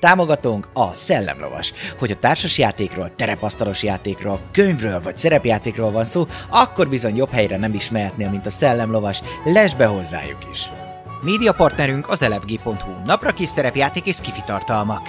Támogatónk a Szellemlovas. Hogy a társas játékról, terepasztalos játékról, könyvről vagy szerepjátékról van szó, akkor bizony jobb helyre nem is mehetnél, mint a Szellemlovas. Lesz be hozzájuk is! Média partnerünk az elefg.hu, napra kis szerepjáték és kifitartalmak.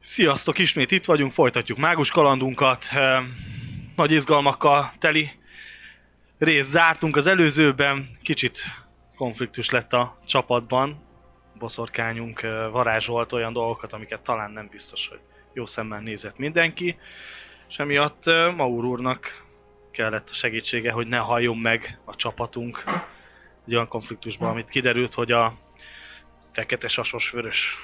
Sziasztok, ismét itt vagyunk, folytatjuk mágus kalandunkat. Ehm, Nagy izgalmakkal teli részt zártunk az előzőben. Kicsit konfliktus lett a csapatban. Boszorkányunk eh, varázsolt olyan dolgokat, amiket talán nem biztos, hogy jó szemmel nézett mindenki. És emiatt eh, Maur úrnak kellett a segítsége, hogy ne halljon meg a csapatunk egy olyan konfliktusban, amit kiderült, hogy a fekete sasos vörös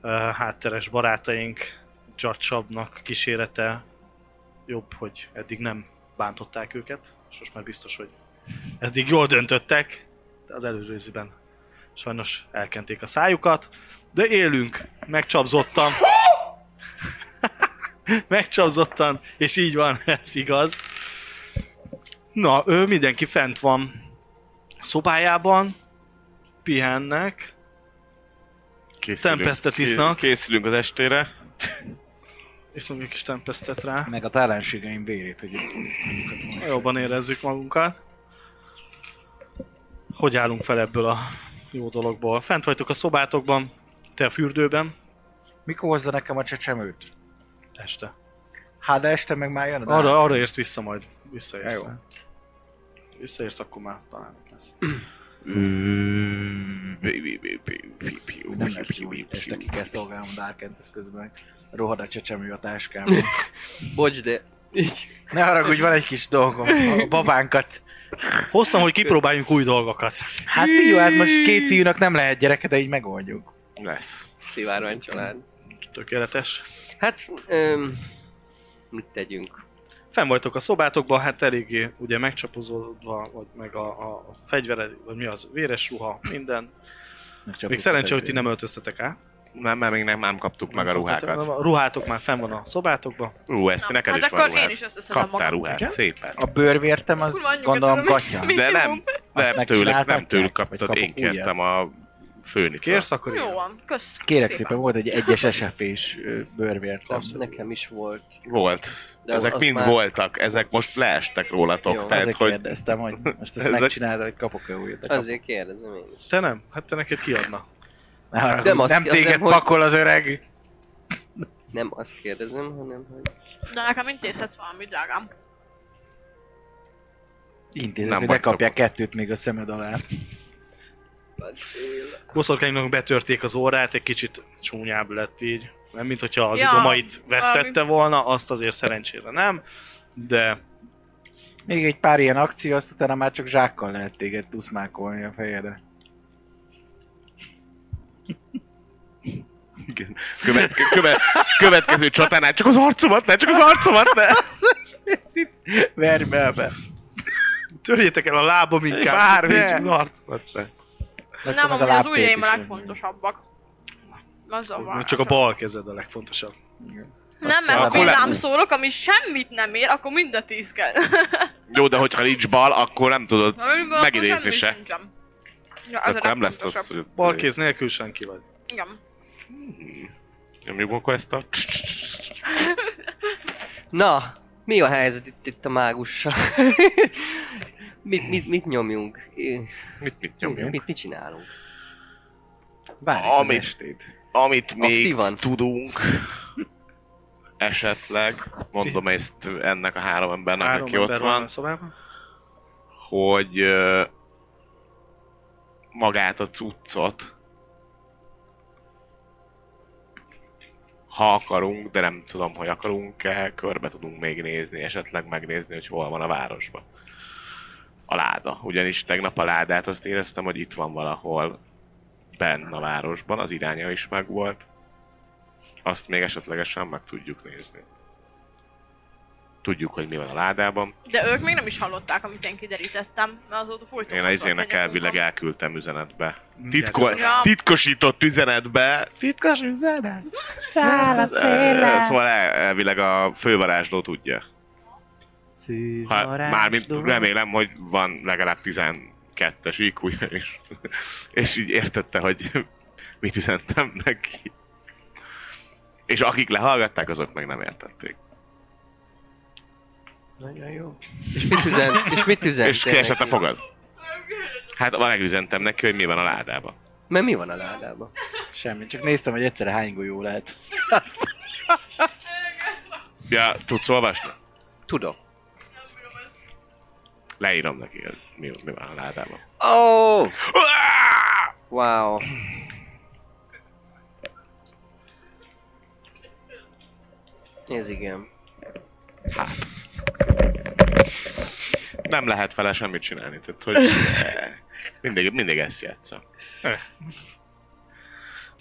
ö, hátteres barátaink Judge kísérete jobb, hogy eddig nem bántották őket, és most már biztos, hogy eddig jól döntöttek, de az előzőben sajnos elkenték a szájukat, de élünk, megcsapzottan, megcsapzottan, és így van, ez igaz. Na, ő mindenki fent van szobájában, pihennek, Készülünk. Tempestet isznak. Ké- Készülünk az estére. iszunk egy kis tempestet rá. Meg a ellenségeim vérét, hogy Jobban érezzük magunkat. Hogy állunk fel ebből a jó dologból? Fent vagytok a szobátokban, te a fürdőben, mikor hozza nekem a csecsemőt? este. Hát de este meg már jön a dár. Arra, arra érsz vissza majd. Visszaérsz. Jó. Jó. Visszaérsz, akkor már talán itt lesz. Nem lesz jó, hogy este szóval. ki kell szolgálnom a Darkent közben. Rohad a csecsemő a táskám. Bocs, de így Ne haragudj, van egy kis dolgom. A babánkat. Hoztam, hogy kipróbáljunk új dolgokat. Hát fiú, hát most két fiúnak nem lehet gyereke, de így megoldjuk. Lesz. szivárvány család. Tökéletes. Hát, öm, mit tegyünk? Fenn vagytok a szobátokban, hát eléggé ugye megcsapozódva, vagy meg a, a, a fegyvere, vagy mi az, véres ruha, minden. Még szerencsé, hogy ti nem öltöztetek át. Már, már még nem, nem kaptuk meg a ruhákat. A ruhátok már fenn van a szobátokban. Ú, ezt Na, neked hát is akkor van én ruhát. is összeszedem Kaptál magam. ruhát, Igen? szépen. A bőrvértem az Kurva anyjukat gondolom tudom, gatya. mi- De nem, minimum. nem tőled, nem megcsináltatják? tőlük Vagy kaptad, kapok én kértem a főnitől. Kérsz, akkor Jó igen. van, kösz. Kérek szépen, volt egy egyes esepés bőrvértem. Abszolút. Nekem is volt. Volt. De ezek az mind már- voltak, ezek most leestek rólatok. Jó, tehát, Ezért hogy kérdeztem, hogy most ezt Ezek- megcsinálod, hogy kapok-e újat. de kapok. Azért kérdezem én is. Te nem? Hát te neked kiadna. Ne haragudj, Nem nem, azt kérdezem, téged hogy- pakol az öreg. Nem azt kérdezem, hanem hogy... De nekem intézhetsz valami, drágám. Intézem, Nem hogy ne vagy kapják kapott. kettőt még a szemed alá. Bacilla. Boszorkánynak betörték az órát, egy kicsit csúnyább lett így. Nem, mint hogyha az Ja, ja, idomait vesztette volna, azt azért szerencsére nem. De Még egy pár ilyen akció, azt utána már csak zsákkal lehet téged duszmákolni a fejedre. követ, követ, következő csatánál csak az arcomat, ne, csak az arcomat, ne! Verj be be! törjétek el a lábam inkább. Bármi, Ne. csak az arcomat, ne. Akkor nem, meg amúgy az lábtét ujjaim is a jön. legfontosabbak. Az a varázs. Csak a bal kezed a legfontosabb. Nem, mert Ja, ha akkor le- villám szórok, ami semmit nem ér, akkor mind a tíz kell. Jó, de hogyha nincs bal, akkor nem tudod, Ha jövök, akkor Megidézni semmi se. sincsen. Ja, ez a akkor nem lesz legfontosabb. az... Bal kéz nélkül senki vagy. Igen. Nyomjuk akkor ezt a... Na, mi a helyzet itt, itt a mágussal? mit, mit, mit nyomjunk? Én- Mit, mit nyomjunk? Mit, mit csinálunk? Várjuk az Amit- estét. Amit még Aktívan? tudunk, esetleg, mondom ezt ennek a három embernek, három aki ott van, a szobában. hogy ö, magát a cuccot, ha akarunk, de nem tudom, hogy akarunk-e, körbe tudunk még nézni, esetleg megnézni, hogy hol van a városban. A láda. Ugyanis tegnap a ládát azt éreztem, hogy itt van valahol benn a városban, az iránya is megvolt. Azt még esetlegesen meg tudjuk nézni. Tudjuk, hogy mi van a ládában. De ők még nem is hallották, amit én kiderítettem, mert azóta folyton... Én ott az ének tartják elvileg magukat. elküldtem üzenetbe. Mindjárt Titkol, Ja. titkosított üzenetbe. Titkos üzenet? Száll Szóval el, elvileg a fővarázsló tudja. Ha, mármint remélem, hogy van legalább 12-es iq -ja is. És így értette, hogy mit üzentem neki. És akik lehallgatták, azok meg nem értették. Nagyon jó. És mit üzent? És mit üzent? és kiesett a fogad. Hát megüzentem neki, hogy mi van a ládában. Mert mi van a ládában? Semmi, csak néztem, hogy egyszerre hány golyó lehet. Ja, tudsz olvasni? Tudom. Leírom neki, hogy mi, mi van a ládában. Ó! Oh, wow. Ez igen. Nem lehet vele semmit csinálni, tehát hogy mindig, mindig ezt játsza.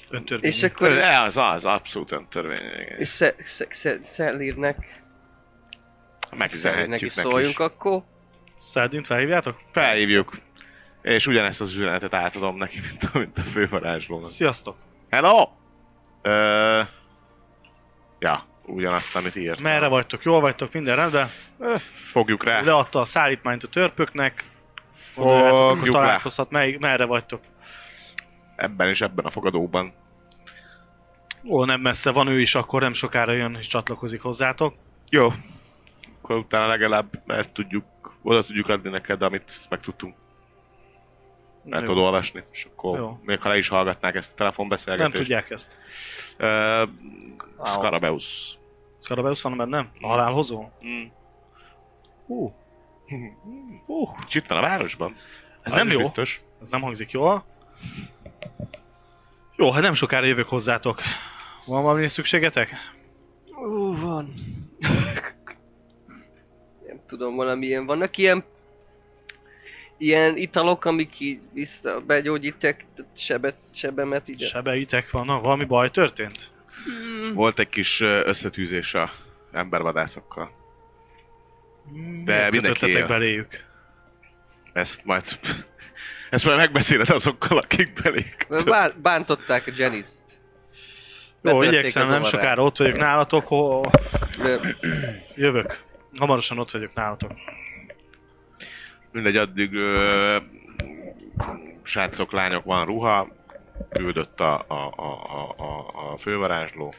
Öntörvény. És akkor... Ez az, az, abszolút öntörvény. És És sze, sze, sze, Szelírnek, megüzenhetjük Szelírnek neki. is szóljunk akkor. Szerdint felhívjátok? Felhívjuk. És ugyanezt az üzenetet átadom neki, mint a, mint a fővarázslónak. Sziasztok! Hello! Ö... Ja, ugyanazt, amit írt. Merre vagytok? Jól vagytok? Minden rendben? Ö, Fogjuk rá. Leadta a szállítmányt a törpöknek. Gondoljátok, akkor Fogjuk rá. találkozhat. Mely, merre vagytok? Ebben és ebben a fogadóban. Ó, nem messze van ő is, akkor nem sokára jön és csatlakozik hozzátok. Jó. Akkor utána legalább el tudjuk, oda tudjuk adni neked, amit megtudtunk. El Jó. tudod olvasni, és akkor Jó. még ha le is hallgatnák ezt a Nem telefonbeszélgetést. tudják ezt. Ö, Scarabeus. Scarabeus van benne? A halálhozó? Mm. Hú, Uh, itt van a városban. ez Az nem jó. Hát Biztos. Ez nem hangzik jól. Jó, hát nem sokára jövök hozzátok. Van valami szükségetek? Ó, van. Nem tudom, valamilyen, vannak ilyen ilyen italok, amik így vissza begyógyítek sebet, sebemet ide. Se... Sebeitek vannak? Valami baj történt? Volt egy kis ö, összetűzés a embervadászokkal. Miért mindenki kötöttetek él. beléjük? Ezt majd... Ezt majd megbeszéled azokkal, akik belék. Bántották a Janiszt. Jó, Betörték igyekszem, az nem orrát. sokára ott vagyok nálatok, ho, De jövök. Hamarosan ott vagyok nálatok. Mindegy, addig ö, srácok, lányok, van ruha, küldött a, a, a, a, a, a fővarázsló,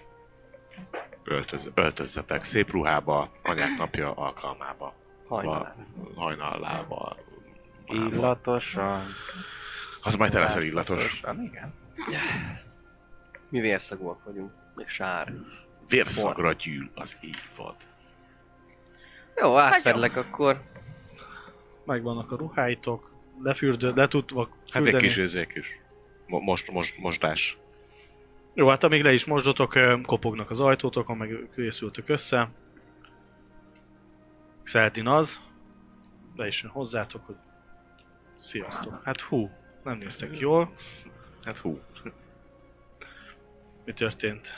Öltöz, öltözzetek szép ruhába, anyák napja alkalmába, hajnalán. hajnallával. Illatosan. Az majd te leszel illatos. Hát Igen. Mi vérszagúak vagyunk, meg sár. Vérszagra gyűl az évad. Jó, Hát átfedlek akkor. Megvannak a ruháitok, lefürdő, le tudva Hát egy fürdeni. kis érzék is. Mo- Most, most, mostás. Jó, hát amíg le is mosdotok, ö, kopognak az ajtótokon, meg készültök össze. Xeldin az, be is jön hozzátok, hogy sziasztok. Hát hú, nem néztek jól. Hát hú. Mi történt?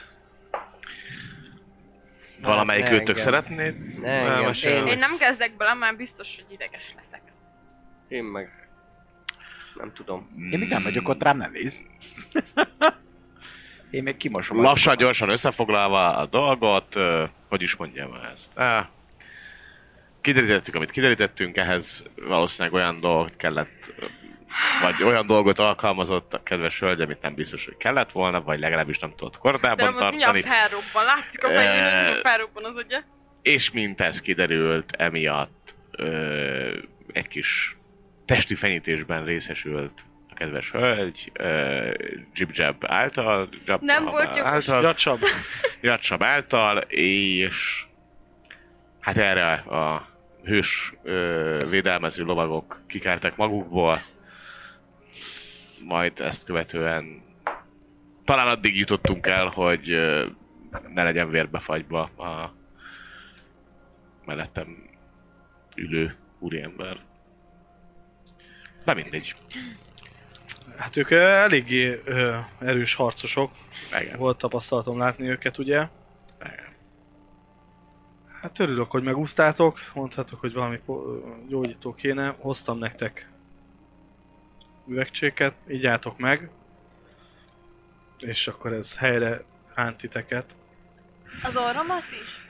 Valamelyik ne őtök engem. szeretné? Ne, engem, most én, Én nem kezdek bele, mert biztos, hogy ideges leszek. én meg. Nem tudom. Én még nem vagyok ott, rám nem néz. Én még kimosom. a- Lassan, gyorsan összefoglalva a dolgot, ö, hogy is mondjam ezt? Á, Kiderítettük, amit kiderítettünk, ehhez valószínűleg olyan dolgot kellett, ö, vagy olyan dolgot alkalmazott a kedves hölgy, amit nem biztos, hogy kellett volna, vagy legalábbis nem tudott De kordában most tartani. Eh. mindjárt felrobban, látszik a fején, hogy mindjárt felrobban az agya. És mint ez kiderült, emiatt ö, egy kis testi fenyítésben részesült a kedves hölgy, uh, Jib Jab által, Jab Nem Jab volt jogos. által, Ja, Csaba. Jatsab által, és hát erre a hős ö, védelmező lovagok kikártak magukból, majd ezt követően talán addig jutottunk el, hogy ö, ne legyen vérbefagyva a mellettem ülő úriember. De mindegy. Hát ők ö, eléggé ö, erős harcosok. Igen. Volt tapasztalatom látni őket, ugye? Igen. Hát örülök, hogy megúsztátok. Mondhatok, hogy valami po- ö, gyógyító kéne. Hoztam nektek üvegcséket, így álltok meg. És akkor ez helyre ránt titeket. Az orromat is?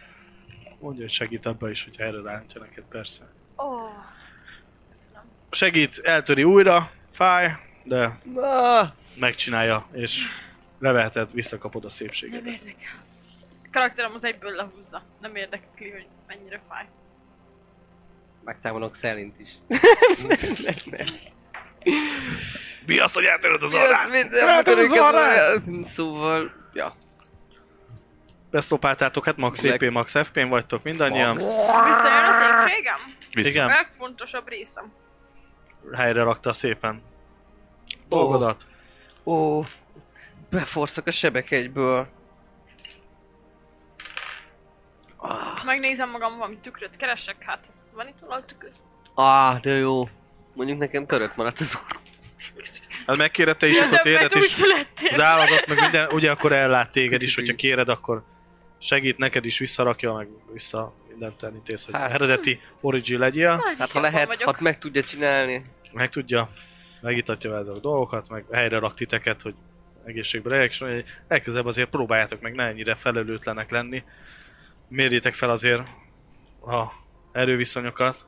Mondja, hogy segít abba is, hogy helyre rántja neked, persze. Ó, oh, Segít, eltöri újra, fáj, de Ah, megcsinálja, és leveheted, visszakapod a nem szépségedet. érdekel. A karakterem az egyből lehúzza. Nem érdekli, hogy mennyire fáj. megtámadok Szelint is. Mi az, hogy eltöröd az Mi az, mint nem Látod az törőket orrát? volna? Szóval, ja. Beszopáltátok, hát max Black. EP, max FP-n vagytok mindannyian. Visszajön a szépségem? Vissza. A Igen. legfontosabb részem. Helyre rakta szépen Ó, dolgodat. ó, beforszok a sebek egyből. Ah, Megnézem magam, valami tükröt keresek, hát van itt valahol tükör? ah, de jó. Mondjuk nekem körök maradt az orr. Hát megkéred te is, akkor téred úgy is. Az születtél. állatot, meg minden, ugye akkor ellát téged is, hogyha kéred, akkor segít neked is, visszarakja, meg vissza mindent elintéz, hogy Hát. eredeti origin legyél. Nagy Hát ha sírban lehet, vagyok. ha meg tudja csinálni. Meg tudja, megitatja veled a dolgokat, meg helyre rak titeket, hogy egészségbe legyek, és mondja, hogy legközelebb azért próbáljátok meg ne ennyire felelőtlenek lenni. Mérjétek fel azért a erőviszonyokat.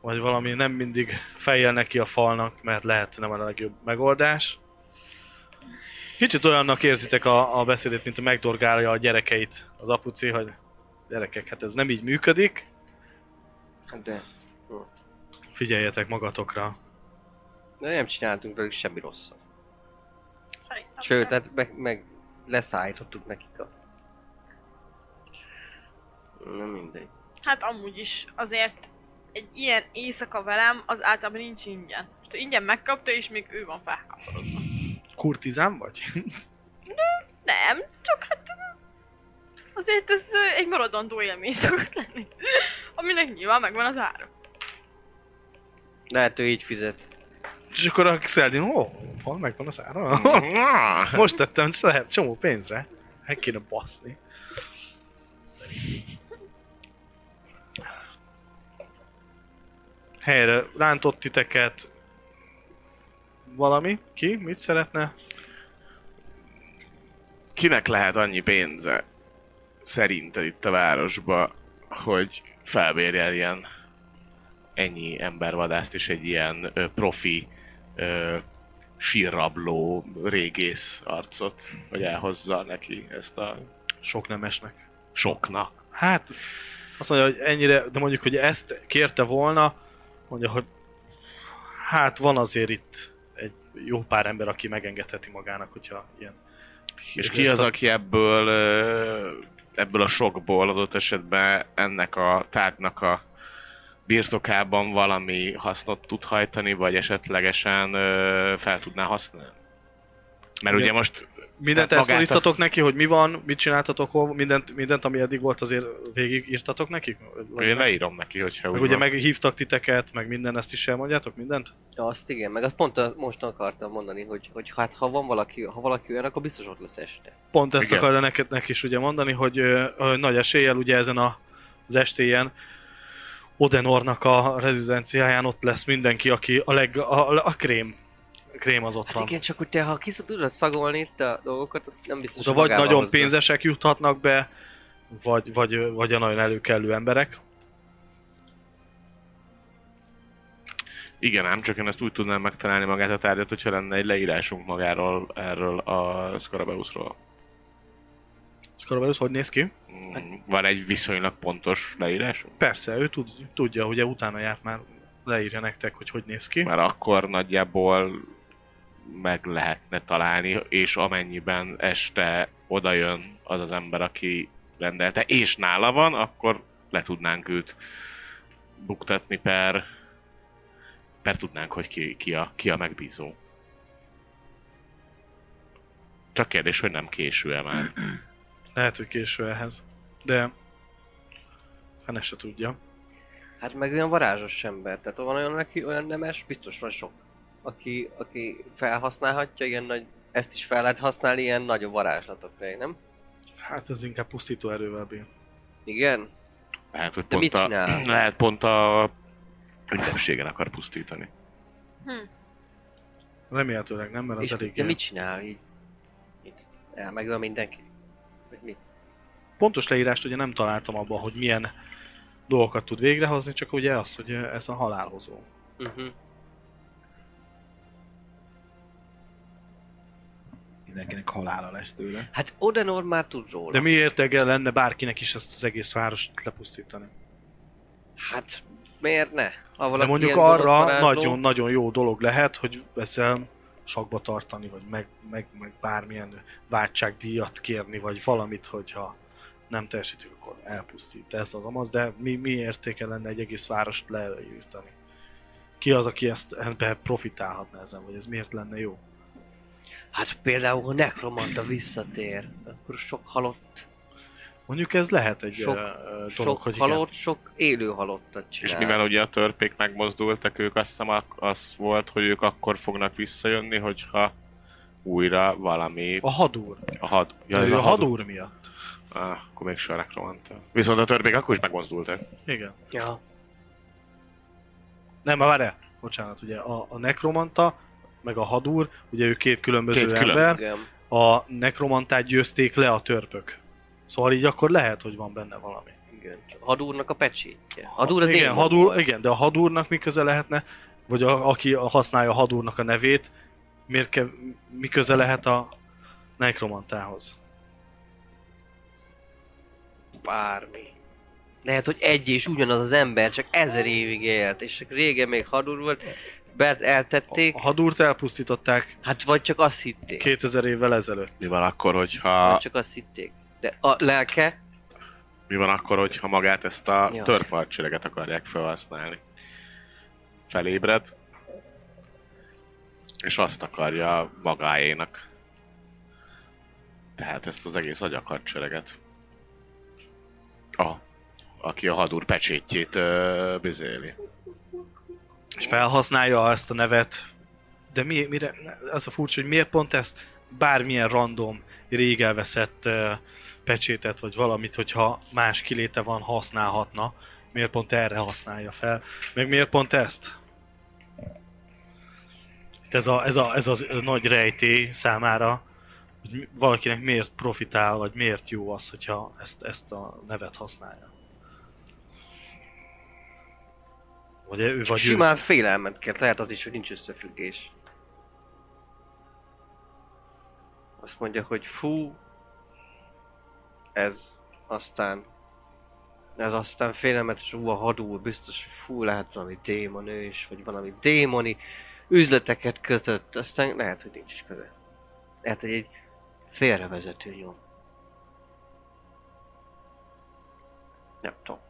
Vagy valami nem mindig fejjel neki a falnak, mert lehet nem a legjobb megoldás. Kicsit olyannak érzitek a, a beszédét, mint a megdorgálja a gyerekeit az apuci, hogy gyerekek, hát ez nem így működik, De, figyeljetek magatokra. de nem csináltunk velük semmi rosszat. Sajnálom. Sőt, hát meg, meg leszállítottuk nekik a... Na mindegy. Hát amúgy is, azért egy ilyen éjszaka velem az általában nincs ingyen. Most ingyen megkapta, és még ő van fel. Kurtizán vagy? Nem, csak hát azért ez ö, egy maradandó élmény szokott lenni. Aminek nyilván megvan az ára. Lehet ő így fizet. És akkor a Xeldin, ó, van, megvan az ára. Na, Most tettem, ez lehet csomó pénzre. Meg kéne baszni. Helyre rántott titeket. Valami? Ki? Mit szeretne? kinek lehet annyi pénze szerinted itt a városba, hogy felbérjen ilyen ennyi embervadászt és egy ilyen ö, profi ö, sírrabló régész arcot, hogy elhozza neki ezt a Sok nem esnek. soknak. Hát, azt mondja, hogy ennyire, de mondjuk, hogy ezt kérte volna, mondja, hogy hát van azért itt egy jó pár ember, aki megengedheti magának, hogyha ilyen... És ki az, aki ebből, ö, ebből a sokból adott esetben ennek a tárgynak a birtokában valami hasznot tud hajtani, vagy esetlegesen ö, fel tudná használni? Mert ugye Igen. most Mindent Tehát magát a- elszólíztatok neki, hogy mi van, mit csináltatok, hol, mindent, mindent, ami eddig volt, azért végigírtatok nekik? Vagy én meg, leírom neki, hogyha meg úgy ugye van. meghívtak titeket, meg minden, ezt is elmondjátok, mindent? Ja, azt igen, meg azt pont a- most akartam mondani, hogy, hogy hát ha van valaki, ha valaki olyan, akkor biztos ott lesz este. Pont ezt Igen. akarja neked neki is ugye mondani, hogy ö, ö, nagy eséllyel ugye ezen a, az estéjen Odenornak a rezidenciáján ott lesz mindenki, aki a, leg, a, a krém. A krém az ott Hát van. igen, csak hogy te ha ki tudod szagolni itt a dolgokat, ott nem biztos, Oda Szóval hogy vagy magával nagyon hozza. pénzesek juthatnak be, vagy, vagy, vagy a nagyon előkelő emberek. Igen, ám csak én ezt úgy tudnám megtalálni magát a tárgyat, hogyha lenne egy leírásunk magáról erről a Scarabeusról. Skarabelus, hogy néz ki? Mm, Van egy viszonylag pontos leírásunk? Persze, ő tud, tudja, ugye utána járt már leírja nektek, hogy hogy néz ki. Mert akkor nagyjából meg lehetne találni, és amennyiben este odajön az az ember, aki rendelte, és nála van, akkor le tudnánk őt buktatni per, per tudnánk, hogy ki, ki, a, ki a megbízó. Csak kérdés, hogy nem késő-e már. Lehet, hogy késő ehhez. De... Fene se tudja. Hát meg olyan varázsos ember, tehát van olyan, aki olyan nemes, biztos van sok. Aki, aki felhasználhatja, ilyen nagy, ezt is fel lehet használni ilyen nagyobb varázslatokra, nem? Hát ez inkább pusztító erővel bír. Igen? Lehet, hogy De pont mit a, csinál? lehet pont a ünnepségen akar pusztítani. Remélhetőleg nem, mert az És elég de mit csinál így? Mit? El megöl mindenki? Vagy mit? pontos leírást ugye nem találtam abban, hogy milyen dolgokat tud végrehozni, csak ugye azt, hogy ez a halálhozó. Uh-huh. Mindenkinek halála lesz tőle. Hát Odenor már tud róla. De mi értége lenne bárkinek is ezt az egész várost lepusztítani? Hát miért ne? Ha De valaki mondjuk ilyen gonosz arra varázsló- nagyon-nagyon jó dolog lehet, hogy ezzel sakba tartani, vagy meg, meg, meg bármilyen váltságdíjat kérni, vagy valamit, hogyha nem teljesítjük, akkor elpusztít. Ez az amaz, de mi, mi értéke lenne egy egész várost leírtani? Ki az, aki ezt ebbe profitálhatna ezen, vagy ez miért lenne jó? Hát például, ha Necromanta visszatér, akkor sok halott, Mondjuk ez lehet egy Sok- sok, dolog, sok hogy igen. halott, sok élő halottat csinál. És mivel ugye a törpék megmozdultak, ők azt hiszem ak- az volt, hogy ők akkor fognak visszajönni, hogyha újra valami A hadúr. a had... Ja, ez a hadúr miatt. Ah, akkor még soha nekromanta. Viszont a törpék akkor is megmozdultak. Igen. Ja. Nem, már várjál. Bocsánat, ugye a, a nekromanta, meg a hadúr, ugye ő két különböző Két két külön. ember. Igen. A nekromantát győzték le a törpök. Szóval így akkor lehet, hogy van benne valami. Igen. Hadúrnak a pecsétje. Hadúr a igen, démon hadúr, volt. igen, de a hadúrnak mi köze lehetne? Vagy a, aki használja a hadúrnak a nevét, miért ke, mi köze lehet a nekromantához? Bármi. Lehet, hogy egy és ugyanaz az ember csak ezer évig élt, és régen még hadúr volt, bert eltették, A hadúrt elpusztították hát vagy csak azt hitték. 2000 évvel ezelőtt. Mi van akkor, Vagy hogyha, csak azt hitték. De a lelke, mi van akkor, hogyha magát ezt a Ja. törpharcsereget akarják felhasználni? Felébred, és azt akarja magáénak. Tehát ezt az egész agyakharcsereget. A, aki a hadúr pecsétjét ö, bizéli. és felhasználja ezt a nevet. De mi, mire, az a furcsa, hogy miért pont ezt bármilyen random, rég elveszett ö, pecsétet, vagy valamit, hogyha más kiléte van, használhatna. Miért pont erre használja fel? Meg miért pont ezt? Itt ez, a, ez, a, ez az nagy rejtély számára, hogy mi- valakinek miért profitál, vagy miért jó az, hogyha ezt, ezt a nevet használja. Vagy ő vagy ő. simán félelmet kelt, lehet az is, hogy nincs összefüggés. Azt mondja, hogy fú, ez, aztán, ez aztán félelmet, és ú, a hadúr, biztos, hogy fú, lehet valami démon ő is, vagy valami démoni üzleteket kötött, aztán lehet, hogy nincs is köze. Lehet, hogy egy félrevezető nyom. Nem tudom.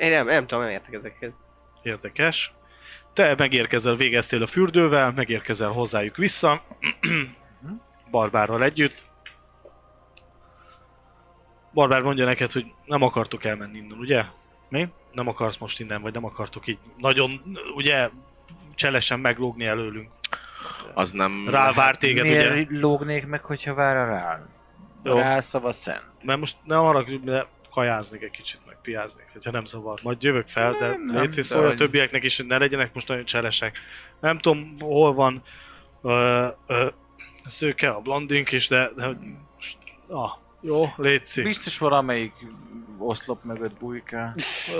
Én nem, nem tudom, nem értek ezekhez. Érdekes. Te megérkezel, végeztél a fürdővel, megérkezel hozzájuk vissza, Barbárral együtt. Barbár mondja neked, hogy nem akartok elmenni innen, ugye? Mi? Nem akarsz most innen, vagy nem akartok így nagyon, ugye, cselesen meglógni előlünk. Az nem... Rávár téged, Hát, Miért ugye? lógnék meg, hogyha vár a rám? Jó. Rászava szent. Mert most nem arra, de kajáznék egy kicsit, meg piáznék, hogyha nem zavar. Majd jövök fel, de Nem, nem, légy de szólj a hogy- többieknek is, hogy ne legyenek most nagyon cselesek. Nem tudom, hol van ö, ö, a szőke, a blandink is, de, de hogy most, ah, jó, létszik. Biztos valamelyik oszlop mögött bujkál.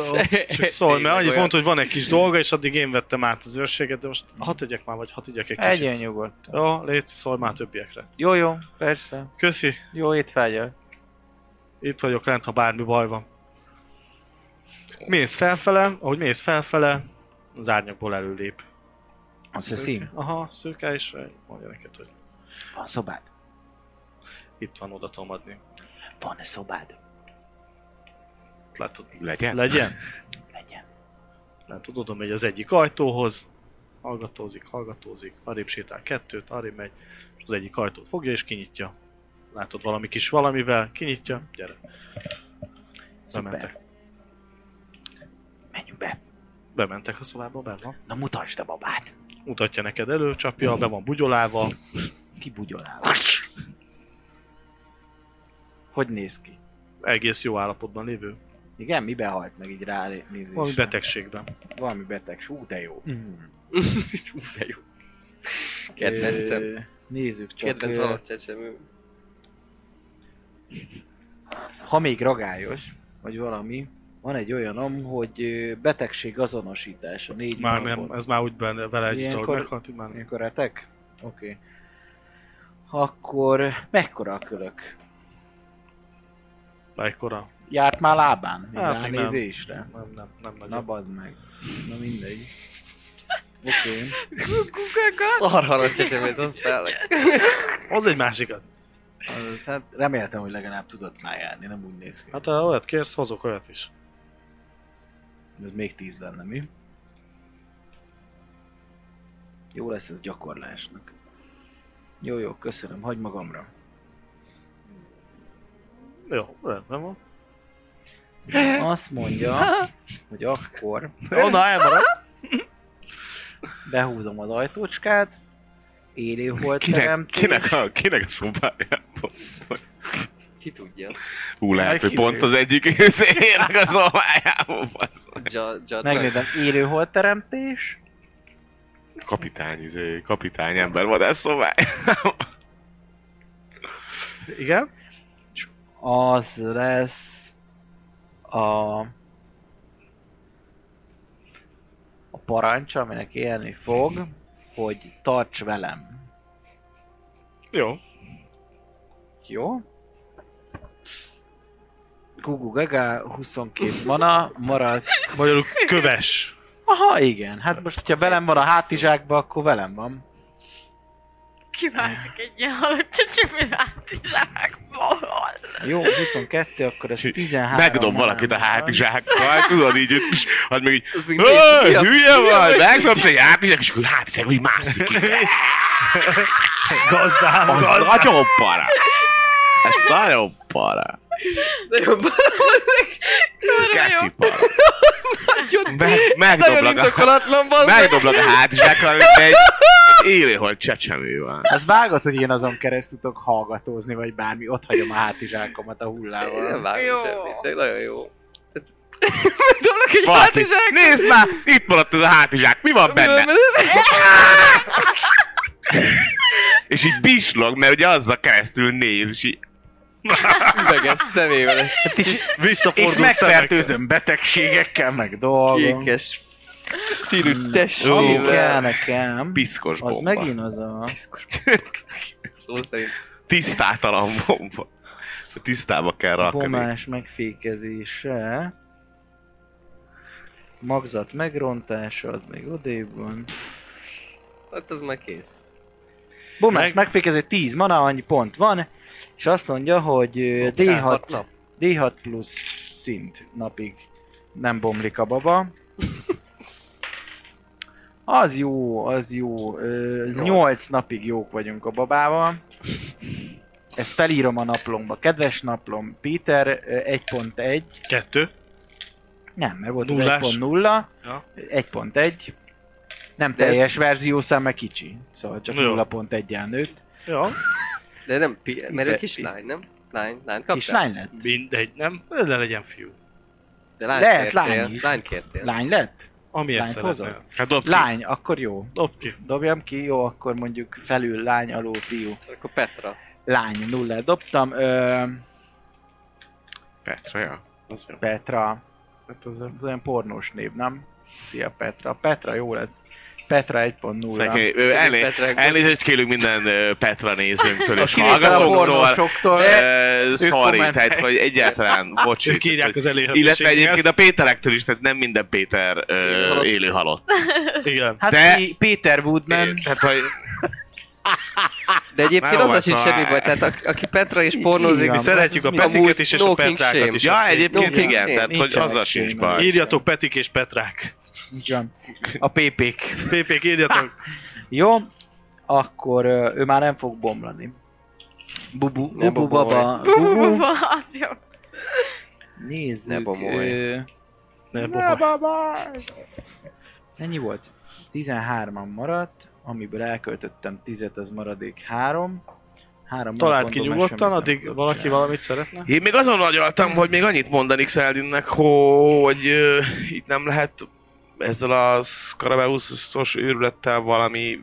Csak szólj, mert annyit Olyan. mondta, hogy van egy kis dolga, és addig én vettem át az őrséget, de most hadd tegyek már, vagy hadd tegyek egy kicsit. Egyen nyugodtan. Jó, létszik, szólj már a többiekre. Jó, jó, persze. Köszi, Jó étvágyat. itt vagyok lent, ha bármi baj van. Mész felfele, ahogy mész felfele, az árnyakból előlép. A Szőke. szőszín? Aha, szőke, és mondja neked, hogy Van szobád? itt van, oda tudom adni. Van-e szobád? Látod, Legyen? legyen? Legyen. Látod, oda megy az egyik ajtóhoz, hallgatózik, hallgatózik, arrébb sétál kettőt, arrébb megy, és az egyik ajtót fogja és kinyitja. Látod valami kis valamivel, kinyitja, gyere. Bementek. Szuper. Menjünk be. Bementek a szobába, be van. Na mutasd a babát. Mutatja neked előcsapja, be van bugyolálva, Kibugyolál. Hogy néz ki? egész jó állapotban lévő, Igen, mi behalt meg így ránézésre? valami Mhm. betegségben. Valami beteg. Hú, de jó. De jó. Kedvencem. Ö, Nézzük csak. Kedvenc ö, való csecsemő. ha még ragályos, vagy valami, van egy olyanom, hogy ö, betegség azonosítása. Négy Már napon. nem, ez már úgy benne, vele együtt, ahogy Ilyenkor- meghalt, így már nem. Ilyenkor retek? Oké. Okay. Akkor mekkora a kölök? Mekkora? Járt már lábán? Még Hát, még nem. ránézésre? Nem, nem, nem Na nagyon. badd meg. Na mindegy. Oké. Okay. Kukakat? Szarharad csecsemőt hoztál. Az egy másikat. Az, hát reméltem, hogy legalább tudott már járni, nem úgy néz ki. Hát ha olyat kérsz, hozok olyat is. Ez még tíz lenne, mi? Jó lesz ez gyakorlásnak. Jó, jó, köszönöm, hagyd magamra. Jó, rendben van. Azt mondja, hogy akkor Onnan elmarad. behúzom az ajtócskát, élő volt Kinek, teremtés. kinek, a, kinek a szobájából? Ki tudja. Hú, lehet, hogy Kiderül. pont az egyik őszének a szobájából, bassz. Jad, jad Megnézem, élő volt teremtés, Kapitány, izé, kapitány ember szóval. van ez szobája. Igen. az lesz a a parancs, aminek élni fog, hogy tarts velem. Jó. Jó? Gugu Gaga, 22 mana, maradt Magyarul köves. Aha, igen. Hát most, hogyha velem van a hátizsákba, akkor velem van. Kimászik egy ilyen halott csecsemő hátizsákból. Jó, 22, akkor ez 13. Megdob valakit a van. hátizsákkal, tudod így, hogy pss, az meg így, Az még "Ö, négy- ki a- hülye ki a- vagy, megdobsz egy hátizsák, és akkor hátizsák, hogy mászik ki. Gazdám, Az nagyon para. Ez nagyon para. Nagyon bár- Ez keci para. Nagyon- Meg, Hát, Nagyon megdoblak a, indokolatlan van. megdoblak a hátizsákkal, mint egy élőhol csecsemő van. Az vágott, hogy én azon keresztül tudok hallgatózni, vagy bármi, ott hagyom a hátizsákomat a Én Nem hullával. vágom Jó. semmit, de nagyon jó. Megdoblak egy Valaki, hátizsák. nézd már, itt maradt ez a hátizsák, mi van benne? És így bislog, mert ugye azzal keresztül néz, és így Üveges szemével. És Visszafordult megfertőzöm betegségekkel, meg dolgom. Kékes színű Ami Ó. kell testével. nekem, piszkos Hm. az bomba. megint az a... Szó szerint. Tisztátalan bomba. Tisztába kell rakni. Bomás megfékezése. Magzat megrontása, az még odébb van. Hát az már kész. Bomás Meg- Meg... megfékező 10 mana, annyi pont van, és azt mondja, hogy ö, Hat D6, nap. D6 plusz szint napig nem bomlik a baba. Az jó, az jó. Nyolc. 8 napig jók vagyunk a babával. Ezt felírom a naplomba. Kedves naplom, Péter ö, 1.1, Kettő. nem, meg volt Nullás. az 1.0, Ja. 1.1, nem De ez- teljes verziószám, meg kicsi. Szóval csak Jó. 0.1-el nőtt. Ja. De nem, pi- mert ő Pe- kislány, nem? Lány, lány kaptál? Kislány lett? Mindegy, nem? Ne legyen fiú. De lány Lehet, kértél. lány is. Lány kértél. Lány lett? Amilyen Lányt szeretnél. hozol? Hát dobd ki. Lány, akkor jó. Dob ki. Dobjam ki, jó, akkor mondjuk felül lány, alul fiú. Akkor Petra. Lány, nulla dobtam. Ö, Petra, ja. Az jó. Petra. Hát az olyan pornós név, nem? Szia Petra. Petra jó lesz. Petra 1.0. Szegény- ö, elné- Petra- Elnézést kérünk minden ö, Petra nézőnktől és kivétel a hallgatóktól. pornósoktól. Ö, Sorry, kommentelj. tehát hogy egyáltalán, bocs. Ők írják az elérhetőséget. Illetve egyébként a Péterektől is, tehát nem minden Péter ö, Halott. élő halott. Igen. Hát De- ki Peter Woodman, Tehát, hogy De egyébként Már az az olvasom, sincs semmi á- baj, tehát a- aki Petra és pornózik, Igen. Mi az- szeretjük a az mi? Amúgy Petiket is és no a king Petrákat shame. is. Ja, egyébként Nincs igen, szén. tehát hogy Nincsenek azzal sincs szénben. baj. Írjatok Petik és Petrák. így van. a PP-k. Pépék, írjatok. Jó, akkor ö, ő már nem fog bomlani. Bubu, Ne bubu bomolj. baba, Bú, bú, bubu, bú, az jó. nézzük. Ne bomolj. ö, Ne, baba. Ennyi volt? 13-an maradt, amiből elköltöttem 10-et, az maradék 3. 3 Találd ki nyugodtan, addig valaki valamit szeretne. Én még azon agyaltam, hogy még annyit mondani Xeldinnek, hogy ö, itt nem lehet ezzel a Scarabeus-os őrülettel valami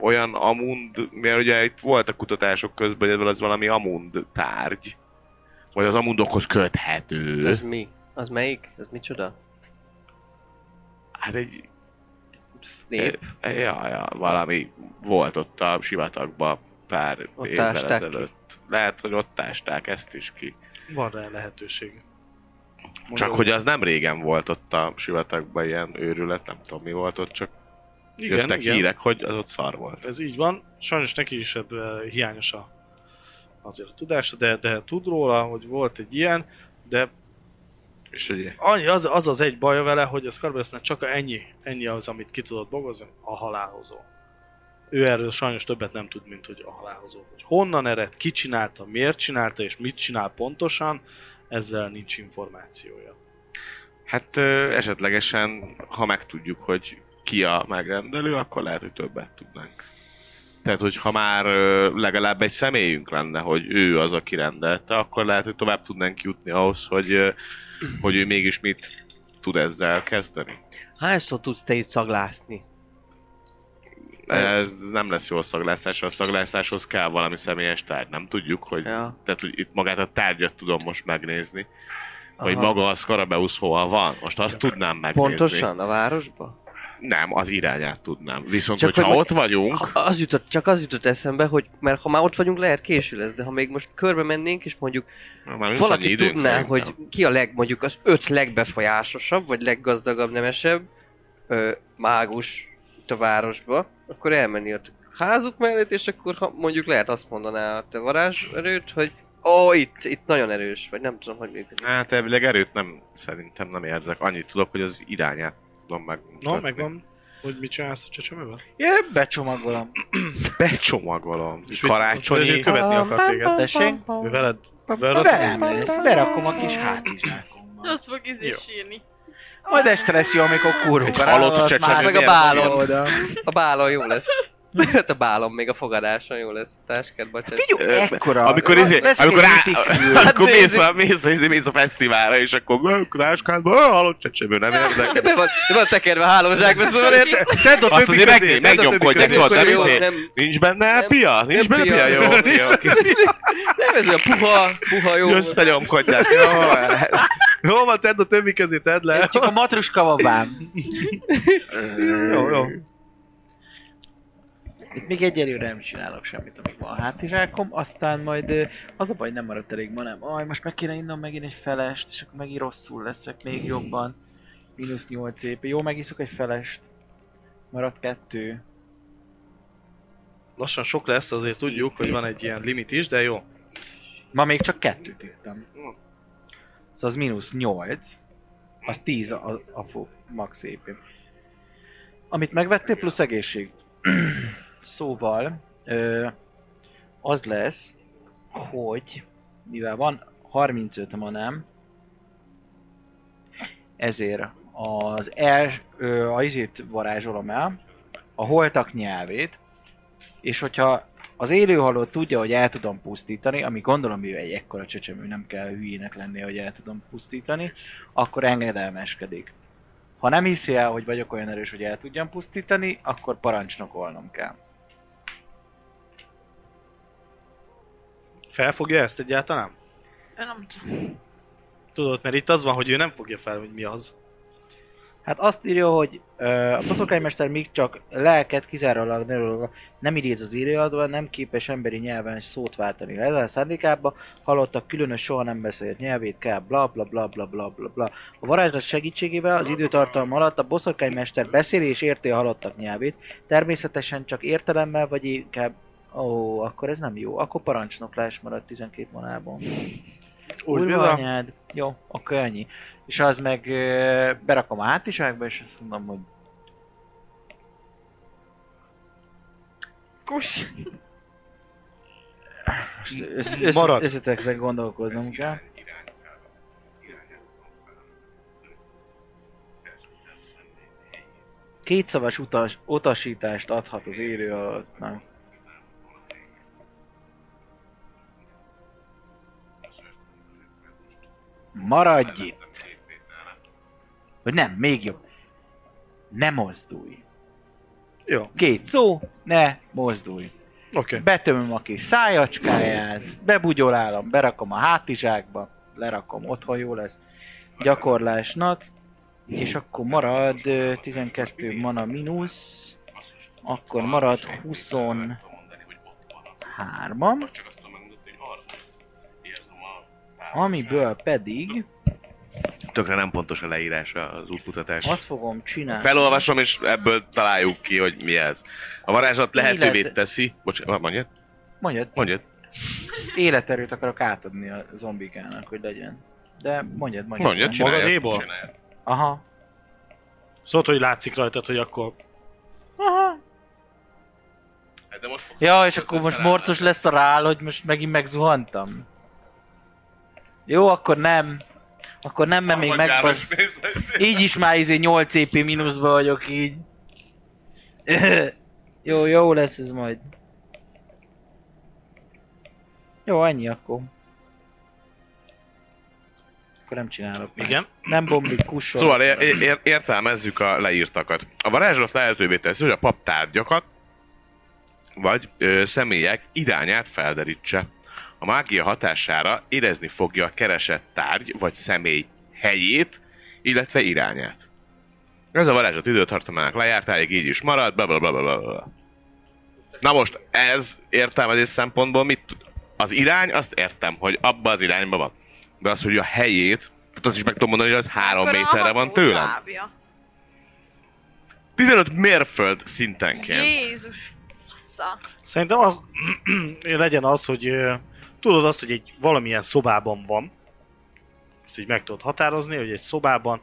olyan amund, mert ugye itt voltak kutatások közben, hogy ez valami amund tárgy. Vagy az amundokhoz köthető. Az mi? Az melyik? Az micsoda? Hát egy... Nép? e- Ja, ja, valami volt ott a sivatagban pár Ott évvel ásták ki. ezelőtt. Lehet, hogy ott ásták ezt is ki. Van rá lehetőség. Csak hogy az nem régen volt ott a sivatagban ilyen őrület, nem tudom mi volt ott, csak igen, jöttek igen. hírek, hogy az ott szar volt. Ez így van. Sajnos neki is ebből hiányos a, azért a tudása, de, de tud róla, hogy volt egy ilyen, de És ugye? annyi, az, az az egy baja vele, hogy a Scarberusnek csak ennyi, ennyi az, amit ki tudott bogozni, a halálhozó. Ő erről sajnos többet nem tud, mint hogy a halálhozó. Hogy honnan ered, ki csinálta, miért csinálta, és mit csinál pontosan, ezzel nincs információja. Hát ö, esetlegesen, ha megtudjuk, hogy ki a megrendelő, akkor lehet, hogy többet tudnánk. Tehát, hogy ha már ö, legalább egy személyünk lenne, hogy ő az, aki rendelte, akkor lehet, hogy tovább tudnánk jutni ahhoz, hogy, ö, hogy ő mégis mit tud ezzel kezdeni. Hányszor tudsz te itt szaglászni? Ez nem lesz jó a szaglászás, a szaglászáshoz kell valami személyes tárgy. Nem tudjuk, hogy Ja. Tehát, hogy itt magát a tárgyat tudom most megnézni. Vagy Aha. maga a Scarabeus hol van. Most azt tudnám megnézni. Pontosan? A városba? Nem, az irányát tudnám. Viszont, Csak Csak hogyha hogy ott vagyunk, Ha- Az jutott, csak az jutott eszembe, hogy mert ha már ott vagyunk, lehet késő lesz, de ha még most körbe mennénk, és mondjuk már nincs annyi valaki időnk tudná, szerintem. hogy ki a leg, mondjuk az öt legbefolyásosabb, vagy leggazdagabb, nemesebb ö, mágus itt a városba, akkor elmenni a házuk mellett, és akkor ha mondjuk lehet azt mondaná a te varázserőt, hogy ó, itt, itt nagyon erős, vagy nem tudom, hogy működik. Hát elvileg erőt nem, szerintem nem érzek. Annyit tudok, hogy az irányát tudom meg. Na, megvan, hogy mit csinálsz a csecsemővel? Ja, becsomagolom. Becsomagolom. És mit- ő Karácsonyi. követni akar téged. Tessék? Ő veled, veled Velem lesz, berakom a kis hátizsákommal. Ott fog izé Jó. sírni. Majd este lesz jó, amikor kurva. Egy halott alatt csecsemő már- meg a bálon. Oda. A bálon jó lesz. Hát a bálon még a fogadáson jó lesz. A táskádban csak... Hát Figyelj, ekkora. Amikor, izé, Lesz egy amikor, á, mitikül. amikor Hát mész, a, mész, a, izé, mész a fesztiválra, és akkor ráskádba, halott csecsemő, nem De érdekes. be van, de van tekerve a hálózsákba, szóval érted? Tedd a Azt többi azért közé, meg- tedd a többi megnyomkodják, közé. tudod, nem jó, izé- nem, Nincs benne Nem- pia? Nincs nem benne pia? pia, Jó, nem oké, oké. nem ez olyan puha, puha jó. Összenyomkodják. Jó, hát- Jó van, tedd a többi közé, tedd le. Hát, Csak a matruska babám. Jó, jó. Itt még egyelőre nem csinálok semmit, amíg van a hátizsákom, aztán majd ö, az a baj nem maradt elég ma, nem. Aj, most meg kéne innom megint egy felest, és akkor megint rosszul leszek még jobban. Mínusz 8 épp. Jó, megiszok egy felest. Maradt kettő. Lassan sok lesz, azért tudjuk, hogy van egy ilyen limit is, de jó. Ma még csak kettőt írtam. Szóval az mínusz 8, az 10 a, a, a fo- max épén. Amit megvettél, plusz egészség. szóval, ö, az lesz, hogy mivel van 35 manám, ezért az el, ö, a izét varázsolom el, a holtak nyelvét, és hogyha az élőhalott tudja, hogy el tudom pusztítani, ami gondolom, ő egy ekkora csecsemő, nem kell hülyének lenni, hogy el tudom pusztítani, akkor engedelmeskedik. Ha nem hiszi el, hogy vagyok olyan erős, hogy el tudjam pusztítani, akkor parancsnokolnom kell. Felfogja ezt egyáltalán? Ő nem tudom. Tudod, mert itt az van, hogy ő nem fogja fel, hogy mi az. Hát azt írja, hogy ö, a boszorkánymester még csak lelket kizárólag nerőleg nem idéz az írőadban, nem képes emberi nyelven szót váltani. Ezzel a szándékába hallottak különös soha nem beszélt nyelvét kell, bla bla bla bla bla bla bla. A varázslat segítségével az időtartalom alatt a boszorkánymester beszéli és érti a halottak nyelvét, természetesen csak értelemmel vagy inkább Ó, akkor ez nem jó. Akkor parancsnoklás maradt 12 vonalban. Úgy Kurva bizony. anyád. Jó, akkor ennyi. És az meg ö, berakom a hátiságba, és azt mondom, hogy Kus. most össz- össz- Marad. összetekre gondolkodnom kell. Kétszavas utas, utasítást adhat az élő alattnak. Maradj itt! Vagy nem, még jobb. Ne mozdulj. Jó, Két szó, ne mozdulj. oké. Betömöm a kis szájacskáját, bebugyolálom, berakom a hátizsákba, lerakom, otthon jó lesz gyakorlásnak, és akkor marad ö, 12 mana mínusz, akkor marad 23-am, amiből pedig Tökre nem pontos a leírása az útmutatás. azt fogom csinálni. Felolvasom, és ebből találjuk ki, hogy mi ez. A varázslat lehetővé Élet- teszi... Bocsánat, mondjad? Mondjad, Mondjad. életerőt akarok átadni a zombikának, hogy legyen. De mondjad, mondjad. Mondjad, nem? csináljad. Magadéból? Csináljad. Aha. Szóval, hogy látszik rajtad, hogy akkor... Aha. Hát de most fogsz- Ja, és akkor most morcos lesz a rál, hogy most megint megzuhantam. Jó, akkor nem. Akkor nem, mert még Harmadjára megbasz... is mész lesz. Így is már izé 8 EP mínuszba vagyok így. jó, jó lesz ez majd. Jó, ennyi akkor. Akkor nem csinálok. más. Igen. Nem bombik, kussol. Szóval ér- ér- értelmezzük a leírtakat. A varázslat lehetővé teszi, hogy a pap tárgyakat vagy ö, személyek irányát felderítse. A mágia hatására érezni fogja a keresett tárgy vagy személy helyét, illetve irányát. Ez a varázslat időtartamának lejártáig így is marad, bla bla bla bla bla, bla. Na most ez értelmezés szempontból mit tud? Az irány, azt értem, hogy abba az irányba van. De az, hogy a helyét, tehát azt is meg tudom mondani, hogy az három Akkor a méterre van ható tőlem. lábja. 15 mérföld szintenként. Jézus fassa. Szerintem az... legyen az, hogy... ö, Tudod azt, hogy egy valamilyen szobában van. Ezt így meg tudod határozni, hogy egy szobában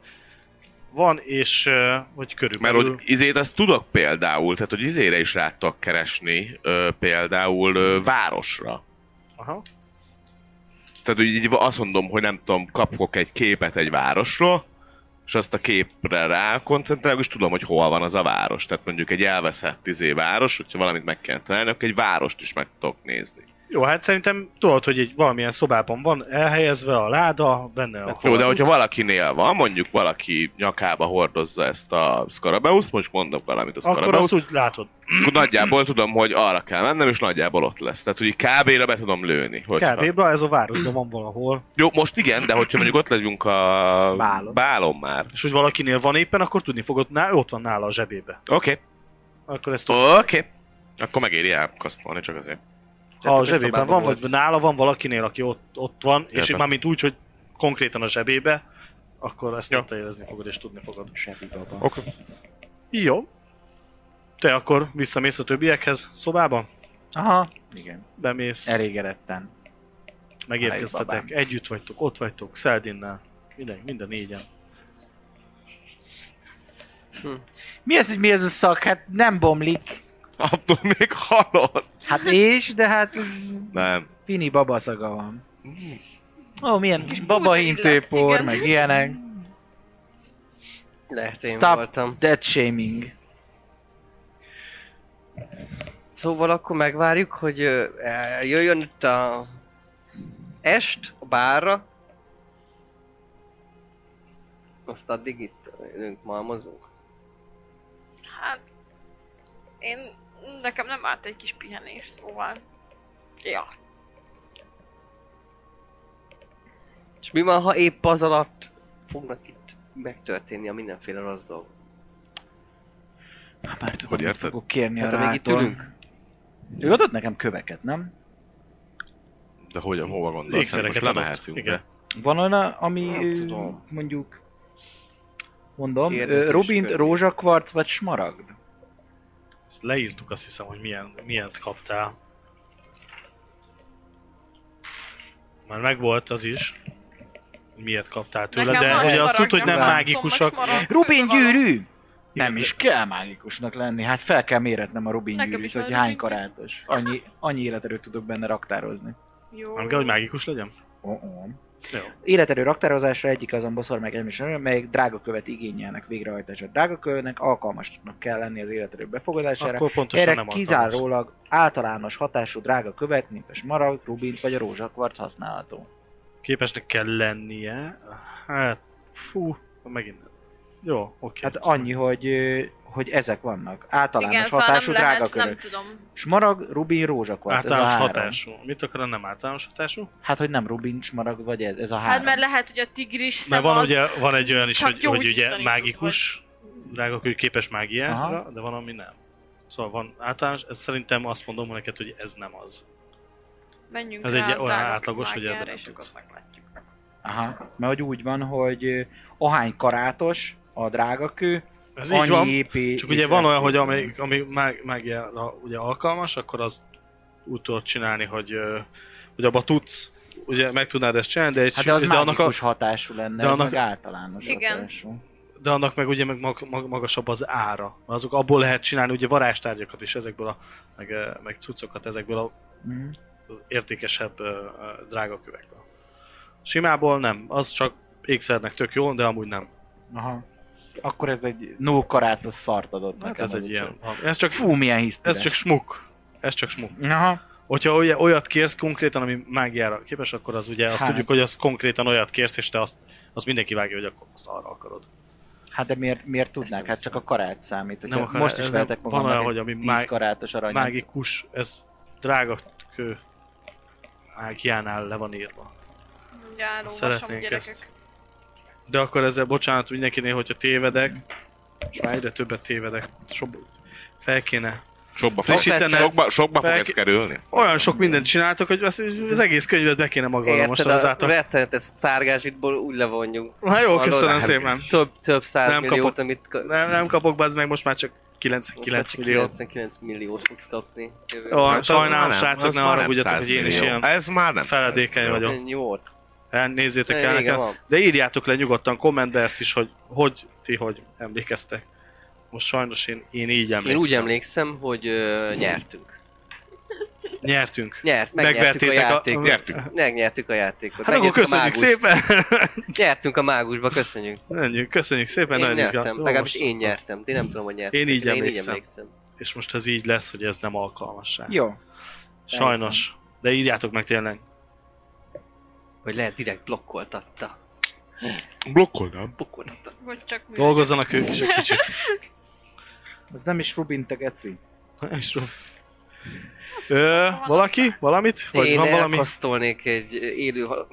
van, és ö, hogy Mert körülbelül... hogy izét azt tudok például, tehát hogy izére is rá tudok keresni ö, például ö, városra. Aha. Tehát hogy így azt mondom, hogy nem tudom, kapok egy képet egy városról, és azt a képre rá koncentrálok, és tudom, hogy hol van az a város. Tehát mondjuk egy elveszett izé város, hogyha valamit meg kell találni, akkor egy várost is meg tudok nézni. Jó, hát szerintem tudod, hogy egy valamilyen szobában van elhelyezve a láda, benne a... Jó, de hogyha valakinél van, mondjuk valaki nyakába hordozza ezt a Scarabeus, most mondok valamit a Akkor Scarabeus, azt úgy látod. akkor nagyjából tudom, hogy arra kell mennem, és nagyjából ott lesz. Tehát, hogy így kb-re be tudom lőni. Hogyha... Kb. ez a városban van valahol. Jó, most igen, de hogyha mondjuk ott legyünk a Bálon. bálon már. És hogy valakinél van éppen, akkor tudni fogod, ná, ott van nála a zsebébe. Oké, Akkor ezt okay. oké. Okay. Akkor megéri elkasztolni csak azért. ha a Tehát zsebében szobában van, volt. vagy nála van valakinél, aki ott, ott van, és Értem. már mint úgy, hogy konkrétan a zsebébe, akkor ezt Jó. ja. érezni fogod, és tudni fogod. Sebibaba. Oké. Okay. Jó. Te akkor visszamész a többiekhez szobába, Aha, igen. bemész, Elégedetten. Háj, megérkeztetek, babám. együtt vagytok, ott vagytok, Szeldinnel, minden, minden négyen. Mi ez, hogy mi ez a szak? Hát nem bomlik. Attól még halott. Hát és, de hát ez Nem. fini babaszaga van. Ó, milyen kis babahintőpor, Igen. meg ilyenek. Lehet én Stop voltam. dead shaming. Szóval akkor megvárjuk, hogy ö, eh, jöjjön itt a est a bárra. Azt addig itt ülünk, malmozunk. Hát... Én... Nekem nem állt egy kis pihenés, szóval... Ja. És mi van, ha épp az alatt fognak itt megtörténni a mindenféle rossz dolog. Hát már Hogy tudom, hogy mit érted? fogok kérni Hát a amíg itt rától. ülünk. Ő adott nekem köveket, nem? De hogyan, hova gondolsz? Hát Ékszereket Most adott. lemehetünk. Igen. Igen. Van olyan, ami Nem ö, tudom. mondjuk... Mondom, Kérdezés ö, Robint, körül. rózsakvarc vagy smaragd? Ezt leírtuk azt hiszem, hogy milyen, milyent kaptál. Már megvolt az is, hogy miért kaptál tőle, Nekem de van egy ugye azt marag, tudod, hogy nem van. mágikusak. Tudom, hogy marag, Rubin főzve van. gyűrű! Nem de- is kell mágikusnak lenni, hát fel kell méretnem a Rubin Nekem gyűrűt, is van hogy Rubin hány gyűrű. karátos. Annyi, annyi életerőt tudok benne raktározni. Jó. Nem kell, hogy mágikus legyen? Oh-oh. Jó. Életerő raktározásra egyik azon boszor meg nem is nem, melyik drága követ igényelnek végrehajtásra. Drága kövnek alkalmasnak kell lenni az életerő befogadására. Akkor pontosan Erre nem alkalmas. kizárólag általános hatású drága követ, mint a smaragd, rubint vagy a rózsakvarc használható. Képesnek kell lennie. Hát, fú, megint. Jó, oké. Hát annyi, hogy, ö, hogy ezek vannak. Általános Igen, szóval hatású nem drága lehet, kövek. nem tudom. Smaragd, rubin, rózsakvarc. ez Általános a három. hatású. Mit akar a nem általános hatású? Hát, hogy nem rubin, smaragd, vagy ez, ez a három. Hát mert lehet, hogy a tigris szem Mert van, az... ugye, van egy olyan is, csak hogy, hogy ugye gyógyítani tud, mágikus, drága, hogy képes mágiára, Aha. de van, ami nem. Szóval van általános, ez szerintem azt mondom neked, hogy ez nem az. Menjünk Ez rá egy a olyan drága átlagos, hogy mágiára, ebben nem és tudsz. akkor meglátjuk. Aha. Mert hogy úgy van, hogy ö, ahány karátos a drága kő, Ez annyi így van. épé, Csak ugye van olyan, hogy ami, ami mág- mágiára ugye alkalmas, akkor az úgy tudod csinálni, hogy, ö, hogy abba tudsz, ugye meg tudnád ezt csinálni, de, egy, Hát de az de, annak, a, mágikus hatású lenne, de ez annak- meg általános Igen. hatású. de annak meg ugye meg mag, mag, magasabb az ára. Mert azok abból lehet csinálni ugye varázstárgyakat is ezekből a, meg, ö, meg cuccokat ezekből a Mhm. az értékesebb ö, ö, drága kövekből. Simából nem, az csak ékszernek tök jó, de amúgy nem. Aha. Akkor ez egy null karátos szart adott Hát nekem. ez egy úgy. ilyen. Ez csak, Fú, milyen hisztires. ez csak smuk. Ez csak smuk. Aha. Hogyha oly- olyat kérsz konkrétan, ami mágiára képes, akkor az ugye azt Hát. tudjuk, hogy az konkrétan olyat kérsz, és te azt, azt mindenki vágja, hogy akkor azt arra akarod. Hát de miért, miért tudnák? Hát csak a karát számít. Hogyha Nem akar- most is ez vehetek nem- van olyan, magamnak hogy egy ami 10 mág- karátos aranyat. Mágikus, ez drága kő mágiánál le van írva. Járó, vasom Szeretnénk gyerekek. ezt. De akkor ezzel bocsánat mindenkinél, hogyha tévedek, és már egyre többet tévedek, sob... fel kéne Sokba fog, Frissítened. sokba, sokba fog Fel- ez kerülni. Olyan sok mindent csináltok, hogy az, az egész könyvet be kéne magadra most Érted, a hozzátok. rettenetes tárgásitból úgy levonjuk. Na jó, Hallod? köszönöm Hát, szépen. Több, több száz Nem milliót, kapok. amit... ka- Nem, nem kapok be, meg most már csak 99 Most már millió. 99 milliót fogsz kapni. jövő Jó, hónapban. Hát az sajnálom, már nem, srácok, az ne már nem haragudjatok, 100 hogy én is millió. ilyen Ez már nem. feledékeny Jó. vagyok. Jót. Elnézzétek Te el Vége nekem. van. De írjátok le nyugodtan kommentbe ezt is, hogy hogy ti hogy emlékeztek. Most sajnos én, én így emlékszem. Én úgy emlékszem, hogy ö, nyertünk. Nyertünk. Nyert, megnyertük a Megvertétek a- játékot. Nyertük. Megnyertük a játékot. Hát akkor Megnyertük a köszönjük mágust. szépen! Nyertünk a mágusba, köszönjük. Menjünk, köszönjük szépen, Én nagyon nyertem, izgalmas. legalábbis Most- én nyertem, de én nem tudom, hogy nyertem. Én így én így emlékszem. emlékszem. És most ez így lesz, hogy ez nem alkalmas rá. Jó. Sajnos. De írjátok meg tényleg. Hogy lehet direkt blokkoltatta. Blokkolnám. Blokkoltatta. Hogy csak mi. Dolgozzanak ők is egy kicsit. Ez nem is Rubin Tegeci. És ro- Ö, valaki? Valamit? Vagy Én van valami? elkasztolnék egy élő hal-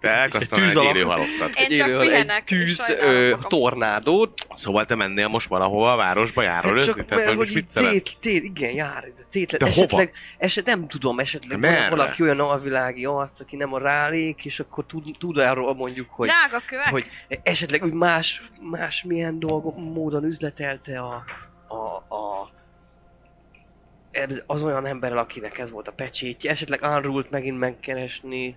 Te elkasztanál Egy egy tűz alatt. élő halottat. Én egy csak élő hal- egy pihenek, és tűz sajnálom ö, magam. tornádót. Szóval te mennél most valahova a városba Hát, járőrözni? Tehát, hogy most mit szeret? tét, tét, igen, jár, tétlen, De hova? esetleg, eset, nem tudom, esetleg De van merre? valaki olyan alvilági arc, aki nem a rálék, és akkor tud, tud arról mondjuk, hogy Drága kövek? hogy esetleg úgy más, más milyen dolgok módon üzletelte a, a, a ez- az olyan emberrel, akinek ez volt a pecsétje, esetleg Unrult megint megkeresni,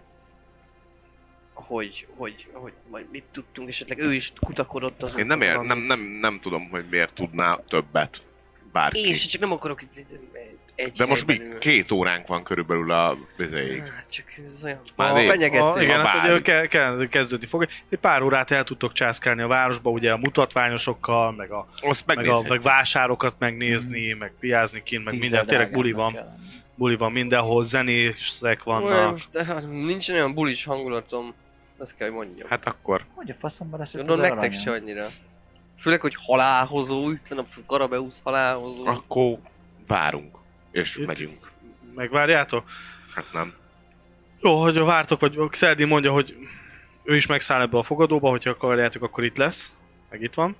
hogy, hogy, hogy majd mit tudtunk, esetleg ő is kutakodott azon. Én nem, ér, nem, nem, nem tudom, hogy miért tudná többet bárki. Én se, csak nem akarok itt itt- egy De most helyben mi? ülni. Két óránk van körülbelül a vizéig. Hát, csak ez olyan Már a rég. fenyegető. A, igen, a hát bál. ugye ke, ke, kezdődni fog. Egy pár órát el tudtok császkálni a városba, ugye a mutatványosokkal, meg, a, Azt meg, a, megnézhetjük. meg vásárokat megnézni, meg piázni kint, meg Tízzel minden. Tényleg drágábbnak buli van, kell lenni. buli van mindenhol, zenészek Olyan, vannak. most, hát, nincs olyan bulis hangulatom, azt kell, hogy mondjam. Hát akkor Hogy a faszomban lesz ez az Gondolom nektek se aranyat? annyira. Főleg, hogy halálhozó, ütlen a Karabeusz halálhozó. Ah. akkor várunk. És Itt? megyünk. Megvárjátok? Hát nem. Jó, hogy vártok, vagy Xeldi mondja, hogy ő is megszáll ebbe a fogadóba, hogyha akarjátok, akkor itt lesz. Meg itt van.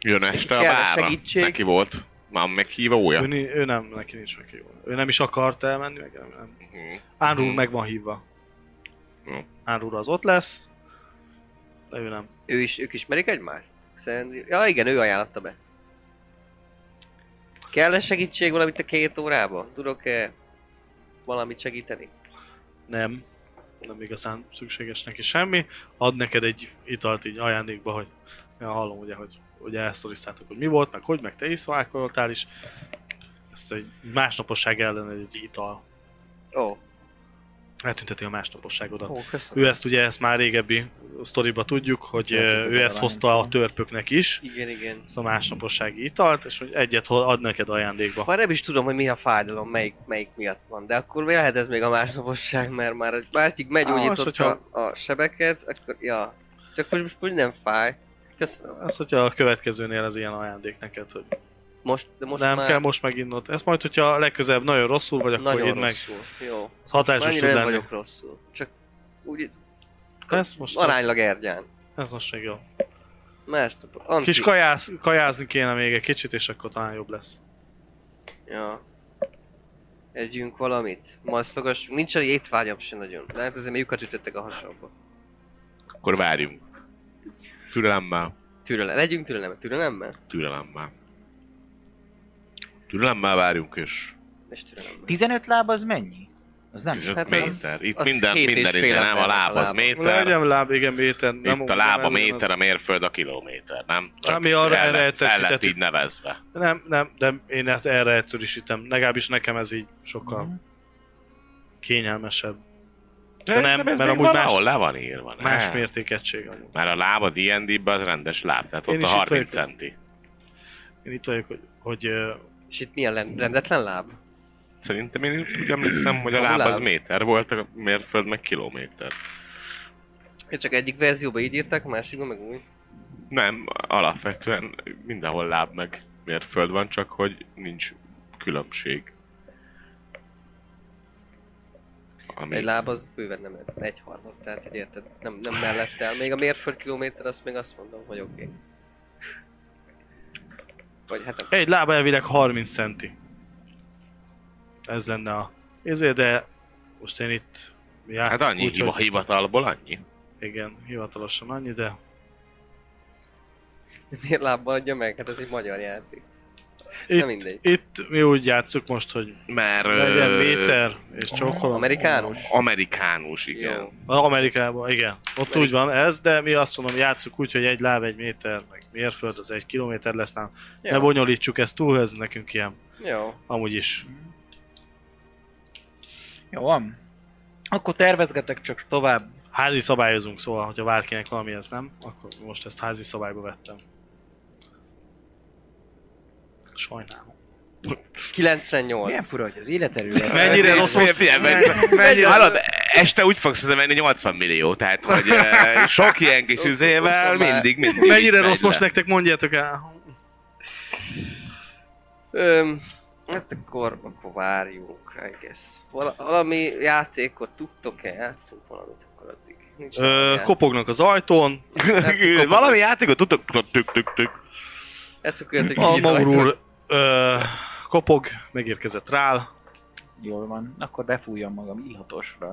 Jön este a Kell a bárra. segítség. Neki volt. Már Ja. Ő, meghívója. ni- ő, nem, neki nincs meg jó. Ő nem is akart elmenni, meg nem. nem. Mhm. Árul Mhm. meg van hívva. Jó. Árul az ott lesz. De ő nem. Ő is, ők ismerik egymást? Szerintem... Ja igen, ő ajánlotta be. Kell-e segítség valamit a két órában? Tudok-e valamit segíteni? Nem. Nem igazán szükséges neki semmi. Ad neked egy italt így ajándékba, hogy ja, hallom ugye, hogy ugye elsztorisztátok, hogy mi volt, meg hogy, meg te iszvákoltál is. Ezt egy másnaposság ellen egy ital. Ó, Eltünteti a másnaposságodat. ó köszönöm. Ő ezt ugye, ezt már régebbi sztoriba tudjuk, hogy eh, Ez igazán ő ezt hozta a aránytalan. törpöknek is, Igen, igen. ezt a másnapossági italt, és hogy egyet ho- ad neked ajándékba. Már nem is tudom, hogy mi a fájdalom, melyik, melyik miatt van, de akkor mi lehet ez még a másnaposság, mert már egy másik Á, most, meggyógyította hogyha- a sebeket, akkor ja. Csak most, most nem fáj. Köszönöm. Azt, hogyha a következőnél ez ilyen ajándék neked, hogy Most, de most nem már kell most meginnod. Ezt majd, hogyha legközelebb nagyon rosszul vagy, akkor nagyon idd meg. rosszul. Jó. Ez hatásos tud Annyira nem lenni. vagyok rosszul. Csak úgy Ez most, aránylag ergyán. ez most még jó. Másnap. Anti... Kis kajász, kajázni kéne még egy kicsit, és akkor talán jobb lesz. Ja. Együnk valamit. Masszogassunk. Nincs a étvágyam se nagyon. Lehet azért még lyukat ütöttek a hasamba. Akkor várjunk. Türelemmel. Türelem. Legyünk türelemmel. Türelemmel? Türelemmel. Türelemmel várjunk, és És türelemmel. 15 láb az mennyi? Az nem sok. 15 hát az- méter. Itt az minden, hét és minden fél izé, nem a ember láb a az lába. méter. Legyen láb, igen, méter. nem Itt a úgy, láb a nem, nem, méter, a mérföld a kilométer, nem? Csak mi arra el erre lett- egyszer El lett sütettük. így nevezve. az- Nem, nem, de én ezt erre egyszerűsítem. Legalábbis nekem ez így sokkal Mhm. kényelmesebb. De nem, nem, mert ez még amúgy más- valahol le van írva, nem? Más mértékegység amúgy. Mert a láb a D&D-ben az rendes láb, tehát Én ott a is itt 30 vagyok. centi. Én itt vagyok, hogy, hogy ö, És itt milyen len- rendetlen láb? Szerintem én úgy emlékszem, hogy a A láb az láb. méter volt, a mérföld meg kilométer. Én csak egyik verzióban így írták, a másikban meg úgy. Nem, alapvetően mindenhol láb meg mérföld van, csak hogy nincs különbség. Ami... Egy láb az bőven nem egy harmad, tehát így érted, nem, nem mellett el. Még a mérföld kilométer, azt még azt mondom, hogy oké. Okay. Vagy hát a... egy láb elvileg 30 centi. Ez lenne a... Ezért, de most én itt játszok, Hát annyi úgy, hiba, hogy- hivatalból annyi. Igen, hivatalosan annyi, de Miért lábbal adja meg? Hát ez egy magyar játék. Itt, mindegy. Itt mi úgy játszuk most, hogy Mert... legyen ö, méter és csokkolom. Amerikánus? Amerikánus, igen. Jó. Amerikában, igen. Ott Amerika. úgy van ez, de mi azt mondom, játszuk úgy, hogy egy láb, egy méter, meg mérföld, az egy kilométer lesz nálam. Jó. Ne bonyolítsuk ezt túl, ez nekünk ilyen, Jó. amúgy is. Jó van. Akkor tervezgetek csak tovább. Házi szabályozunk, szóval, hogyha bárkinek valami ez nem, akkor most ezt házi szabályba vettem. Sajnálom. 98. Milyen fura, hogy az életerő. Mennyire rossz volt? Mennyire Hallod, este úgy fogsz menni 80 millió, tehát hogy ö, sok ilyen kis üzével mindig, mindig. így Mennyire megy rossz most le. nektek, mondjátok el. Öm, hát akkor, akkor várjunk, I guess. Val- valami játékot tudtok-e? Játszunk valamit akkor addig. Nincs Ö, nagyon kopognak az ajtón, Tetszik, kapom. Valami játékot tudtok? Tük, tük, tük. Játszunk olyat, hogy a így Maur rajta. úr ö, kopog, megérkezett rá, Jól van, akkor befújjam magam ihatosra.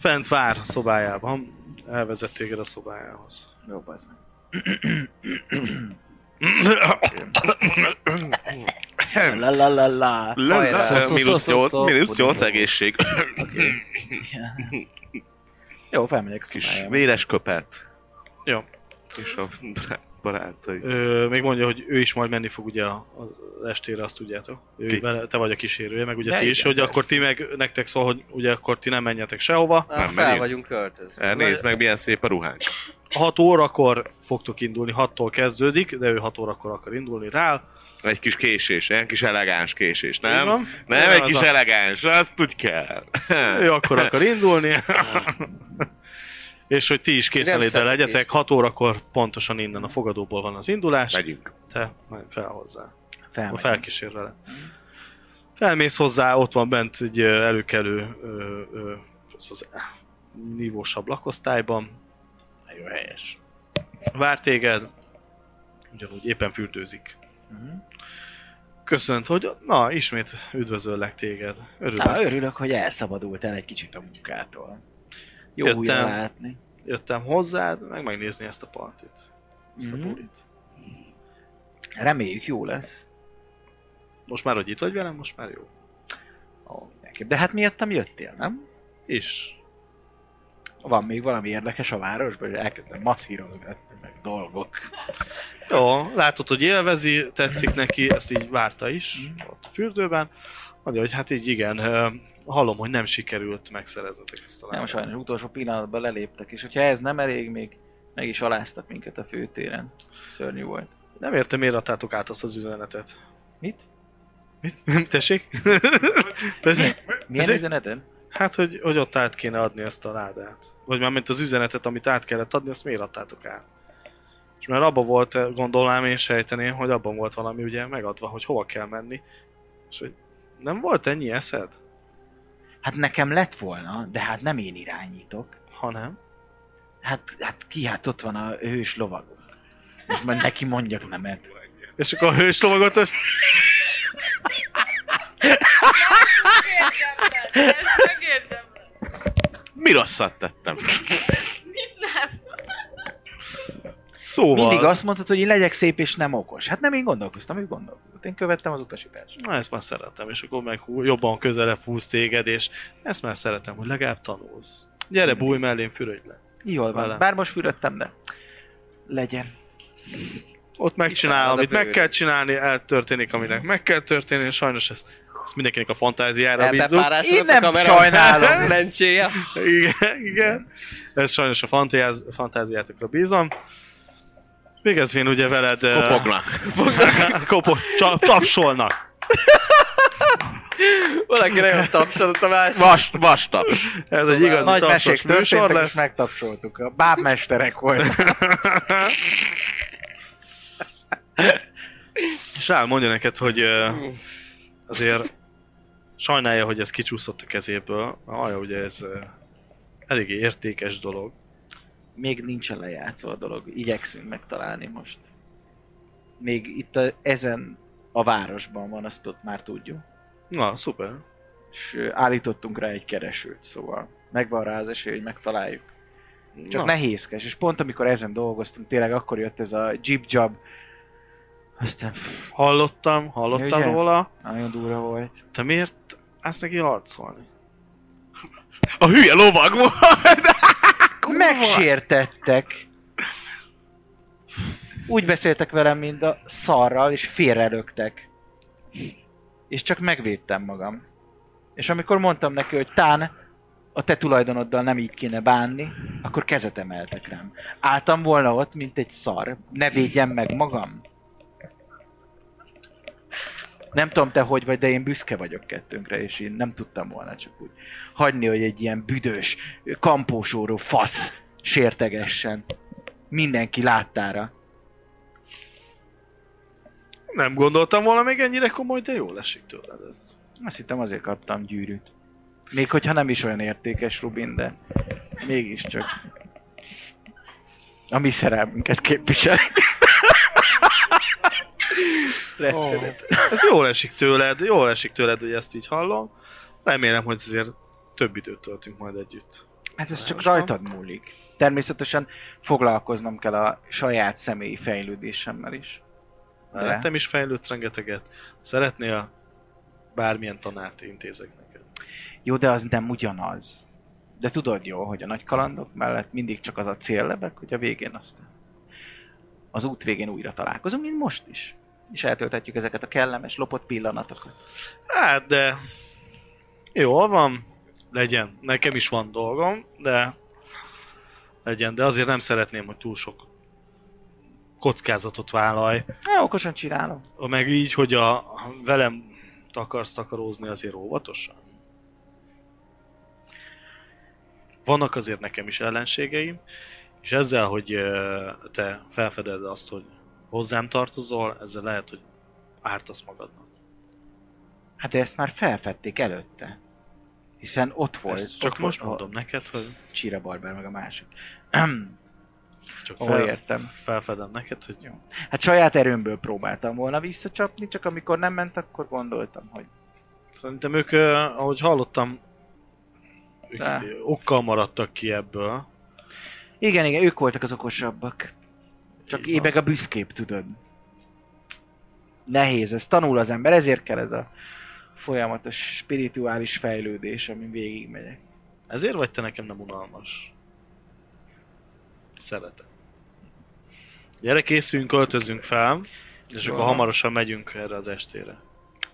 Fent vár a szobájában. Elvezet téged a szobájához. Jó, az meg. La la la la. Le- Hajrá. le- Szó, szó, eh, Mínusz szó, szó, szóval- 8, szó. mínusz 8 egészség. Jó, felmegyek Kis szobájába. véres köpet. Jó. És a drá- barátai. Ö, még mondja, hogy ő is majd menni fog ugye a- az estére, azt tudjátok. Ő, Ki? vele, te vagy a kísérője, meg ugye Ja, ti is, igen, hogy akkor ti meg nektek szól, hogy ugye akkor ti nem menjetek sehova. Á, Nem, Ah, fel menjünk. vagyunk költözve. Eh, Nézd meg, milyen szép a ruhánk. 6 órakor fogtok indulni, 6-tól kezdődik, de ő 6 órakor akar indulni rá. Egy kis késés, egy kis elegáns késés, nem? Így van? Nem, egy az kis a- elegáns, azt úgy kell. Ő akkor akar indulni. És hogy ti is készenlétel szeretnék. legyetek, 6 órakor pontosan innen a fogadóból van az indulás. Megyünk. Te majd fel hozzá. Felmegyek. Felkísér vele. Felmész hozzá, ott van bent egy ö, előkelő ö, ö, az, az nívósabb lakosztályban. Nagyon helyes. Vár téged, ugyanúgy éppen fürdőzik. Mhm. Köszönt, hogy na, ismét üdvözöllek téged. Örülök. Na, örülök, hogy elszabadultál egy kicsit a munkától. Jó Jöttem. újra látni. Jöttem hozzád, meg megnézni ezt a partit. Ezt Mhm. a bulit. Reméljük jó lesz. Most már, hogy itt vagy velem, most már jó. Ó, mindenképp. De hát miattam jöttél, nem? És Van még valami érdekes a városban, hogy elkezdtem macírozni, meg dolgok. Jó, látod, hogy élvezi, tetszik neki, ezt így várta is, Mhm. ott a fürdőben. Mondja, hogy hát így igen, ö, hallom, hogy nem sikerült megszereznetek ezt a Nem, lányot. sajnos utolsó pillanatban leléptek, és hogyha ez nem elég, még meg is aláztak minket a főtéren. Szörnyű volt. Nem értem, miért adtátok át azt az üzenetet. Mit? Mit? Tessék? Tessék? Milyen Ezért- üzeneted? Hát, hogy, hogy ott át kéne adni ezt a ládát. Vagy már mint az üzenetet, amit át kellett adni, azt miért adtátok át? És mert abba volt, gondolnám én sejteném, hogy abban volt valami ugye megadva, hogy hova kell menni. És hogy nem volt ennyi eszed? Hát nekem lett volna, de hát nem én irányítok. Ha nem. Hát, hát ki, hát ott van a hős lovagom. És majd neki mondjak nemet. És akkor a hős lovagot azt Megérdemled, ezt megérdemled. Mi rosszat tettem? Mit nem? szóval... Mindig azt mondtad, hogy én legyek szép és nem okos. Hát nem én gondolkoztam, ő gondolkozott. Én követtem az utasítást. Na, ezt már szeretem, és akkor meg hú- jobban közelebb húz téged, és ezt már szeretem, hogy legalább tanulsz. Gyere, bújj mellém, fürödj le. Jól van. Vele. Bár most fürödtem, de legyen. Ott megcsinál, Istenem, amit de meg bőre. kell csinálni, eltörténik, aminek meg kell történni, és sajnos ezt, ezt mindenkinek a fantáziára bízzuk. Én Elbepárásodott nem a kamera sajnálom. lencséje. Igen, igen. Ez sajnos a fantáz, fantáziátokra bízom. Végezvén ugye veled... eh, Kopognak. Kopog, csa- tapsolnak. Valaki nagyon tapsolott a másik. Vas, vastaps. Ez egy Igazi igazi Szóval Nagy mesék tapsos műsor történtek, és lesz. megtapsoltuk. A bábmesterek voltak. Sál mondja neked, hogy ö, Hmm. azért sajnálja, hogy ez kicsúszott a kezéből. Alja, ugye ez ö, eléggé értékes dolog. Még nincsen lejátszva a dolog. Igyekszünk megtalálni most. Még itt a, ezen a városban van, azt ott már tudjuk. Na, szuper. És ö, állítottunk rá egy keresőt, szóval megvan rá az esély, hogy megtaláljuk. Csak Na, nehézkes, és pont amikor ezen dolgoztunk, tényleg akkor jött ez a jib job. Aztán pff, hallottam, hallottam Ugye? róla. nagyon durva volt. Te miért állsz neki harcolni? A hülye lovag volt. Megsértettek! Úgy beszéltek velem, mint a szarral, és félrelöktek. És csak megvédtem magam. És amikor mondtam neki, hogy tán, a te tulajdonoddal nem így kéne bánni, akkor kezet emeltek rám. Álltam volna ott, mint egy szar. Ne védjem meg magam. Nem tudom te hogy vagy, de én büszke vagyok kettőnkre, és én nem tudtam volna csak úgy hagyni, hogy egy ilyen büdös, kampósóró fasz sértegessen. Mindenki láttára. Nem gondoltam volna még ennyire komoly, de jól esik tőled ez. Azt hittem azért kaptam gyűrűt. Még hogyha nem is olyan értékes Rubin, de mégiscsak. A mi szerelmünket képvisel. Oh. Ez jól esik tőled, jól esik tőled, hogy ezt így hallom. Remélem, hogy azért több időt töltünk majd együtt. Hát ez csak Most van. rajtad múlik. Természetesen foglalkoznom kell a saját személyi fejlődésemmel is. De te is fejlődsz rengeteget. Szeretnél bármilyen tanárt intézek neked. Jó, de az nem ugyanaz. De tudod jó, hogy a nagy kalandok mellett mindig csak az a cél lebeg, hogy a végén aztán az út végén újra találkozunk, mint most is. És eltölthetjük ezeket a kellemes, lopott pillanatokat. Hát, de... Jól van, legyen. Nekem is van dolgom, de... Legyen, de azért nem szeretném, hogy túl sok kockázatot vállalj. Na, okosan csinálom. Meg így, hogy a ha velem akarsz takarózni, azért óvatosan. Vannak azért nekem is ellenségeim, és ezzel, hogy ö, te felfeded azt, hogy hozzám tartozol, ezzel lehet, hogy ártasz magadnak. Hát de ezt már felfedték előtte. Hiszen ott volt. Ezt csak ott most volt, mondom neked, hogy A Csira Barber, meg a másik. csak Ahol fel, értem. felfedem neked, hogy jó. Hát saját erőmből próbáltam volna visszacsapni, csak amikor nem ment, akkor gondoltam, hogy Szerintem ők, ö, ahogy hallottam, ők De. ö, okkal maradtak ki ebből. Igen, igen, ők voltak az okosabbak. Csak Így van. ébeg a büszkép, tudod. Nehéz, ez tanul az ember, ezért kell ez a folyamatos spirituális fejlődés, amin végigmegyek. Ezért vagy te nekem nem unalmas. Szeretem. Gyere, készüljünk, költözünk fel, és Jól akkor van. hamarosan megyünk erre az estére.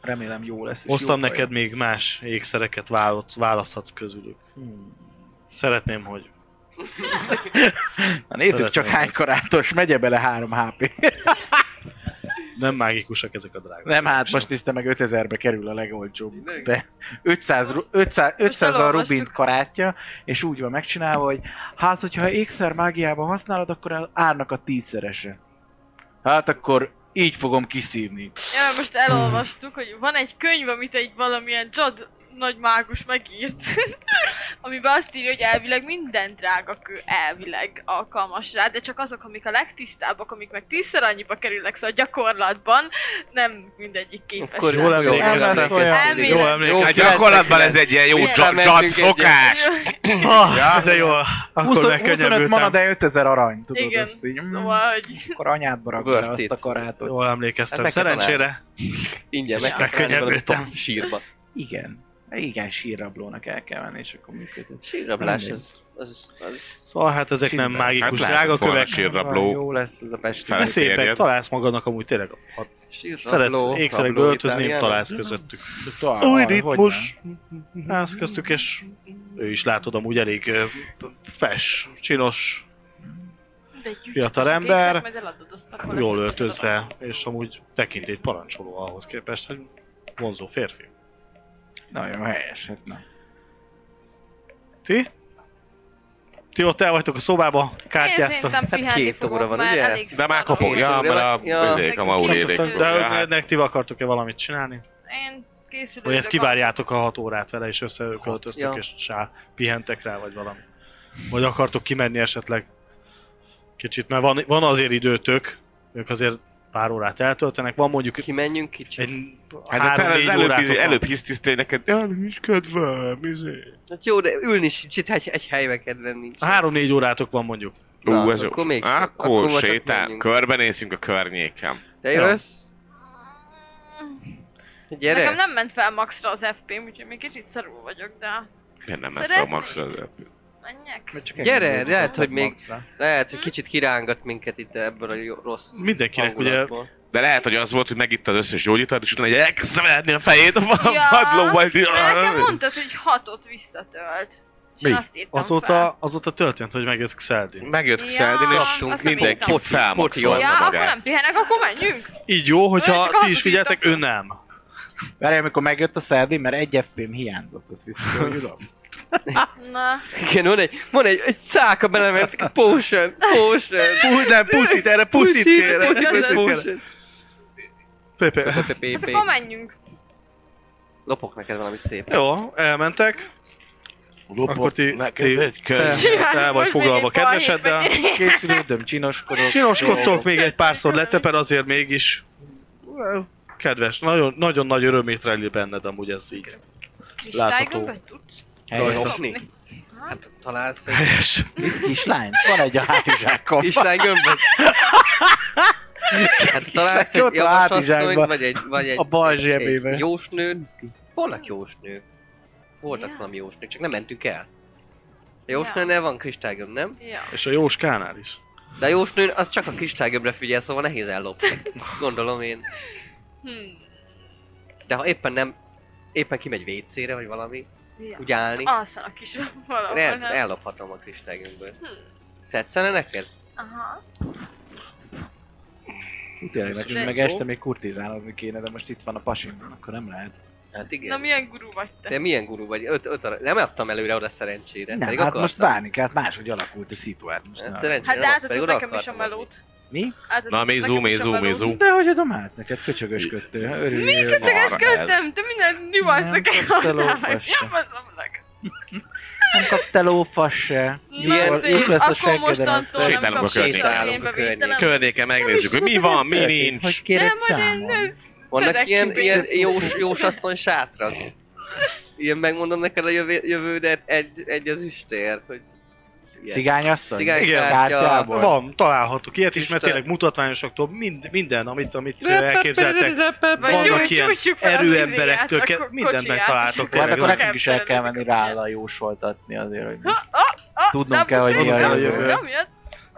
Remélem jó lesz. és Hoztam jó neked még más ékszereket választ, választhatsz közülük. Szeretném, hogy... vagy. Na nézzük csak Szeretném hány ezt. karátos, megye bele 3 HP. Nem mágikusak ezek a drágák. Nem, hát most tiszte meg 5000-be kerül a legolcsóbb. Tényleg? De 500, ru- 500, 500 a elolvastuk. rubint karátja, és úgy van megcsinálva, hogy hát, hogyha ékszer mágiában használod, akkor az árnak a tízszerese. Hát akkor így fogom kiszívni. Ja, mert most elolvastuk, hogy van egy könyv, amit egy valamilyen Jad nagy mágus megírt, amiben azt írja, hogy elvileg minden drága kő elvileg alkalmas rá, de csak azok, amik a legtisztábbak, amik meg tízszer annyiba kerülnek, szóval gyakorlatban nem mindegyik képes. Akkor rá. Jól emlékeztem. elvesztek olyan. Elvileg. Jól emlékeztem. Hát gyakorlatban ez egy ilyen jó Milyen John elmentünk John egyet. szokás! Ah, Ja. de jó, akkor 20, 25 mana, megkönnyebbültem. de 5000 arany, tudod Igen, ezt így. mm, szóval, hogy Akkor anyádba rakd le azt Worth a it. karátot. Jól Hát emlékeztem. meg kell Szerencsére Ingyen És meg kell találni valamit megkönnyebbültem. a sírba. Igen. Igen, sírrablónak el kell menni, és akkor működik. Sírrablás, Mindegy. ez... Az, az, Szóval hát ezek nem Sírben. mágikus Hát drága lehetett volna kövek. sír. Sírrabló. Olyan Jó lesz ez a pesti. Fele- De Eltérjed. szépek, találsz magadnak amúgy tényleg. Ha szeretsz sírrabló, ékszerekbe rabló öltözni, itálián. találsz közöttük. Tovább, Új hogy ne? ritmus. Állsz köztük, és ő is látod amúgy elég ö, fes, csinos, de egy Fiatal gyűjtös ember. kékszek, majd eladod azt a karácsonyi jól adományt. öltözve, és amúgy tekintét parancsoló ahhoz képest, hogy vonzó férfi. Nagyon helyes, hát na. Ti? Ti ott el vagytok a szobába, Én kártyáztok. szerintem Hát pihenni két óra fogok, van, mert ugye? elég De már szar a kopogja, Ja, mert a ja. izék, a maul Csak élék. azt- De Ja, hogy hát ennek ti akartok-e valamit csinálni? Én készülök. Vagy ezt kivárjátok a hat órát vele, és összeköltöztök, Ja. és sá, pihentek rá, vagy valami. Vagy akartok kimenni esetleg kicsit, mert van, van azért időtök, ők azért pár órát eltöltenek, van mondjuk Kimenjünk kicsit. egy Hát de te az három-négy előbb, órátok előbb, előbb. előbb hisztisztél hogy neked, ja, nincs kedvem, izé. Hát jó, de ülni sincs itt, egy, egy helybe kell lenni. Három-négy órátok van mondjuk. Na, Ú, ez akkor akkor, még- még, akkor akkor voltak sétál, menjünk. körbenézünk a környéken. Te Jó. jössz? Gyere. Nekem Gyere. nem ment fel maxra az FP-m, úgyhogy még kicsit szarul vagyok, de Miért nem ment fel a Szeretnék. maxra az epő? menjek. Mert csak Gyere, ennyi lehet, volt, hogy még- maxra. Lehet, hogy kicsit kirángat minket itt ebből a jó, rossz Mindenkinek ugye hangulatból. De lehet, hogy az volt, hogy megitta az összes gyógyítást, és utána egy elkezdte verni a fejét a Ja, padlóba. de hát- nekem mondtad, hogy hatot visszatölt. És Mi? én azt írtam fel. azóta, azóta történt, hogy megjött Xeldin. Megjött Ja, Xeldin, kaptunk és azt nem mindenki hittem. felmaxolta ja, Ja, akkor hát magát. nem pihenek, akkor menjünk. Így jó, Ő csak hogyha ti hatot is figyeltek, ő írtak. nem. Várj, amikor megjött a Szerdin, mert egy FP-m hiányzott, azt visszakörülök. Ah, Na, Igen, van egy, van egy, egy száka belement, potion, potion. Puh, de puszit, erre puszit kérek. puszit, puszit puszit, kérek. potion. Pepe. hát Pé-pé-pé. akkor menjünk. Lopok neked valami szép. Jó, elmentek. Akkor ti, ti Csinálj, el vagy most foglalva még egy balhét kedveseddel. vagy- Készülődöm, csinoskodok. Csinoskodtok még egy párszor leteped, azért mégis kedves, nagyon, nagyon nagy örömét rejli benned amúgy ez így. Kristálygömböt tudsz? Helyes. Lopni? Lopni. Hát találsz egy Helyes. Kislány, van egy a hátizsákom. kislány gömböt. Hát találsz Kislány egy ott a hátizsákba, javasasszonyt, vagy egy, vagy egy, a bal egy- egy zsebébe. jósnőt. Voltak jósnők. Voltak valami jósnők, csak nem mentünk el. A jósnőnél van kristálygömb, nem? Ja. És a Jóskánál is. De a jósnőn az csak a kristálygömbre figyel, szóval nehéz ellopni. Gondolom én. Hmm. De ha éppen nem, éppen kimegy WC-re, vagy valami, Ja. úgy állni, Alszanak is valahol. hát. nem, nem? ellophatom a kristálygömbből. Tetszene neked? Aha. Tényleg nekünk Ez meg jó. este még kurtizánozni kéne, de most itt van a pasimban, akkor nem lehet. Hát Na igen. milyen gurú vagy te? De milyen gurú vagy? Öt, öt, arany- nem adtam előre oda szerencsére. Nem, pedig hát akartam. most várni kell, hát máshogy alakult a szituáció. Hát Na. szerencsére Hát de nem, pedig átadod oda nekem is a akartam adni. melót. Mi? Átadod Na, mézú, nekem is a mézú, melót. mézú. Hát, De hogy hát adom át neked, köcsögösködtél, örülj. Csak Arra ezt köptem, te minden nyivasz Nem nekem kaptál adnál meg. olvasta. Ja, baszom meg. Nem kapta lófas se. Na, Ilyen- Jók- jók szép, lesz a akkor seggeden aztán. mostantól nem Sétálunk a kapsz környéken. Sétálunk a végtelen. Környéken megnézzük, hogy mi van, mi nincs. Hogy kéred Nem, majd én számon. ez- Vannak szedek ilyen, ki ilyen pénzt. jós, jósasszony sátrak. Ilyen megmondom neked a jövő, jövődet egy, egy az üstér, hogy... ilyen. Cigányasszony? Cigánykártya. Kártyából. Hát Van, találhatok ilyet is, mert Isten. tényleg mutatványosoktól mind, minden, amit, amit hát elképzeltek. Vagy Vannak gyújt- ilyen gyújtsuk fel az erőemberektől izéját, ke- a ko- mindent kocsiját, megtaláltok és Hát tényleg. akkor akkor nekünk is el elfelejtik kell a menni kocsiját. rá a jósoltatni azért, hogy... Ha, ha, ha, Tudnunk nem kell, hogy tudjuk, mi a nem jövő. tudjuk, nem jön.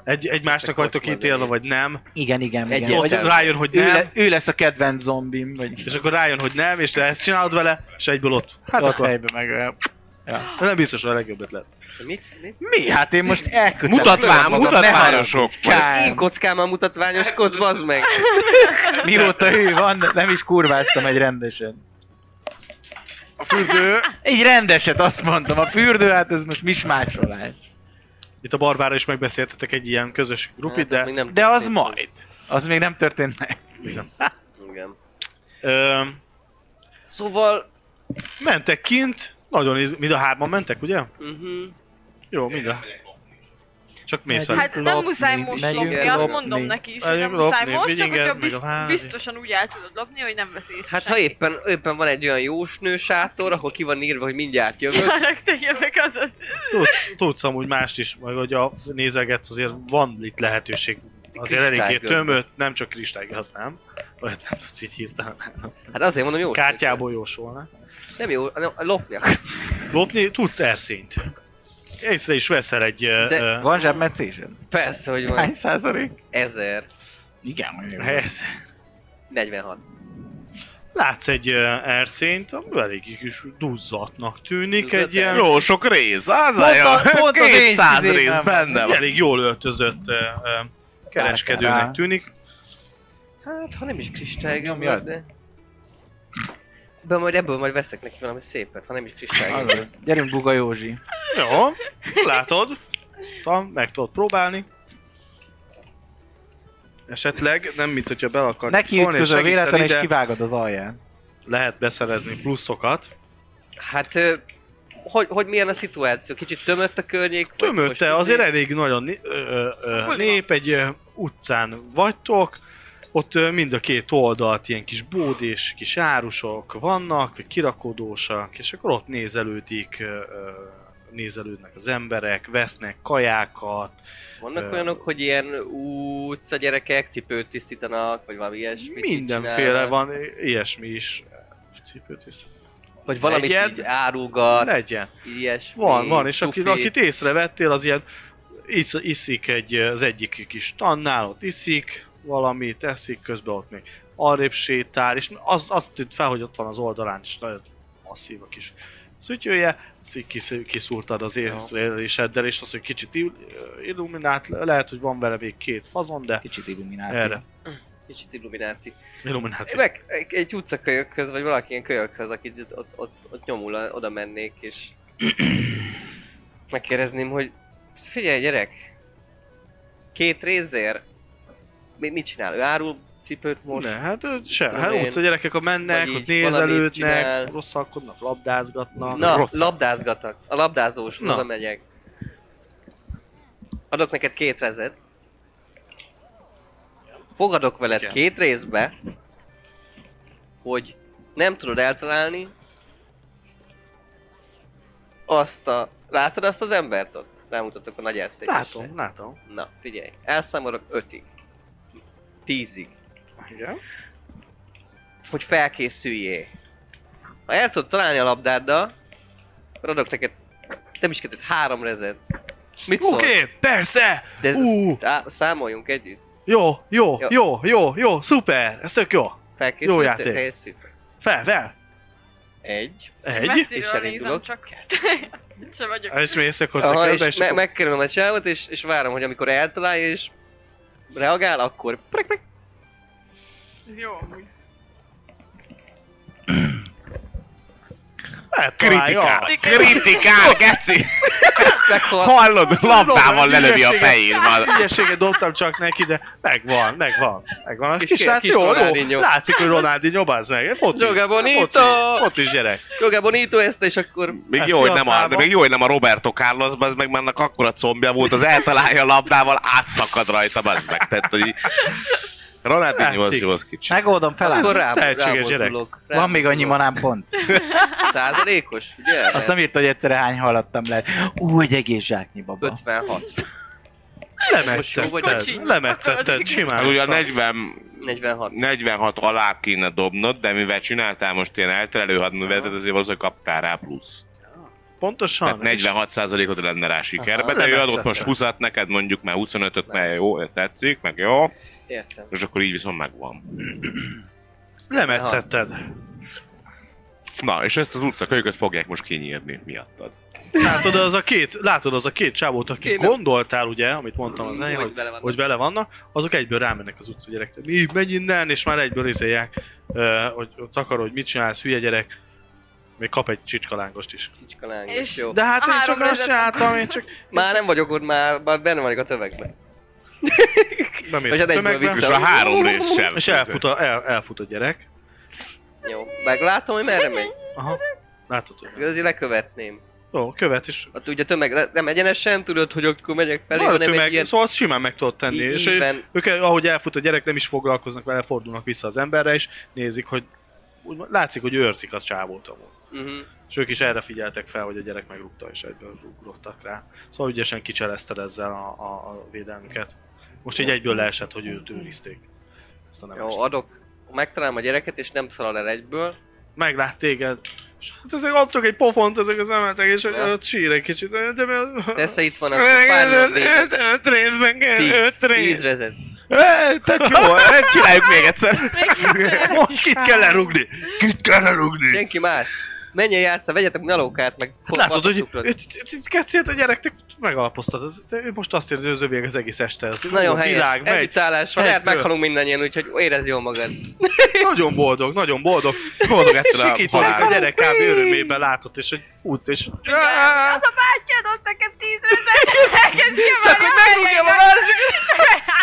Egy, egymásnak vagytok ítélve, vagy nem. Igen, igen, Egy igen. Ott Vagy Értem. rájön, hogy ő, nem, le, ő lesz a kedvenc zombim, vagy... és akkor rájön, hogy nem, és te ezt csinálod vele, és egyből ott. Hát ott akkor helyben meg... Ja. nem biztos, hogy a legjobb ötlet. Mit? Mit? Mi? Hát én most elkötelem. Mutatván, magam, ne mutatványosok. haragudj. Én kockám a mutatványoskodsz, bazd meg! Mióta hű van, nem is kurváztam egy rendesen. A fürdő, Egy rendeset azt mondtam, a fürdő, hát ez most mismácsolás. itt a barbára is megbeszéltetek egy ilyen közös grupit, Hát, még de nem De az történt. majd. Az még nem történt meg. Igen. ö, Szóval... mentek kint, nagyon iz... mind a hárman mentek, ugye? Uh-huh. Jó, mind a... Csak mész Megyünk vele. Hát nem lopni, muszáj most megyünk lopni, azt lopni. mondom neki is, hogy Megyünk nem muszáj lopni, most, csak vigyinget, hogyha meg bizt- a ház. biztosan úgy el tudod lopni, hogy nem vesz észre Hát ha senki. éppen, éppen van egy olyan jósnő sátor, ahol ki van írva, hogy mindjárt jövök, Várok, te jövök, azaz. Tudsz, tudsz amúgy mást is, vagy hogy a nézegetsz, azért van itt lehetőség. Azért eléggé Kristálygömb. tömött, nem csak kristálygöz, nem? Olyat nem tudsz így hirtelen. Hát azért mondom, jó. Kártyából jósolna. Nem jó, nem, lopni akar. Lopni tudsz erszényt. Észre is veszel egy... De De... Uh, Van zsebmetszésed? Persze, hogy Hány van. százalék? Ezer. Igen, mondjuk. ez. 46. Látsz egy uh, erszényt, ami elég is duzzatnak tűnik, Duzzat egy ilyen... Jó, Jó, sok rész, az Pont a- a pont az én 200 izében rész van. benne egy van. elég jól öltözött uh, uh, kereskedőnek Várjál. tűnik. Hát, ha nem is kristálygömb, Nyomjad. de... De majd ebből majd veszek neki valami szépet, ha nem is Hát, kristálygömb. Az. Gyerünk Buga Józsi. Jó, látod. Tam, meg tudod próbálni. Esetleg, nem mint hogyha bel akar Neki szólni és ütközöl véletlen segíteni, és de kivágod az alján. lehet beszerezni pluszokat. Hát, ö, hogy, hogy milyen a szituáció? Kicsit tömött a környék? vagy most Tömötte, így- azért elég nagyon né- ö, ö, ö, Hol nép, egy ö, utcán vagytok, ott ö, mind a két oldalt ilyen kis bódés, kis árusok vannak, kirakodósak, és akkor ott nézelődik, ö, ö, nézelődnek az emberek, vesznek kajákat, Vannak Ö. olyanok, hogy ilyen utca gyerekek cipőt tisztítanak, vagy valami ilyesmit így mindenféle csinálnak. van, i- ilyesmi is. Cipőt visz. Vagy valamit Legyen. így árulgat, Legyen. ilyesmi. Van, van, és akit, tufi. akit észrevettél, az ilyen isz, iszik egy, az egyik kis tannál, ott iszik valamit, eszik, közben ott még arrébb sétál, és az, azt tűnt fel, hogy ott van az oldalán is nagyon masszív a kis szütyője, ezt így kisz- kiszúrtad az észleléseddel, és az, hogy kicsit ill- illuminált, le- lehet, hogy van vele még két fazon, de Kicsit illuminált. erre, Kicsit illumináti. illumináció. Meg egy- egy utcakölyökhöz, vagy valaki ilyen kölyökhöz, akit ott, ott, ott, ott nyomul, oda mennék, és megkérdezném, hogy figyelj gyerek, két rézér, mi, mit csinál? Ő árul cipőt most? Ne, hát ö, se, tudom hát én. utca gyerekek a mennek, Vagy ott így valamit nézelődnek, csinál. rosszalkodnak, labdázgatnak. Na, Rossz- labdázgatak. A labdázós, Na. oda megyek. Adok neked két rezet. Fogadok veled Igen. két részbe, hogy nem tudod eltalálni azt a... Látod azt az embert ott? Rámutatok a nagy elszékesre. Látom, látom. Na, figyelj. Elszámolok ötig. Tízig. Igen. hogy felkészüljél. Ha el tudod találni a labdáddal, akkor adok neked, nem is kettőt, három rezet. Mit szólsz? Oké, okay, persze! De Ú. á, számoljunk együtt. Jó, jó, Jó. jó, jó, jó, szuper! Ez tök jó! Felkészültél? Jó játék. Felkészültél. Fel, fel! Egy. Egy. És Messziről nézem elindulok. csak. Sem vagyok. És mész akkor te Aha, és, körbe, és és me- akkor megkerülöm a csávot, és, és várom, hogy amikor eltalálja, és reagál, akkor prek, prek. Jó, amúgy. hát, Kritikál. Kritikál. Kritikál, geci! Hallod, labdával lelövi a fején. Van. Van. Ügyességet dobtam csak neki, de megvan, megvan, megvan. A Kis- kis, kis kis jól, jó, Ronaldinho. látszik, hogy Ronaldinho, bazd meg. Foci, Joga bonito! foci, focis gyerek. Joga bonito ezt, és akkor... Még Ezt jó, hogy nem a, kihasználva. de még jó, hogy nem a Roberto Carlos, az meg már annak akkora combja volt, az eltalálja a labdával, átszakad rajta, az meg. Tehát, hogy Ronaldinho az Látszik. jó, az kicsi. Megoldom Akkor fel. rá, tehetséges gyerek. rámozdulok. Van még annyi manám pont. Százalékos, ugye? Azt nem írta, hogy egyszerre hány haladtam le. Ú, egy egész zsáknyi baba. 56, jó vagy? Lemetszett, Kocsi. lemetszett, simán. Hát ugye a hoztam. 40, 46. 46 alá kéne dobnod, de mivel csináltál most ilyen elterelő hadműveletet, azért valószínűleg kaptál rá plusz. Pontosan. Hát Tehát 46%-ot lenne rá sikerbe, Aha. de ő Nem adott most tetszett. 20 neked mondjuk már 25-öt, mert jó, ez tetszik, meg jó, Értem. és akkor így viszont megvan. Lemetszetted. Na, és ezt az utcakölyköt fogják most kinyírni miattad. Látod az a két, látod az a két csávót, akit Én nem- gondoltál ugye, amit mondtam az elején, hogy, vele van. hogy vele vannak, azok egyből rámennek az utca gyerekre. Mi, menj innen, és már egyből izélják, ö, hogy ott akar, hogy mit csinálsz, hülye gyerek. Még kap egy csickalángost is. Kicska lángos, És- jó. De hát A én csak három azt vezet- csináltam, én csak Már nem vagyok ott, már, már benne vagyok a tövegben. nem Vagy hát értem egyből meg, És vissza. a három rész sem. és elfut a, el, elfut a gyerek. Jó. Meg látom, hogy merre megy. Aha. Látod, hogy nem. Azért lekövetném. Jó, követ is. Hát ugye tömeg, nem egyenesen tudod, hogy akkor megyek felé, Van hanem tömeg, egy ilyen... Szóval azt simán meg tudod tenni. És ő- íven- Ők, ahogy elfut a gyerek, nem is foglalkoznak vele, fordulnak vissza az emberre, és nézik, hogy úgy, látszik, hogy őrzik az csávót amúgy. Mhm. És ők is erre figyeltek fel, hogy a gyerek megrúgta, és egyből rúgottak rá. Szóval ügyesen kicselezted ezzel a, a, a védelmüket. Most így egyből leesett, hogy őt őrizték. Ezt a Jó, nemes. adok. Megtalálom a gyereket, és nem szalad el egyből. Meglát téged, és hát ezek adtok egy pofont ezek az emeltek, és Ja. ott sír egy kicsit. De, de, Persze itt van a pár öt, öt részben kell, öt Tíz rész. vezet. Tök jó, ezt csináljuk még egyszer. Még egyszer. Most kit kell lerúgni? Kit kell lerúgni? Senki más. Menjen játsza, vegyetek nyalókát, meg Hát Látod, hogy cukrot. itt- itt- itt kecét a gyerek, te megalapoztad. Ez, te, ő most azt érzi, hogy az övék az egész este. Ez Nagyon a helyes. világ megy. Együttállás van, lehet Egyből. meghalunk mindannyian, úgyhogy érezd jól magad. Nagyon boldog, nagyon boldog. Boldog ettől a Sikítódik a halál. gyerek kb. örömében látott, és hogy út, és... Igen, Az a bátyád ott nekem tíz rözetet, elkezd Csak hogy megrúgjam a másik!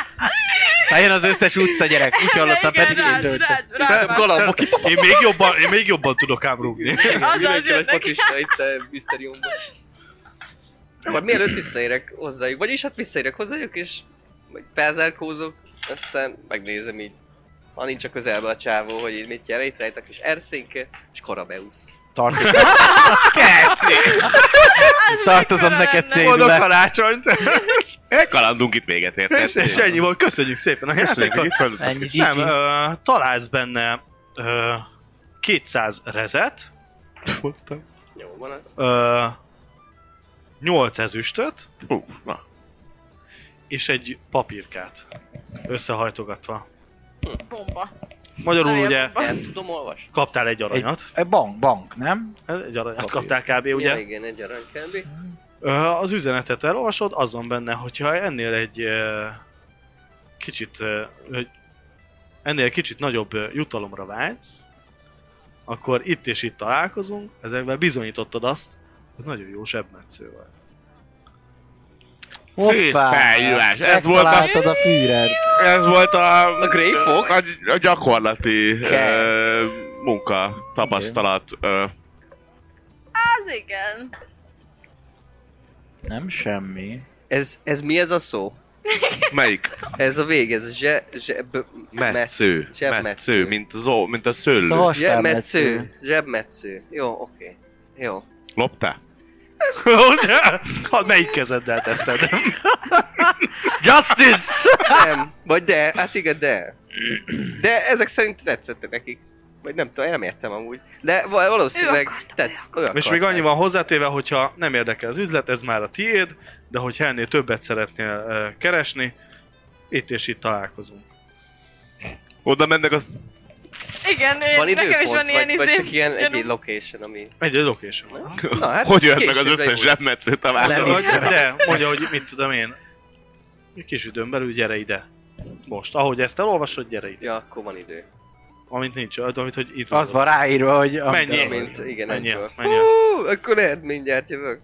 Hát jön az összes utca gyerek, úgy hallottam, pedig én döntöttem. döntöttem. Galambok Én még jobban, én még jobban tudok ám rúgni. az Mindenki jön egy neki. focista itt a misztériumban. Akkor mielőtt visszaérek hozzájuk, vagyis hát visszaérek hozzájuk és meg felzárkózok, aztán megnézem így. Ha nincs a közelben a csávó, hogy így mit jelent, rejtek és Erszénke és Karabeusz. Tartozom, Az tartozom mekkora neked lenne. cégbe. Boldog karácsonyt! Elkalandunk itt véget ért. És, és ennyi volt, köszönjük szépen a Köszönjük, hogy játékot. itt voltatok. Ennyi Nem, GG. ö, találsz benne ö, 200 rezet. Mondtam. Jó van az. ö, 8 ezüstöt Hú, na. és egy papírkát összehajtogatva. Bomba. Magyarul Nagyon ugye bomba. El tudom olvasni. kaptál egy aranyat, Egy Eh, bank, bank, nem? egy, egy aranyat Papír. kaptál kb. Ja, ugye. igen, egy arany kb. Ö, Az üzenetet elolvasod, az van benne, hogyha ennél egy ö, kicsit, ö, hogy ennél kicsit nagyobb ö, jutalomra vágysz, akkor itt és itt találkozunk, ezekben bizonyítottad azt, hogy nagyon jó zsebmetsző vagy. felhívás. Ez volt a- Megtaláltad a fűrer. Ez volt a... A Grey Fox? A, a gyakorlati ö, Kell. munka, tapasztalat. Ö, Az igen. Nem semmi. Ez, ez mi ez a szó? melyik? Ez a vég, ez zse, zseb... Metsző. Zsebmetsző. Metsző, mint, zó, mint a szőlő. A vas Zsebmetsző. Zsebmetsző. Jó, oké. Jó. Loptál? Ugye? Ha melyik kezeddel tetted? Justice! Nem, vagy de, hát igen, de. De ezek szerint tetszett nekik. Vagy nem tudom, én nem értem amúgy. De val- valószínűleg Ő akarta, tetsz, olyan És még annyi van hozzátéve, hogyha nem érdekel az üzlet, ez már a tiéd, de hogyha ennél többet szeretnél ö, keresni, itt és itt találkozunk. Oda mennek az... Igen, én- Van nekem is időpont, van ilyen vagy, vagy izé- csak ilyen gyanúm. egy location, ami... Egy location van. Na, hát hogy jön meg az később összes jó lesz. zsebmetszőt Nem a is. Vagy- De mondja, hogy mit tudom én, egy kis időn belül gyere ide. Most, ahogy ezt elolvasod, gyere ide. Ja, akkor van idő. Amint nincs, amit, hogy itt Az van ráírva, hogy... Mennyi? Mint, igen, Mennyi? egyből. Mennyi? Hú, akkor lehet mindjárt jövök.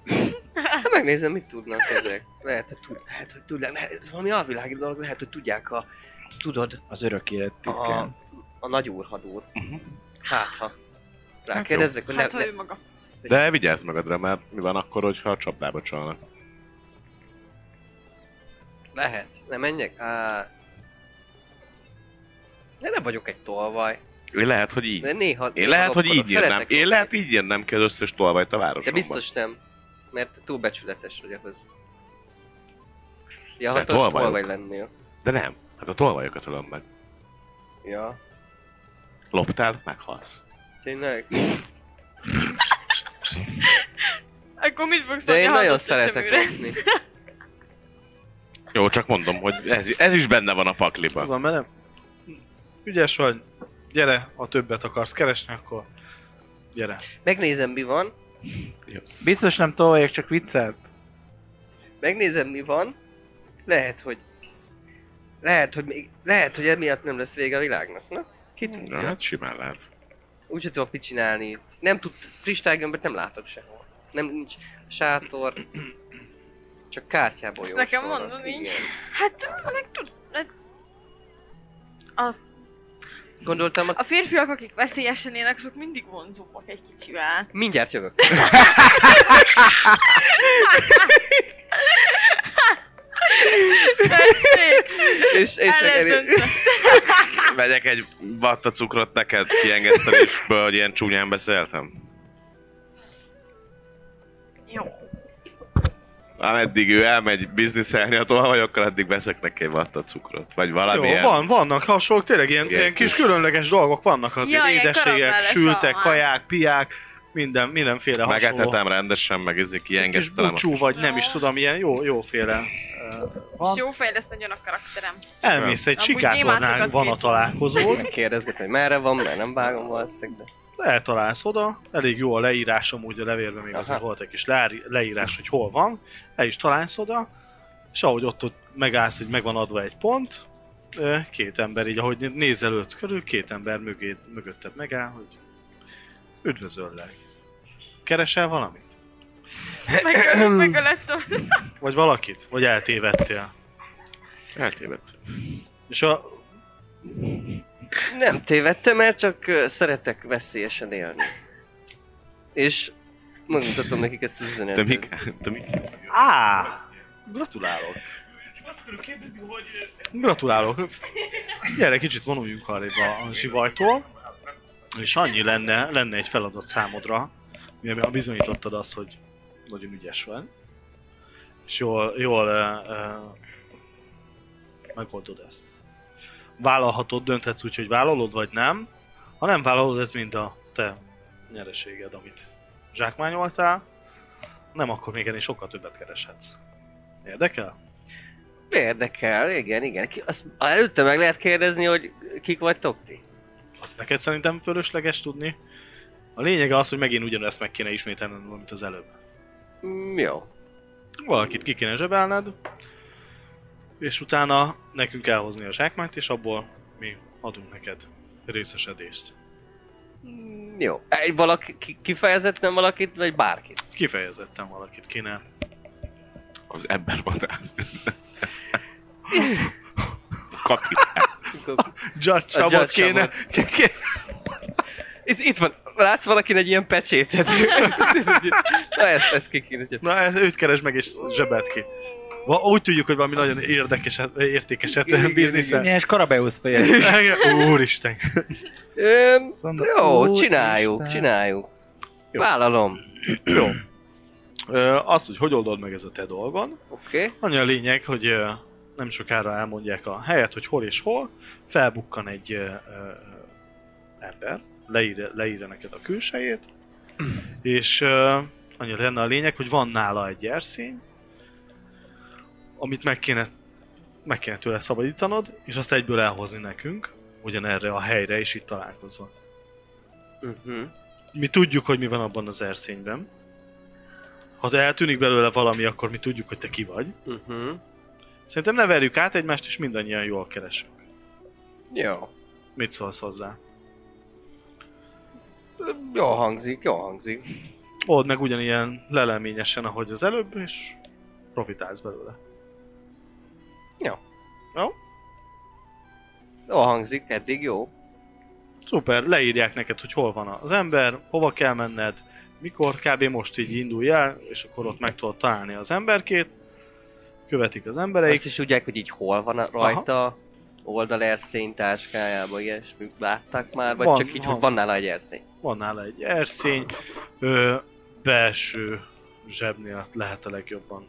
Hát megnézem, mit tudnak ezek. Lehet, hogy tudják, lehet, hogy tudják, lehet, ez valami alvilági dolog, lehet, hogy tudják a... Tudod, Az örök a, életükkel. a nagy úrhadúr. Hát ha. Rákérdezzek, hogy Hát, hát, ha ne, ő maga. De vigyázz magadra, mert mi van akkor, hogyha a csapdába csalnak. ne, lehet. Ne menjek? Á. De nem vagyok egy tolvaj. Én lehet, hogy így. De néha... Én néha lehet, hogy lopkodok. így írnám. Szeretek Én lehet, lopkodni. így írnám ki az összes tolvajt a De városomban. biztos nem. Mert túl becsületes vagy ahhoz. Ja, De ha te tolvajok. tolvaj lennél. De nem. Hát a tolvajokat ölöm meg. Ja. Loptál, meghalsz. Tényleg? Akkor mit fogsz szóval De adni én a nagyon hatot szeretek csecsemőre? lopni. Jó, csak mondom, hogy ez, ez is benne van a pakliban. Azon velem. Ügyes vagy. Gyere, ha többet akarsz keresni, akkor gyere. Megnézem mi van, Biztos nem tolvajok, csak viccelt. megnézem mi van, lehet, hogy... Lehet, hogy még... Lehet, hogy emiatt nem lesz vége a világnak, na? Ki Ja, tudja? hát simán lehet. Úgy sem tudok mit csinálni itt. Nem tud... Kristálygömböt nem látok sehol. Nem nincs sátor... Csak kártyából Ezt jó. nekem mondod, nincs. Hát, meg tud. hát Gondoltam, a... A férfiak, akik veszélyesen élnek, azok mindig vonzóbbak egy kicsivel. mindjárt jövök. Tessék! és, és El lehet döntve. Vegyek egy vatta cukrot neked kiengesztelésből, hogy ilyen csúnyán beszéltem. Jó. Ameddig ő elmegy bizniszelni a tolvajokkal, addig veszek neki egy vatta cukrot. Vagy Jó, valamilyen. van, vannak hasonlók, tényleg ilyen, Ilyen ilyen kis kis- különleges dolgok vannak azért. Ja, ilyen Édességek, karamelles sültek, almák. kaják, piák, minden, mindenféle hasonló. Megetetem rendesen, meg ezek Kis kiengesztelem. bucsú vagy nem is tudom, ilyen jó, jóféle. ö, És Van. jó fejlesz nagyon a karakterem. Elmész egy Amúgy sikátornál, gyémántokat van a bírt. találkozó. Megkérdezgetni, hogy merre van, mert nem vágom valószínűleg, de... eltalálsz oda, elég jó a leírás, amúgy a levélben még Aha. azért volt egy kis leári- leírás, hogy hol van, el is találsz oda, és ahogy ott, ott megállsz, hogy megvan adva egy pont, ö, két ember így, ahogy né- nézelődsz körül, két ember mögé, mögötted megáll, hogy üdvözöllek. Keresel valamit? Megöl- Megölettem. Vagy valakit? Vagy eltévedtél? Eltévedt. És a Nem tévedtem, mert csak ö, szeretek veszélyesen élni. És megmutatom nekik ezt az Te üzenetet. mi? Te mi? Á! Gratulálok! Gratulálok! Gyere, kicsit vonuljunk arrébb a a zsivajtól, és annyi lenne, lenne egy feladat számodra, mivel bizonyítottad azt, hogy nagyon ügyes vagy, és jól, jól uh, uh, megoldod ezt. Vállalhatod, dönthetsz úgy, hogy vállalod vagy nem, ha nem vállalod, ez mind a te nyereséged, amit zsákmányoltál, nem, akkor még ennél sokkal többet kereshetsz. Érdekel? Érdekel, igen, igen. Ki, azt, előtte meg lehet kérdezni, hogy kik vagytok ti? Azt neked szerintem fölösleges tudni. A lényege az, hogy megint ugyanezt meg kéne ismételned, amit az előbb. Mm, jó. Valakit ki kéne zsebelned, és utána nekünk elhozni a zsákmányt, és abból mi adunk neked részesedést. Mm, Jó. Egy valaki, ki- kifejezetten valakit, vagy bárkit? Kifejezetten valakit kéne. Az ember vadász. Kapitány. Judge Csabot Judge kéne. kéne. Itt, itt van, látsz valakin egy ilyen pecsétet? Na ezt, ezt ki kéne. Na, ezt- őt keresd meg és zsebelt ki. Va- Úgy tudjuk, hogy valami nagyon érdekes, értékeset bizniszel. Milyen Karabeusz fél. Úristen. Öm, Mondom, jó, ó, csináljuk, Isten. csináljuk. Jó. Vállalom. Jó. Ö, azt, hogy hogy oldod meg ez a te dolgon, Oké. Okay. annyi a lényeg, hogy ö, nem sokára elmondják a helyet, hogy hol és hol, felbukkan egy ö, ö, ember, leír, leírja neked a külsejét, és ö, annyi lenne a lényeg, hogy van nála egy erszény, amit meg kéne, meg kéne tőle szabadítanod, és azt egyből elhozni nekünk, ugyanerre a helyre, és itt találkozva Uh-huh. mi tudjuk, hogy mi van abban az erszényben. Ha te eltűnik belőle valami, akkor mi tudjuk, hogy te ki vagy. Uh-huh. Szerintem ne verjük át egymást, és mindannyian jól keresünk. Jó. Mit szólsz hozzá? Jól hangzik, jól hangzik. Old meg ugyanilyen leleményesen, ahogy az előbb, és profitálsz belőle. Jól hangzik, eddig jó. Szuper, leírják neked, hogy hol van az ember, hova kell menned, mikor, kb. most így indulj el, és akkor ott meg tudod találni az emberkét, követik az Azt embereik, is tudják, hogy így hol van a- rajta oldalszerszény táskájában, ilyesmit látták már, vagy Van, csak így, van. hogy van nála egy erszény. van nála egy erszény, ö, belső zsebnél lehet a legjobban.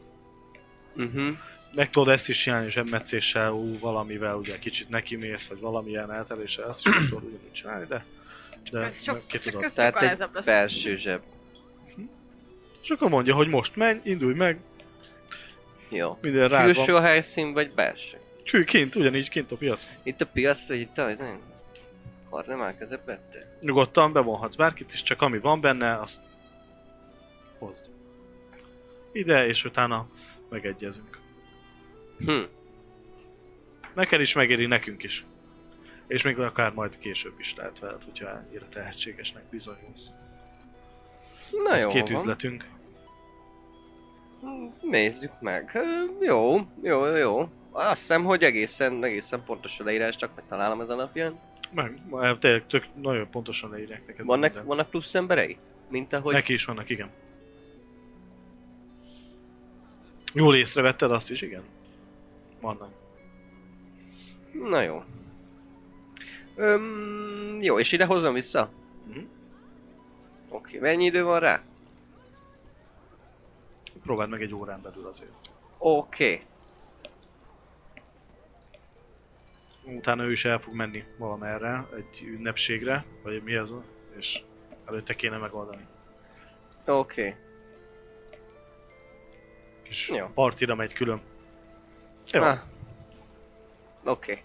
Mhm. Meg tudod ezt is csinálni zsebmetszéssel, ú, valamivel ugye kicsit nekimész, vagy valamilyen elteléssel, azt is meg tudod ugyanúgy csinálni, de, de Ez Hát sok, ki tudod. köszönjük Tehát a egy lezablás. belső zseb. És akkor mondja, hogy most menj, indulj meg, Jó. minden rád Külső van. a helyszín, vagy belső? Kül- Kint, ugyanígy kint a piac. Itt a piac, hogy itt az nem? Karnemál közepette? Nyugodtan bevonhatsz bárkit is, csak ami van benne, azt hozd. Ide, és utána megegyezünk. Hm. Neked is megéri, nekünk is. És még akár majd később is lehet veled, hogyha ennyire tehetségesnek bizonyulsz. Na jó Két van. üzletünk. Hm, Nézzük meg. Ö, Jó, jó, jó. Azt hiszem, hogy egészen, egészen pontos a leírás, csak megtalálom ez alapján. Meg, ma- tényleg tök, nagyon pontosan leírják neked. Vannak, mindent. vannak plusz emberei? Mint ahogy... Neki is vannak, igen. Jól észrevetted azt is, igen? Vannak. Na jó. Öm, jó, és ide hozom vissza? Mhm. Oké, mennyi idő van rá? Próbáld meg egy órán belül azért. Oké. Utána ő is el fog menni valamerre, egy ünnepségre, vagy mi az, és előtte kéne megoldani. Oké. Kis Jó. partira megy külön. Jó, Ah. Oké.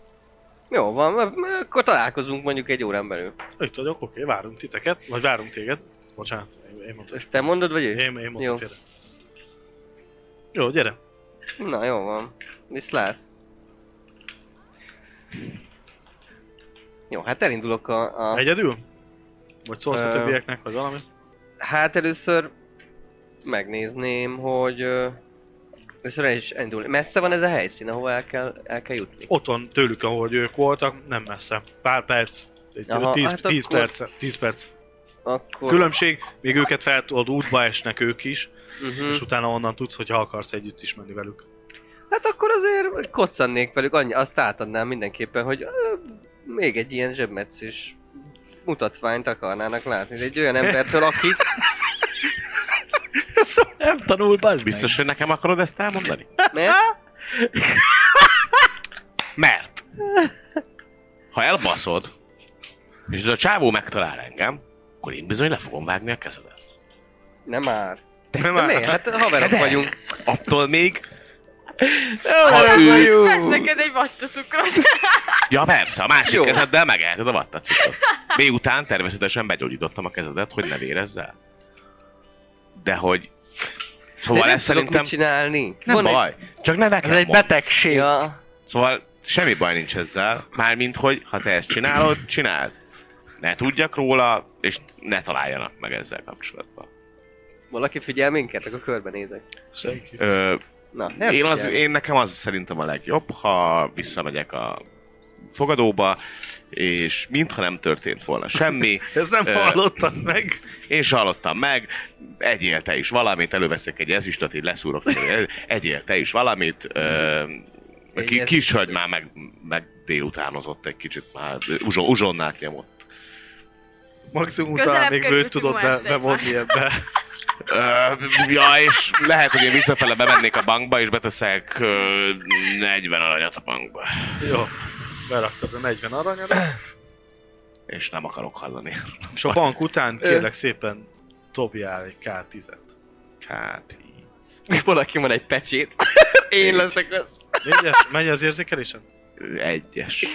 Jó van, m- m- akkor találkozunk mondjuk egy órán belül. itt vagyok, oké, várunk titeket, vagy várunk téged. Bocsánat, én, én mondtam. Ezt te mondod, vagy ő? Én, én mondtam Jó. félre. Jó, gyere. Na jó van, viszlát. Jó, hát elindulok a... a... Egyedül? Vagy szólsz a Ö, többieknek, vagy valami? Hát először megnézném, hogy... ö, Először el is indul. Messze van ez a helyszín, ahova el kell, el kell jutni. Otthon tőlük, ahogy ők voltak, nem messze. Pár perc. Egy Aha, 10 hát tíz akkor- perc. 10 perc. Akkor... Különbség, még őket fel tudod, útba esnek ők is, Uh-huh. és utána onnan tudsz, hogyha akarsz együtt is menni velük. Hát akkor azért koccannék velük, annyi, azt átadnám mindenképpen, hogy ö, még egy ilyen zsebmetszős mutatványt akarnának látni. De egy olyan embertől, aki... Nem tanul, bazd Biztos, hogy nekem akarod ezt elmondani? Mert... Mert ha elbaszod, és ez a csávó megtalál engem, akkor én bizony le fogom vágni a kezedet. Nem már. De, De miért? Hát haverok vagyunk. Attól még... Hát, Ha ő... mondjuk, Vesz neked egy vattacukrot. Ja persze, a másik Jó. Jó. kezeddel megeheted a vattacukot. Miután természetesen begyógyítottam a kezedet, hogy ne vérezz el. De hogy... De Szóval nem ez tudok szerintem... mit csinálni. Nem Van egy- baj, csak ne nekem Ez egy mondd. betegség. Ja. Szóval semmi baj nincs ezzel, mármint hogy ha te ezt csinálod, csináld. Ne tudjak róla, és ne találjanak meg ezzel kapcsolatban. Valaki figyel minket, akkor körbenézek. Senki. Ö, Na, nem én, az, figyel. én nekem az szerintem a legjobb, ha visszamegyek a fogadóba, és mintha nem történt volna semmi, Ez nem Ö, hallottad meg. én se hallottam meg, egyél te is valamit, előveszek egy ezüstöt, így leszúrok, egyél te is valamit, ö, ki, Egyél- kis hölgy már meg, meg délutánozott egy kicsit, már uzson, uzsonnát nyomott. Maximum Közelebb utána még került lőtt tudod be, csomóást bevonni ebbe. Ö, ja, és lehet, hogy én visszafele bemennék a bankba, és beteszek ö, 40 aranyat a bankba. Jó. Beraktad a 40 aranyat. És nem akarok hallani. És a bank után kérlek szépen dobjál egy K10-et. Hát, Valaki van egy pecsét. én leszek az. Négyes? Mennyi az érzékelésed? egyes.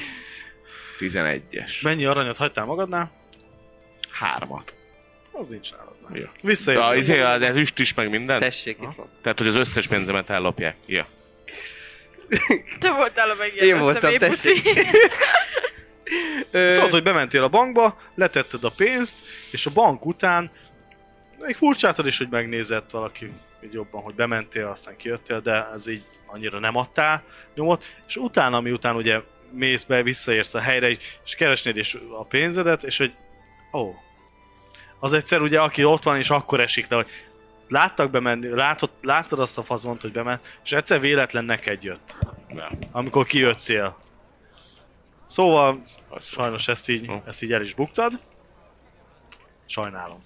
11-es. Mennyi aranyat hagytál magadnál? Hármat. Az nincs nálad már. Jó. izé, hát, De az, Visszaérsz. az, ez üst is, meg minden? Tessék, Ha? itt van. Tehát, hogy az összes pénzemet ellopják. Ja. Te voltál a Én megjelent voltam, személy, tessék. puci. Szóval, hogy bementél a bankba, letetted a pénzt, és a bank után még furcsáltad is, hogy megnézett valaki így jobban, hogy bementél, aztán kijöttél, de ez így annyira nem adtál nyomot, és utána, miután ugye mész be, visszaérsz a helyre, így- és keresnéd is a pénzedet, és hogy ó, az egyszer ugye, aki ott van, és akkor esik le, hogy láttak bemenni, látod, láttad azt a fazont, hogy bement, és egyszer véletlen neked jött, Nem. amikor kijöttél. Szóval Az Sajnos. sajnos ezt így, Hm. ezt így el is buktad. Sajnálom.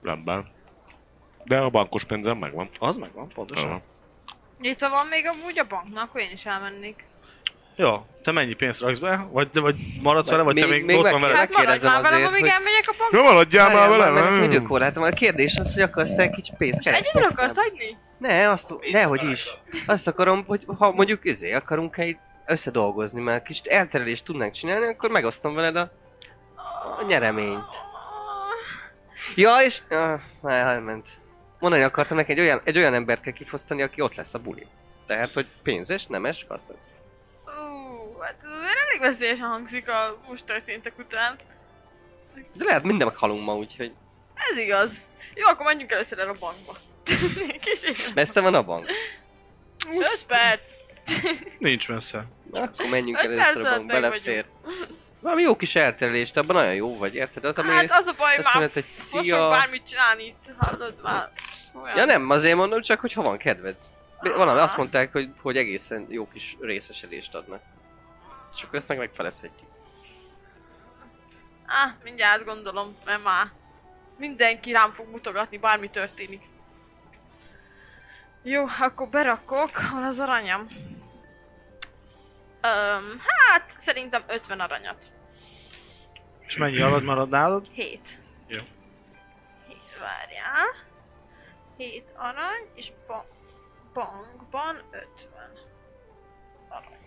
Nem bán. De a bankos pénzem megvan. Az megvan, pontosan. Aha. Nyitva van még amúgy a banknak, akkor én is elmennék. Jó, te mennyi pénzt raksz be? Vagy, de, vagy maradsz vele, vagy te még, ott van vele? Hát maradj Megkérdezem már velem, azért, amíg hogy- elmegyek a bankba. Jó, maradjál már Várjál, velem! már mennek nem? Videókor látom, a kérdés az, hogy akarsz egy kicsi pénzt És keresni. egyedül akarsz hagyni? Ne, azt, nehogy is. Azt akarom, hogy ha mondjuk izé akarunk egy összedolgozni, mert kicsit elterelést tudnánk csinálni, akkor megosztom veled a, a nyereményt. Ja, és... Ah, már elment. Mondani akartam neki, egy olyan, egy olyan embert kell kifosztani, aki ott lesz a buli. Tehát, hogy pénzes, nemes, gazdag. Ú, hát ez azért elég veszélyesen hangzik a most történtek után. De lehet minden meghalunk ma, úgyhogy Ez igaz. Jó, akkor menjünk először el a bankba. Kicsit. messze van a bank. 5 perc. Nincs messze. Na, akkor menjünk Öt először a percet bank, Hát meg belefér. Valami jó kis elterelés, te abban nagyon jó vagy, érted? Ott, Hát az a baj, azt már mondod, hogy most szia. fogok bármit csinálni itt, hallod már. Olyan. Ja nem, azért mondom csak, hogy ha van kedved. B- Valami azt mondták, hogy, hogy egészen jó kis részesedést adnak. És akkor ezt meg megfelezhetjük. Á, mindjárt gondolom, mert már mindenki rám fog mutogatni, bármi történik. Jó, akkor berakok, hol az aranyam? Öm, hát, szerintem 50 aranyat. És mennyi alatt marad nálad? 7. Jó. 7, várjál. 7 arany, és ba- bankban 50 arany.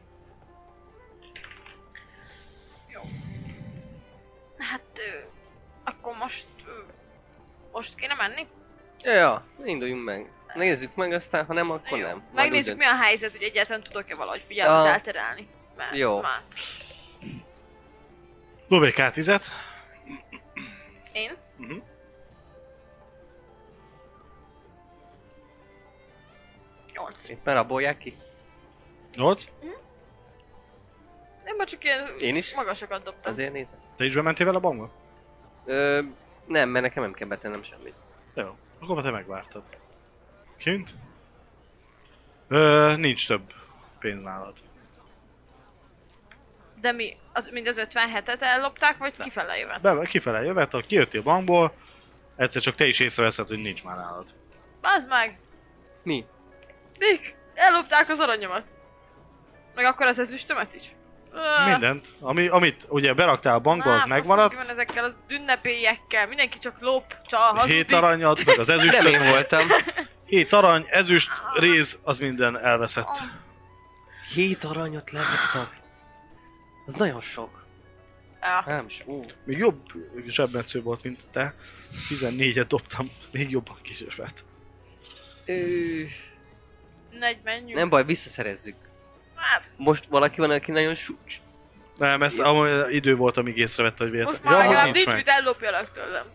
Jó. Hát, ö, akkor most... Ö, most kéne menni? Ja, ja, induljunk meg. Nézzük meg, aztán ha nem, akkor nem. Majd Megnézzük, úgy mi a helyzet, hogy egyáltalán tudok-e valahogy figyelmet Ja. elterelni. Mert Jó. Már. Dobj k 10 Én? Mhm. Nyolc. dönt. Éppen rabolják ki. 8. Én már csak ilyen Én is? magasokat dobtam. Azért nézem. Te is bementél vele a bankba? Ö, nem, mert nekem nem kell betennem semmit. Jó. Akkor már te megvártad. Kint? Ö, nincs több pénz nálad. De mi, az, mind az 57-et ellopták, vagy kifele jövet? Be, kifele jövet, ha kijöttél a bankból, egyszer csak te is észreveszed, hogy nincs már nálad. Bazd meg! Mi? Dick! Ellopták az aranyomat! Meg akkor az ezüstömet is. Ö, hát Mindent. Ami, amit ugye beraktál a bankba, Ah. á, az faszom, megmaradt. Mi van ezekkel az ünnepélyekkel? Mindenki csak lop, csal, hazudik. Hét aranyat, meg az ezüst, Nem én voltam. hét arany, ezüst, réz, az minden elveszett. Ah. Hét aranyot levettem. Az nagyon sok. Ja. Nem is, ú. Még jobb zsebmetsző volt, mint te. 14-et dobtam, még jobban kísérvet. Ö, Negy, menjünk. nem baj, visszaszerezzük. Á, Most valaki van, aki nagyon súcs. Nem, ez amúgy idő volt, amíg észrevette, hogy véletlen. Most már hogy legalább nincs, mit ellopjalak tőlem.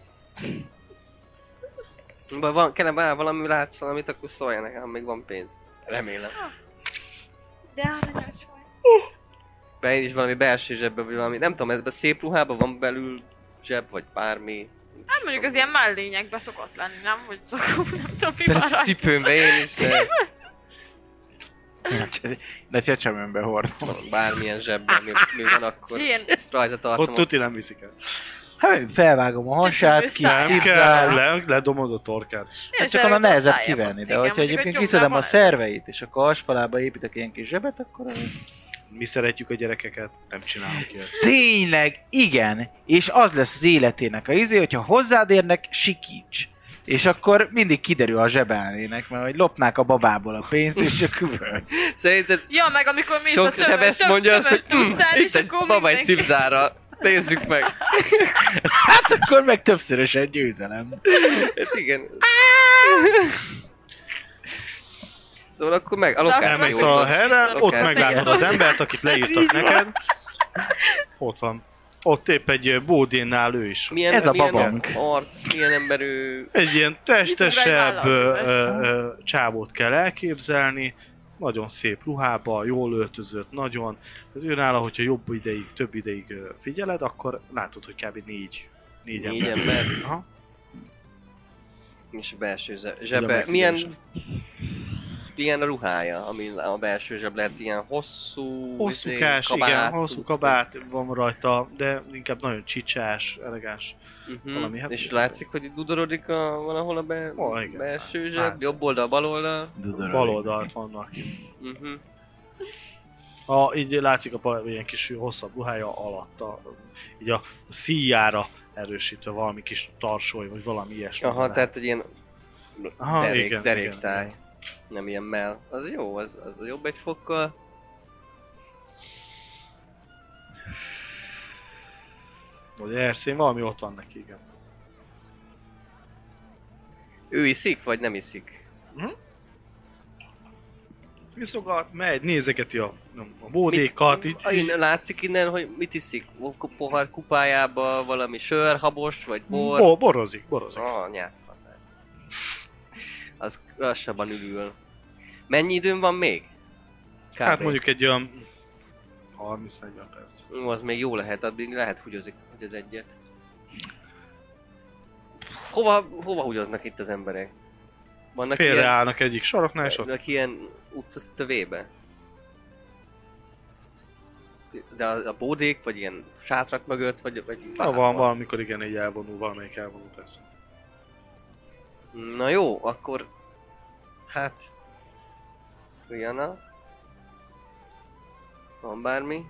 Ha van, kellene bár valami látsz valamit, akkor szólj nekem, még van pénz. Remélem. De aranyos vagy. Be is valami belső zsebbe, vagy valami, nem tudom, ebben szép ruhában van belül zseb, vagy bármi. Hát mondjuk az ilyen mellényekbe szokott lenni, nem? Hogy szokott, nem tudom, mi Persze van cipőmbe én is, de De csecsemőmbe Szóval. hordom. bármilyen zsebben, mi, mi van akkor. Ilyen. Ezt rajta tartom. Ott tuti nem viszik el. Hát felvágom a hasát, Össze- ki Nem Cipzár. kell, le, ledomozod a torkát is. Én Hát is csak onnan eljutott a nehezebb szájába. kivenni, de Igen, hogyha mondjuk egyébként egy kiszedem a nyomdában- szerveit, és akkor asfalába építek ilyen kis zsebet, akkor az... Mi szeretjük a gyerekeket, nem csinálunk ilyet. Tényleg, igen. És az lesz az életének a izé, hogyha hozzád érnek, sikíts. És akkor mindig kiderül a zsebelnének, mert hogy lopnák a babából a pénzt, és csak üvölt. Szerinted Ja, meg amikor mész a sok tömör, zseb ezt mondja azt, hogy "Mm, tudsz állni, itt és egy akkor baba egy mindenki... cipzára. Nézzük meg. Hát akkor meg többszörösen győzelem. Hát igen. Szóval akkor meg, a akkor lokációt. Elmész a szóval helyre, ott Igen. meglátod az embert, akit leírtak neked. Ott van. Ott épp egy ö, bódénnál ő is. Milyen, Ez a milyen babank. arc, milyen emberű... Egy ilyen testesebb Mit tudom, egy ö, vállalat, ö, ö, csávót kell elképzelni, nagyon szép ruhába, jól öltözött, nagyon. Az őnála, hogyha jobb ideig, több ideig ö, figyeled, akkor látod, hogy kb. négy, négy, Négy ember. ember. Aha. És a belső ze- a zsebe. megfigyelés. Milyen... Milyen a ruhája, ami a belső zseb lehet ilyen hosszú... izé, Hosszúkás, igen, hosszú cucc. kabát van rajta, de inkább nagyon csicsás, elegáns. Mhm. valami hát- És látszik, hogy dudorodik a, valahol a be, Ó, igen, hát, belső látszik, zseb, látszik. jobb oldal, bal oldal. Bal oldalt vannak. Mhm. A, így látszik a pal- ilyen kis hosszabb ruhája alatt, a, így a szíjára erősítve valami kis tarsoly, vagy valami ilyesmi. Aha, lehet. tehát egy ilyen Aha, derék, igen, deréktáj. igen, Nem ilyen mell. Az jó, az, az jobb egy fokkal. Vagy erszén, valami ott van neki, igen. Ő iszik, vagy nem iszik? Viszogat, megy, nézegeti a, a bódékat, így, Mit, így... Látszik innen, hogy mit iszik? Ku- Pohár kupájába valami sör, habost, vagy bor? bo, borozik, borozik. Anyát, faszáj. Az lassabban ülül. Mennyi időm van még? Kb. Hát mondjuk egy olyan 30-40 perc. Ó, az még jó lehet, addig lehet húgyozik, hogy az egyet. Hova, hova húgyoznak itt az emberek? Vannak ilyen, Félreállnak egyik saroknál, és ott vannak ilyen utcasztövébe? De a, a bódék, vagy ilyen sátrak mögött, vagy... vagy na, van valamikor igen, egy elvonul, valamelyik elvonul persze. Na jó, akkor... Hát... Rihanna? Van bármi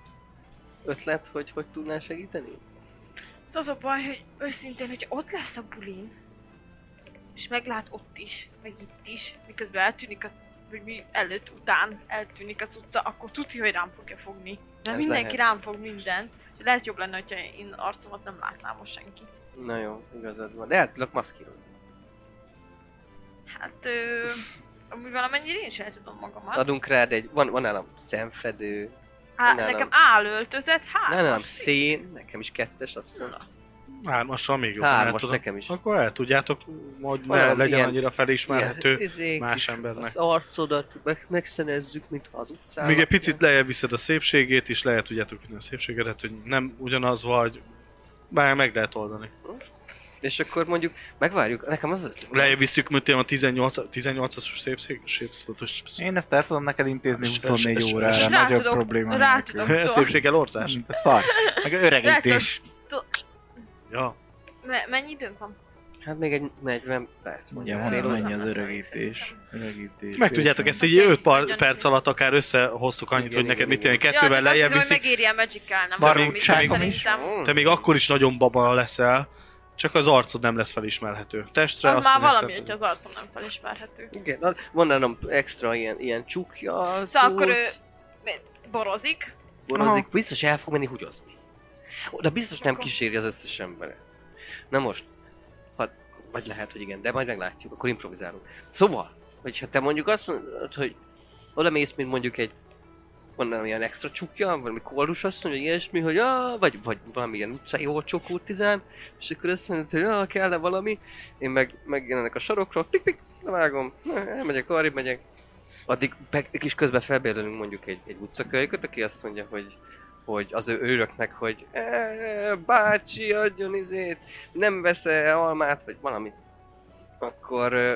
ötlet, hogy hogy tudnál segíteni? De az a baj, hogy őszintén, hogy ott lesz a bulin, és meglát ott is, meg itt is, miközben eltűnik a vagy mi előtt, után eltűnik az utca, akkor tudja, hogy rám fogja fogni. Mert Ez mindenki lehet. rám fog mindent. Lehet jobb lenne, hogyha én arcomat nem látná most senki. Na jó, igazad van. De el tudok maszkírozni. Hát, ö, amúgy valamennyire én sem tudom magamat. Adunk rád egy... Van, van nálam szemfedő, Á, nálam- nekem állöltözet, hát... nem, nem, most szén, nekem is kettes, azt így- hiszem. Na, Hármasra még jobban el Hármas tudom. nekem is. Akkor el tudjátok, hogy ne Olyan, legyen ilyen- annyira felismerhető. Igen, izék, más és embernek. Az arcodat meg, megszenezzük, mint az utcán. Még egy picit lejjebb viszed a szépségét is, lehet tudjátok vinni a szépségedet, hogy nem ugyanaz vagy, bár meg lehet oldani. És akkor mondjuk, megvárjuk, nekem az az... Lejjebb visszük, mert én a 18, 18-as szépség, szépség, Én ezt el tudom neked intézni Most 24 testes- órára, Rá nagyobb tudok- probléma rá nélkül. tudok- szépséggel orzás. Mint a szar. Meg öregítés. Ja. me- mennyi időnk van? Hát még egy 40 perc Ugye mondjuk. van, Fél óra. mennyi az öregítés. Öregítés. Meg tudjátok ezt így Oké, 5 par- nagyon perc jó. alatt akár összehoztuk annyit, Igen, hogy neked igen, mit tudom, én, igen. ja, csak kettővel lejjebb azt hiszem, viszik, hogy megéri el magic-elnem. Te még- valamit, te még- Szerintem Mm. te még akkor is nagyon baba leszel, csak az arcod nem lesz felismerhető. Testre az azt Ah, már mondják, valami, tehát- hogy az arcom nem felismerhető. Igen, na, van nálam extra ilyen, ilyen csukja, Szóval akkor ő mi- borozik. borozik, biztos el fog menni húgyozni. Ó, De biztos nem kíséri az összes embere. Na most, ha, vagy lehet, hogy igen, de majd meglátjuk, akkor improvizálunk. Szóval, hogyha te mondjuk azt mondod, hogy oda mész, mint mondjuk egy mondanám ilyen extra csukja, valami kórus azt mondja, hogy ilyesmi, hogy ah, vagy, vagy valami ilyen utcai olcsó kurtizán, és akkor azt mondod, hogy ah, kell valami, én meg megjelenek a sarokról, pik pik, levágom, Na, elmegyek, arrébb megyek. Addig meg, és közben felbérelünk mondjuk egy, egy utcakölyköt, aki azt mondja, hogy hogy az ő őröknek, hogy "Eh, bácsi, adjon izét, nem vesz almát, vagy valamit. Akkor ö,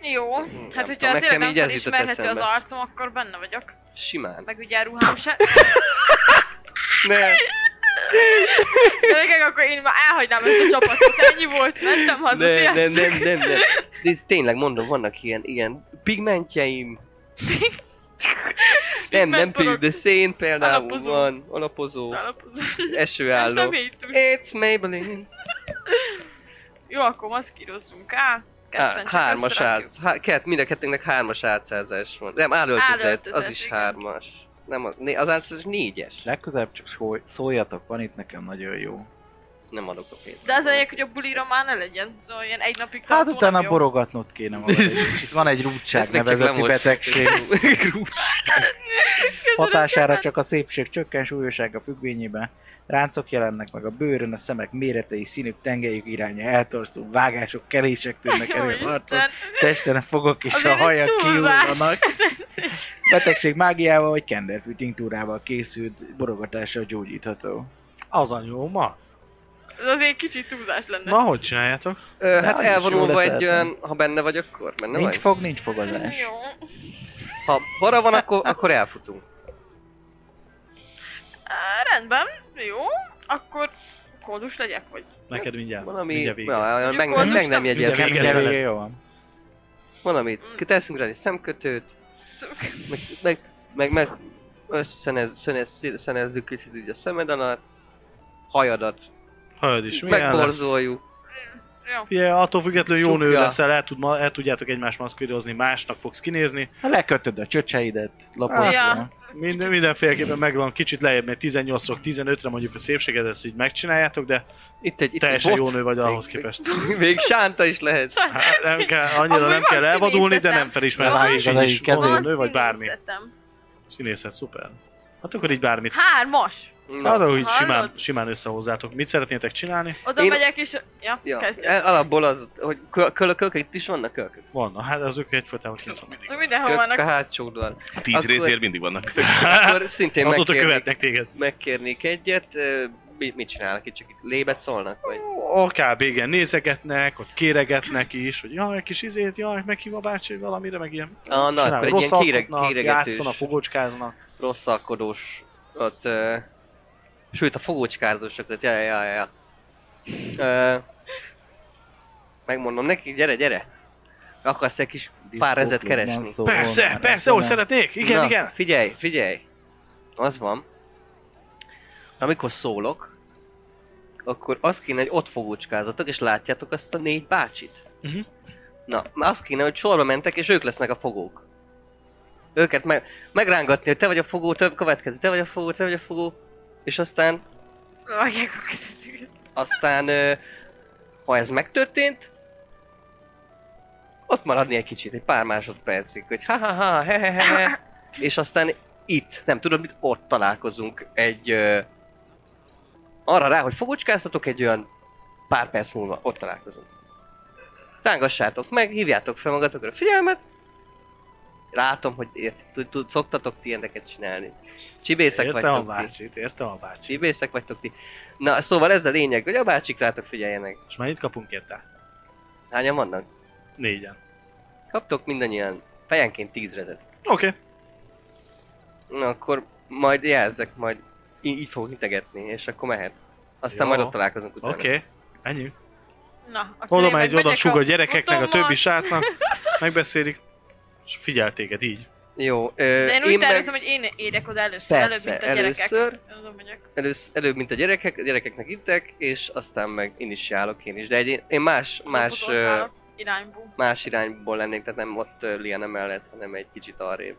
Jó. Nem Hát, tudom, hogyha az nekem tényleg nem így ez jutott felismerhető az eszembe. arcom, akkor benne vagyok. simán. Meg ugye a ruhám se. Ne, De nekek akkor én már elhagynám ezt a csapatot. Ennyi volt, mentem haza, ne, ne, sziasztok. nem, nem, nem. De ez tényleg mondom, vannak ilyen, ilyen pigmentjeim. nem, nem pig, de szén például Alapozó. van, alapozó, Alapozó. esőálló. Személytől. It's Maybelline. Jó, akkor maszkírozzunk el. Á, hármas át, há, kett, mind a kettőnknek hármas átszázás van. Nem, állöltözet, az Állöltözet, is igen. hármas. Nem, az, né- az átszázás négyes. Legközelebb csak szólj- szóljatok, van itt nekem nagyon jó. Nem adok a pénzt. De az a lényeg, hogy a bulira már ne legyen, szóval ilyen egy napig Hát tartó nem utána jó. borogatnod kéne magad. Itt van egy rúdság Ezt még csak nevezeti lemossuk. betegség. Köszönöm Hatására szépen. csak a szépség csökken súlyosága függvényében. Ráncok jelennek meg a bőrön, a szemek méretei, színük, tengelyük iránya, eltorzul, vágások, kelések tűnnek Jó elő az arcon, Isten. testen a fogok és Azért a ez hajak túlzás. kiúzanak. Betegség mágiával vagy kenderfű tinktúrával készült borogatással gyógyítható. Az a jó ma. Ez azért kicsit túlzás lenne. Na, hogy csináljátok? Ö, hát az is jó elvonulva lesz, egy lehetne. olyan, ha benne vagy, akkor benne nincs vagy. fog, nincs fogadás. Jó. Ha bara van, akkor, akkor elfutunk. Á, rendben, jó. Akkor kódus legyek, vagy? Neked mindjárt. Valami, mindjárt vége. ja, ja, meg, meg, meg nem Mindjárt vége. jegyezem. Mindjárt Vége, jó van. Valamit, teszünk rá egy szemkötőt, meg, meg, meg, meg összenez, szenez, szenezzük kicsit így a szemed alatt, hajadat, Hajad is, milyen lesz? megborzoljuk. Jó. Ugye, attól függetlenül jó nő Csukja. leszel, el, tud, ma- el tudjátok egymást maszkírozni, másnak fogsz kinézni. Ha Hát lekötöd a csöcseidet, lapozol. Ja. Minden, mindenféleképpen megvan, kicsit lejjebb, mert 18-ról 15-re mondjuk a szépséged, ezt így megcsináljátok, de Itt egy, itt teljesen egy jó bot. nő vagy ahhoz Még- képest. Még, még sánta is lehet. Szóval Hát, nem kell, annyira Amúgy nem van kell elvadulni, de nem színészetem. felismerhető, Van és így is színészetem. vonzó Van nő vagy bármi. színészetem. Színészet, szuper. Hát akkor így bármit. Hármas! Na, Arra, hogy Hallod? simán, simán összehozzátok. Mit szeretnétek csinálni? Oda Én- megyek és... Ja, ja. kezdjük. E- Alapból az, hogy köl- köl- kölkök, itt is vannak kölkök. Van, hát azok egyfajtában kint van. Na, Mindenhol Kölkök a vannak. hátsó udvar. A tíz Akkor- részért mindig vannak. Akkor szintén Azóta megkérnék, követnek téged. megkérnék egyet, ö, mi- mit csinálnak itt, csak itt lébet szólnak? Vagy? Ó, kb. igen, nézegetnek, ott kéregetnek is, hogy jaj, kis izét, jaj, meghív a bácsi valamire, meg ilyen. Ah, na, csinálnak, akkor egy ilyen kéreg, rosszalkotnak, kéregetős. játszanak, fogocskáznak. rosszalkodós, ott, ö, sőt a fogócskázósak, tehát ja, ja, ja, ja. Ö, megmondom neki, gyere, gyere. Akarsz egy kis pár ezet keresni? Persze, persze, hogy szeretnék, igen, hát Na, igen. Figyelj, figyelj. Az van. Amikor szólok, akkor az kéne, hogy ott fogócskázatok, és látjátok azt a négy bácsit. Mhm. Na, az kéne, hogy sorba mentek, és ők lesznek a fogók. Őket meg, megrángatni, hogy te vagy a fogó, te következő, te vagy a fogó, te vagy a fogó. És aztán, Vágják a közöttük. aztán, ö, ha ez megtörtént, ott maradni egy kicsit, egy pár másodpercig, hogy ha ha ha, he, he, he, he. És aztán itt, nem tudod mit, ott találkozunk egy... Ö, arra rá, hogy fogocskáztatok egy olyan pár perc múlva, ott találkozunk. Rángassátok meg, hívjátok fel magatokra a figyelmet. Látom, hogy ért, tud, tud, szoktatok ti ilyeneket csinálni. Csibészek Értem a vagytok ti. bácsit, értem a bácsit. Csibészek vagytok ti. Na, szóval ez a lényeg, hogy a bácsik rátok figyeljenek. És már itt kapunk érte. Hányan vannak? Négyen. Kaptok mindannyian fejenként tízrezet. Oké. Okay. Na akkor majd jelzek, majd í- így fogok integetni, és akkor mehet. Aztán Jó. majd ott találkozunk utána. Oké. Okay. Ennyi. Na, akkor Oda én megy, meg oda megyek sug a gyerekeknek, a többi utommal. srácnak. Megbeszélik. És figyel téged így. Jó, ö, De én úgy én meg tervezem, hogy én érek oda először, Persze, előbb, mint a gyerekek. először. Oda megyek. elősz, előbb, mint a gyerekek, a gyerekeknek ittek, és aztán meg én is járok én is. De egy, én más, más, ö, Fotozgálok irányból. más irányból lennék, tehát nem ott ö, Liana mellett, hanem egy kicsit arrébb.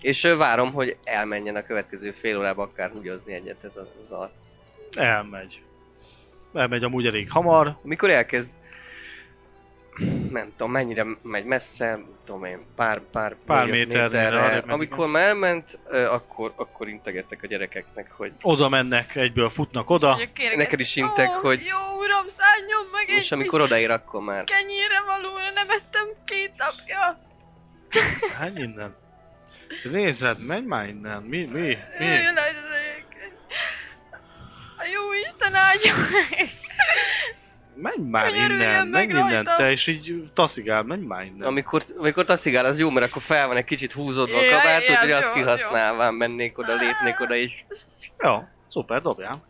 És ö, várom, hogy elmenjen a következő fél órába akár húgyozni egyet ez az, az arc. Elmegy. Elmegy amúgy elég hamar. Amikor elkezd, nem tudom mennyire megy messze, nem tudom én, pár, pár, Pár millió méternyire arrébb megy, Amikor már elment, ö, akkor, akkor integettek a gyerekeknek, hogy Oda mennek, egyből futnak oda. Mondjuk kérek, neked is intek, "Ó, hogy- Jó uram, szálljon meg egy és amikor odaér, akkor már kenyére valóra nem ettem két napja. Menj innen. Nézd, menj már innen. Mi, mi, mi? Jöjjönök. A jó Isten áldja meg. Menj már Könyörüljön innen, meg menj innen rajta! te, és így taszigál, menj már innen. Amikor, amikor taszigál, az jó, mert akkor fel van egy kicsit húzódva a Jaj, kabátod, jaj, hogy az azt jó, az jó. kihasználván mennék oda, lépnék oda és Ja, szuper, dobjál.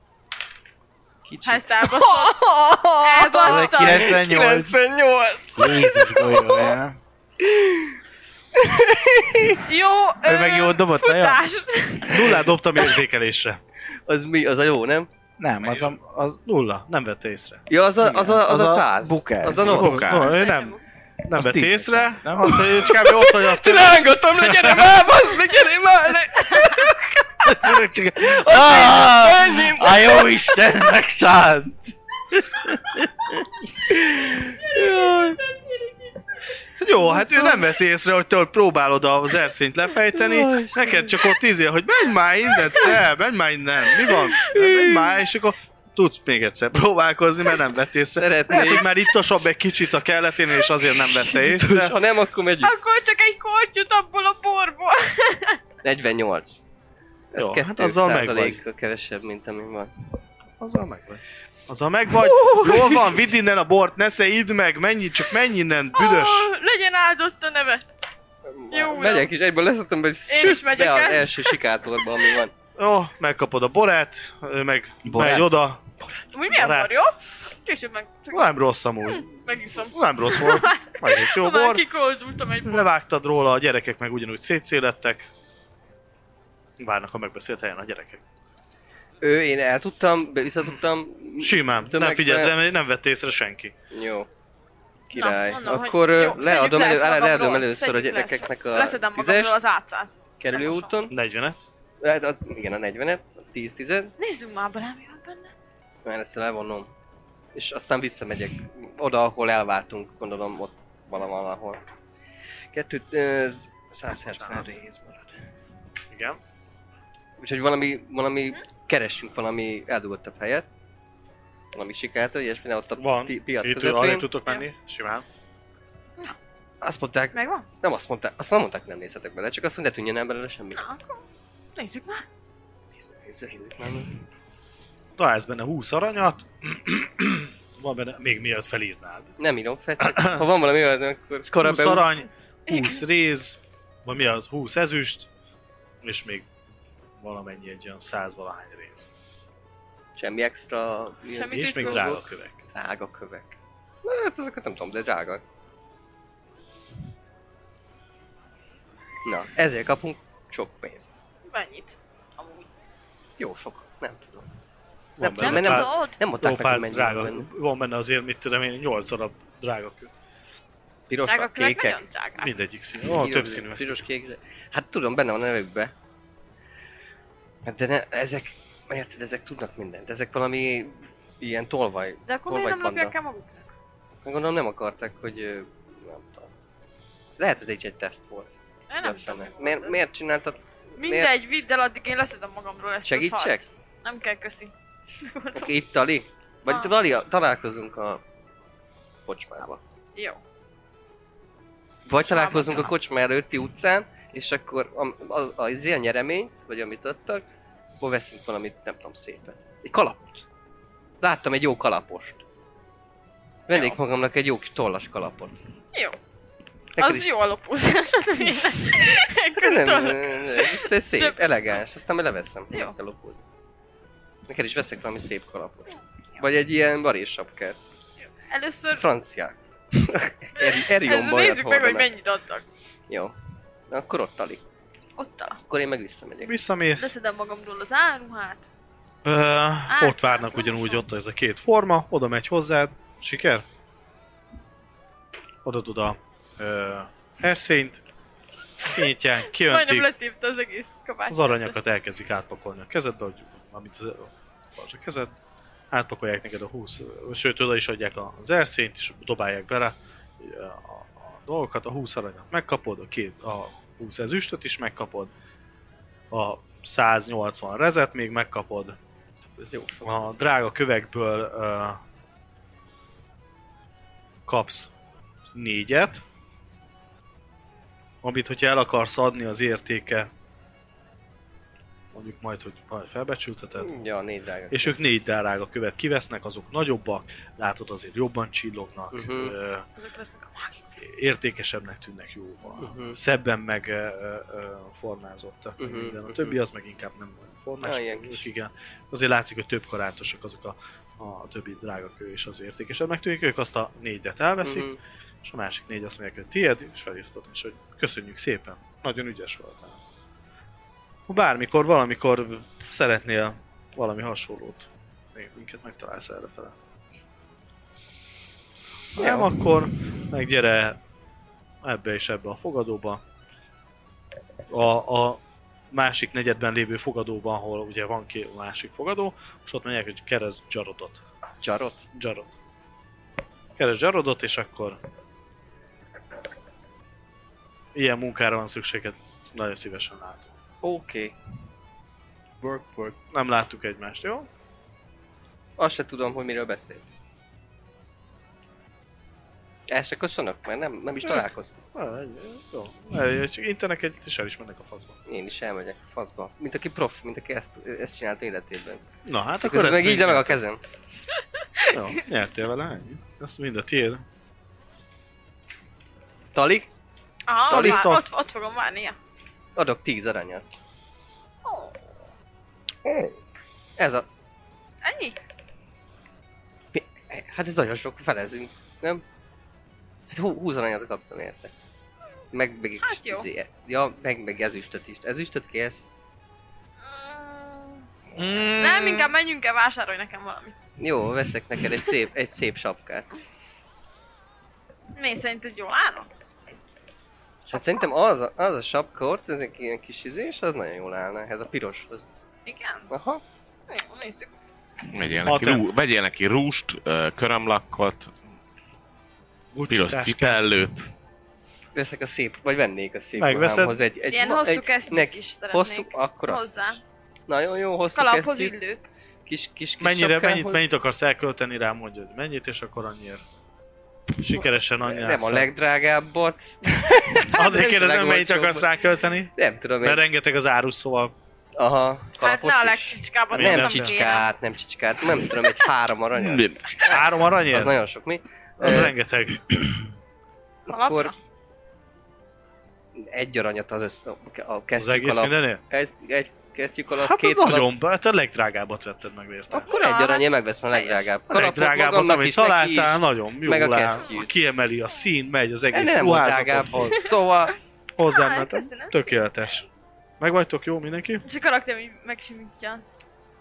kicsit. Ha ezt elbasztod, elbasztad. 98. 98! Jézus golyója. Jó, Ő meg jól dobott, na jó? futás. Nullát dobtam érzékelésre. Az mi? Az a jó, nem? Nem, az a... Az nulla, nem vette észre. Ja, az a, az a, az Az a a száz. buker. Az a Az nos. bokár. Ő nem, nem Az vett tízes észre, volt, nem? azt mondja, hogy kb. ott vagy a tőle. Rángatom, le, gyere már, bazd meg, gyere már, le! Ah! Ennyi! A jó Istennek szánt! Jó, Jó, hát ő nem veszi észre, hogy te hogy próbálod az erszényt Ó, lefejteni, Istenem. neked csak ott izél, hogy menj már innen, te, menj már innen, mi van? Hát Menj már, és akkor tudsz még egyszer próbálkozni, mert nem vett észre. Szeretnék. Lehet, hogy már ittasabb egy kicsit a kelletén, és azért nem vette észre. Ha nem, akkor megyünk. Hát- Akkor csak egy kortyot abból a borból. 48. Ez Jó, Jó, hát 2 azzal meg százalékkal kevesebb, mint ami van. Azzal meg vagy. Azzal meg vagy. Jól van, vidd innen a bort, ne se idd meg, mennyi, csak menj innen, büdös. Ó, legyen áldott a neve. Jó, uram. Megyek is, egyből leszettem, hogy Én is megyek be az el. első sikátorba, ami van. Jó, megkapod a borát, ő meg Borát? megy oda. Úgy milyen Barát. bor, jó? Később meg, Nem rossz amúgy. megiszom. Nem rossz volt. Egész jó Ha Már bor. kikoldultam egy bor. Levágtad róla, a gyerekek meg ugyanúgy szétszélettek. Várnak a megbeszélt helyen a gyerekek. Ő, én el tudtam, be- vissza tudtam. Simán, nem Tömegbe- figyelt, nem, nem vett észre senki. Jó. Király. Na, mondom, hogy- Akkor ö, jó, szedjük leadom, le elő, ezt le, magamról, leadom először a szedjük le ezt. gyerekeknek a Leszedem tízes magamról az átszát. kerülő úton. 40 Hát a, igen, a 40-et, a 10-10-et, Nézzünk már bele, mi van benne. mert ezt levonom. És aztán visszamegyek oda, ahol elváltunk, gondolom ott vala- valahol. Kettőt, ez 170 rész marad. Igen. Úgyhogy valami, valami, keressünk valami eldugott a helyet. Valami sikátor, ilyesmi, ott a Van. pi- piac Itt arra közepén. tudtok menni? Simán. Azt mondták, Megvan? nem azt mondták, azt nem mondták, nem nézhetek bele, csak azt, hogy ne tűnjön el belőle semmi. Na, akkor nézzük már. Találsz benne 20 aranyat. Van benne, még mielőtt felírnád. Nem írom fel, csak ha van valami olyan, akkor 20 korábban arany, 20 réz, vagy mi az, 20 ezüst, és még valamennyi egy olyan 100 valahány réz. semmi extra, ilyen Semmi és még titkos drága dolgok. kövek. drága kövek. Na, Hát azokat nem tudom, de drága. Na, ezért kapunk sok pénzt. Mennyit? Amúgy. Jó sok, nem tudom. Van Nem benne tudom, Nem mert nem, nem tudod? Jó mondták meg, pár hogy mennyi drága, van benne. van benne azért, mit tudom én, 8 darab drága kő. Pirosak, Drága kövek kékek. nagyon drágák. Mindegyik színű, oh, több Piros- színű. Piros kék. Hát tudom, benne van a nevükbe. Hát de ne, ezek, érted, ezek tudnak mindent. Ezek valami ilyen tolvaj. De akkor Hol miért vagy, nem lopják Panda? el maguknak? Gondolom nem akarták, hogy... ö, Nem tudom. Lehet ez egy, egy teszt volt. Én nem Benne. tudom. Miért, miért csináltad? Mindegy, vidd el, addig én leszedem magamról ezt a szart. Segítsek? Nem kell, köszi. Oké, itt Tali? Vagy Ah. Tali, találkozunk a kocsmába. Jó. Vagy találkozunk a Kocsmába. kocsma előtti utcán, és akkor a, a, a, az ilyen nyeremény, vagy amit adtak, akkor veszünk valamit, nem tudom, szépet. Egy kalapot. Láttam egy jó kalapost. Vennék Jó. magamnak egy jó kis tollas kalapot. Jó. Neked az is- jó a lopózás, az én Hát Nem, nem, nem. nem, ez- ez De- szép, elegáns, aztán majd leveszem, Jó. nem kell lopózni. Neked is veszek valami szép kalapot. Vagy egy ilyen baréssapkát. Először Franciák. Eri- ezzel Erionban olyat nézzük meg, hogy hordanak. mennyit adnak. Jó. Na akkor ott alig. Ott a. Akkor én meg visszamegyek. Visszamész, Leszedem magamról az áruhát. ö, ott várnak lassan. ugyanúgy ott ez a két forma, oda megy hozzád, siker? Odaadod a ö, erszényt, kinyitják, Majdnem kiöntik, letépte az egész kabátot. Az aranyakat elkezdik átpakolni a kezedbe, hogy amit az, tarts a kezed, átpakolják neked a 20, sőt oda is adják az erszényt, és dobálják bele a, a, a dolgokat, a 20 aranyat megkapod, a, két, a 20 ezüstöt is megkapod, a 180 rezet még megkapod, Ez jó. a drága kövekből ö, kapsz négyet, amit hogyha el akarsz adni az értéke, mondjuk majd, hogy majd felbecsülteted, Hm, Ja, négy drága. és ők négy drága követ kivesznek, azok nagyobbak, látod azért jobban csillognak, Mhm. uh-huh. ö, Ezek lesznek a értékesebbnek tűnnek jóval, Mhm. uh-huh. szebben meg ö, ö, ö, formázottak, uh-huh. Mhm, minden. A mhm. többi az meg inkább nem olyan formás, Ja, ilyen ők kis. igen. Azért látszik, hogy több karátosak azok a, a többi drága kő és az értékesebbnek tűnik, ők azt a négyet elveszik, Mhm. és a másik négy azt mondják, hogy tiéd, és felírtad, és hogy köszönjük szépen, nagyon ügyes voltál. Ha Bármikor, valamikor szeretnél valami hasonlót, még minket megtalálsz errefele. Ha nem, Jó. akkor meg gyere ebbe és ebbe a fogadóba. A, a másik negyedben lévő fogadóban, ahol ugye van két másik fogadó, és ott mondják, hogy keresd Jarodot. Csarot? Jarod. Keres Jarodot, és akkor ilyen munkára van szükséged, nagyon szívesen látom. Oké. Okay. Work, work. Nem láttuk egymást, jó? Azt se tudom, hogy miről beszélt. El se köszönök, mert nem, nem is Hm. találkoztam. Na, Jó. Eljöjj, Csak intenek egyet és el is mennek a faszba. Én is elmegyek a faszba. Mint aki prof, mint aki ezt, ezt csinált életében. Na hát akkor Közben meg így le meg a mindjárt- kezem. Jó, nyertél vele, ennyi. Ezt mind a tiéd. Tali, Aha, ott, Talisztok. vár- ott, ott fogom várni, ja. adok 10 aranyat. Ó, Ez a... Ennyi? Hát ez nagyon sok, felezünk, nem? Hát hú- 20 aranyat kaptam érte. Meg meg egy Hát kis jó. izé- Ja, meg meg ezüstöt is. Ezüstöt kérsz? Mm. Nem, inkább menjünk el, vásárolj nekem valamit. Jó, veszek neked egy szép, egy szép sapkát. Mi szerinted jól állok? Hát szerintem az a, az a sapka ott, ez egy ilyen kis izé, és az nagyon jól állna ehhez a piroshoz. Igen? Aha. Jó, nézzük. Vegyél neki, Patent. rú, vegyél neki rúst, ö, körömlakkot, Gucci piros táskát. cipellőt. Veszek a szép, vagy vennék a szép Megveszed? ruhámhoz egy, egy, Ilyen ma- hosszú egy, kesztyűt neki- is szeretnék. Hosszú, akkor azt Hozzá. is. Nagyon jó hosszú Kalaphoz kesztyű, illő. Hát kis, kis, kis Mennyire, sapkához. mennyit, mennyit akarsz elkölteni rá, mondjad. Mennyit, és akkor annyiért. Sikeresen annyi Nem a látszol. legdrágábbat. nem Azért a kérdezem, mennyit legolcsóbbat. akarsz rákölteni? Nem tudom én. Mert rengeteg az árus, szóval Aha, Hát kalapot ne a is. legcsicskábbat, Nem Nem tudom. csicskát, nem csicskát, nem tudom, egy három aranyat. három Az aranyért? nagyon sok, mi? Az Ö, rengeteg. Akkor egy aranyat az össze, a Az kesztyű egész kalap. mindenért? Egy, egy kesztyű kalap, Hát két két kalap, nagyon, hát a legdrágábbat vetted meg érte. Akkor egy arany, hát- én megveszem a legdrágább. A kalapot legdrágábbat, magamnak amit is, neki találtál, nagyon jó meg a áll. kesztyűt. Kiemeli a szín, megy az is. Ez egész nem volt drágább. ruházatodhoz. Szóval, Hozzám, Á, hát köszönöm. tökéletes. Megvagytok jó mindenki? És a karakterem így megsimítja.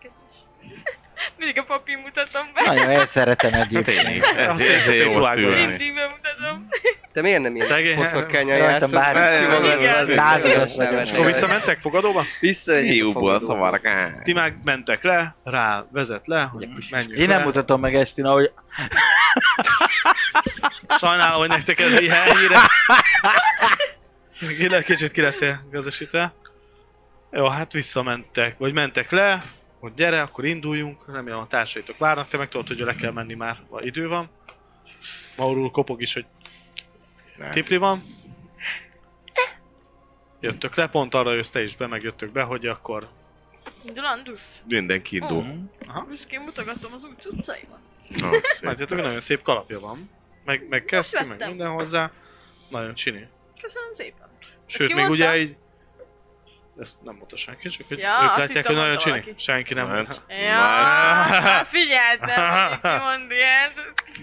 Kedves. Mindig a papír mutatom be. Nagyon ezt szeretem Hát Tényleg, egyébként. ez, szép- ez, ez szép jó ott ruhákban ülni. Mindig bemutatom. te miért nem Szegény- ilyen Hát, poszorkányan Rajtam játszod? bármi szívem, Mert- igen. Lázadás mert- vagyok. mert- És akkor visszamentek fogadóba? Vissza egy Hiúból fogadó. szavarok. Ti meg mentek le, rá vezet le, hogy menjünk Én nem le. mutatom meg ezt, én ahogy Sajnálom, hogy nektek ez így híre. Kile- Kicsit kilettél gazdaságra. Jó, hát visszamentek, vagy mentek le, hogy gyere, akkor induljunk, remélem a társaitok várnak, te meg tudod, hogy le kell menni már, ha idő van. Maurul kopog is, hogy Hát tipli van. Jöttök le, pont arra jössz te is be, meg jöttök be, hogy akkor Indul Andrusz. Mindenki indul. Büszkén mutogatom az út utcaival. Na, szép. Látjátok, nagyon szép kalapja van. Meg, meg kesztyű, meg vettem. minden hozzá. Nagyon csini. Köszönöm szépen. Sőt, ki még mondta? ugye így... Ezt nem mondta senki, csak hogy Ja, ők azt látják, hittem, hogy nagyon mondta csini. valaki. Senki nem Hát. mondta. Ja, Már- hát figyeld el, hogy ki mond ilyet.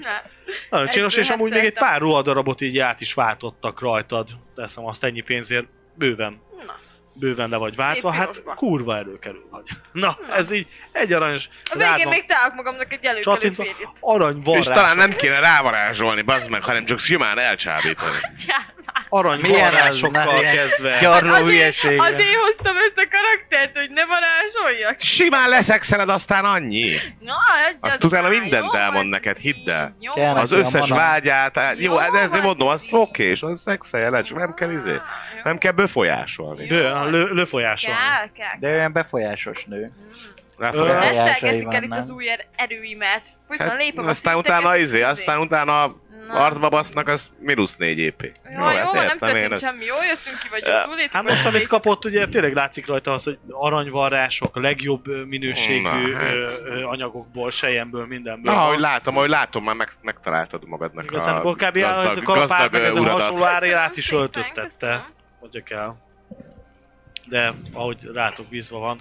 Na, Nagyon csinos, és Egyből amúgy még egy hesszeltem. pár ruhadarabot így át is váltottak rajtad. Teszem azt ennyi pénzért. Bőven. na. Bőven le vagy váltva, Szép hát pirosba. kurva előkerül vagy. Na, Na. ez így egy aranyos A rád végén van még találok magamnak egy előkelő csatintva, férjét. arany van És talán nem kéne rávarázsolni, bazd meg, hanem csak simán elcsábítani. Csá. arany Milyen az? varrásokkal Na, kezdve. gyarró azért, hülyeségre. azért hoztam ezt a karaktert, hogy ne varázsoljak. Simán leszekszeled, aztán annyi. Na, hagyjad Azt utána már, mindent jó elmond vagy, neked, hidd el. Jó Kell vagy. Az Neki a összes mana. vágyát, hát, jó, Jó hát ezért van, mondom, az így. oké, és az szexelje le, csak nem kell izé. Jó. Nem kell befolyásolni. Bő, lő, lőfolyásolni. Kell, kell. De olyan befolyásos nő. Mm. Ráfolyás- Ö, Hashtaggetni Járásai kell itt vannak. az új er- erőimet. Folyton Hát, lépem a aztán szinteket, utána izé, izé. aztán utána Na. arcba basznak, az mínusz 4 ép. hát Jaj, jó, van, nem történt ezt. semmi, jól jöttünk ki, vagy Ja. túléltük. Hát most, amit kapott, ugye tényleg látszik rajta az, hogy aranyvarrások, legjobb ö, minőségű Na, hát. ö, ö, anyagokból, sejemből, mindenből. Na, van. ahogy látom, ahogy látom, már meg, megtaláltad magadnak Igazából a kb. gazdag, ezek a pár gazdag meg ö, ezen uradat. hasonló áré át is Köszönöm öltöztette. szépen, Mondja kell. De ahogy rátok bízva van.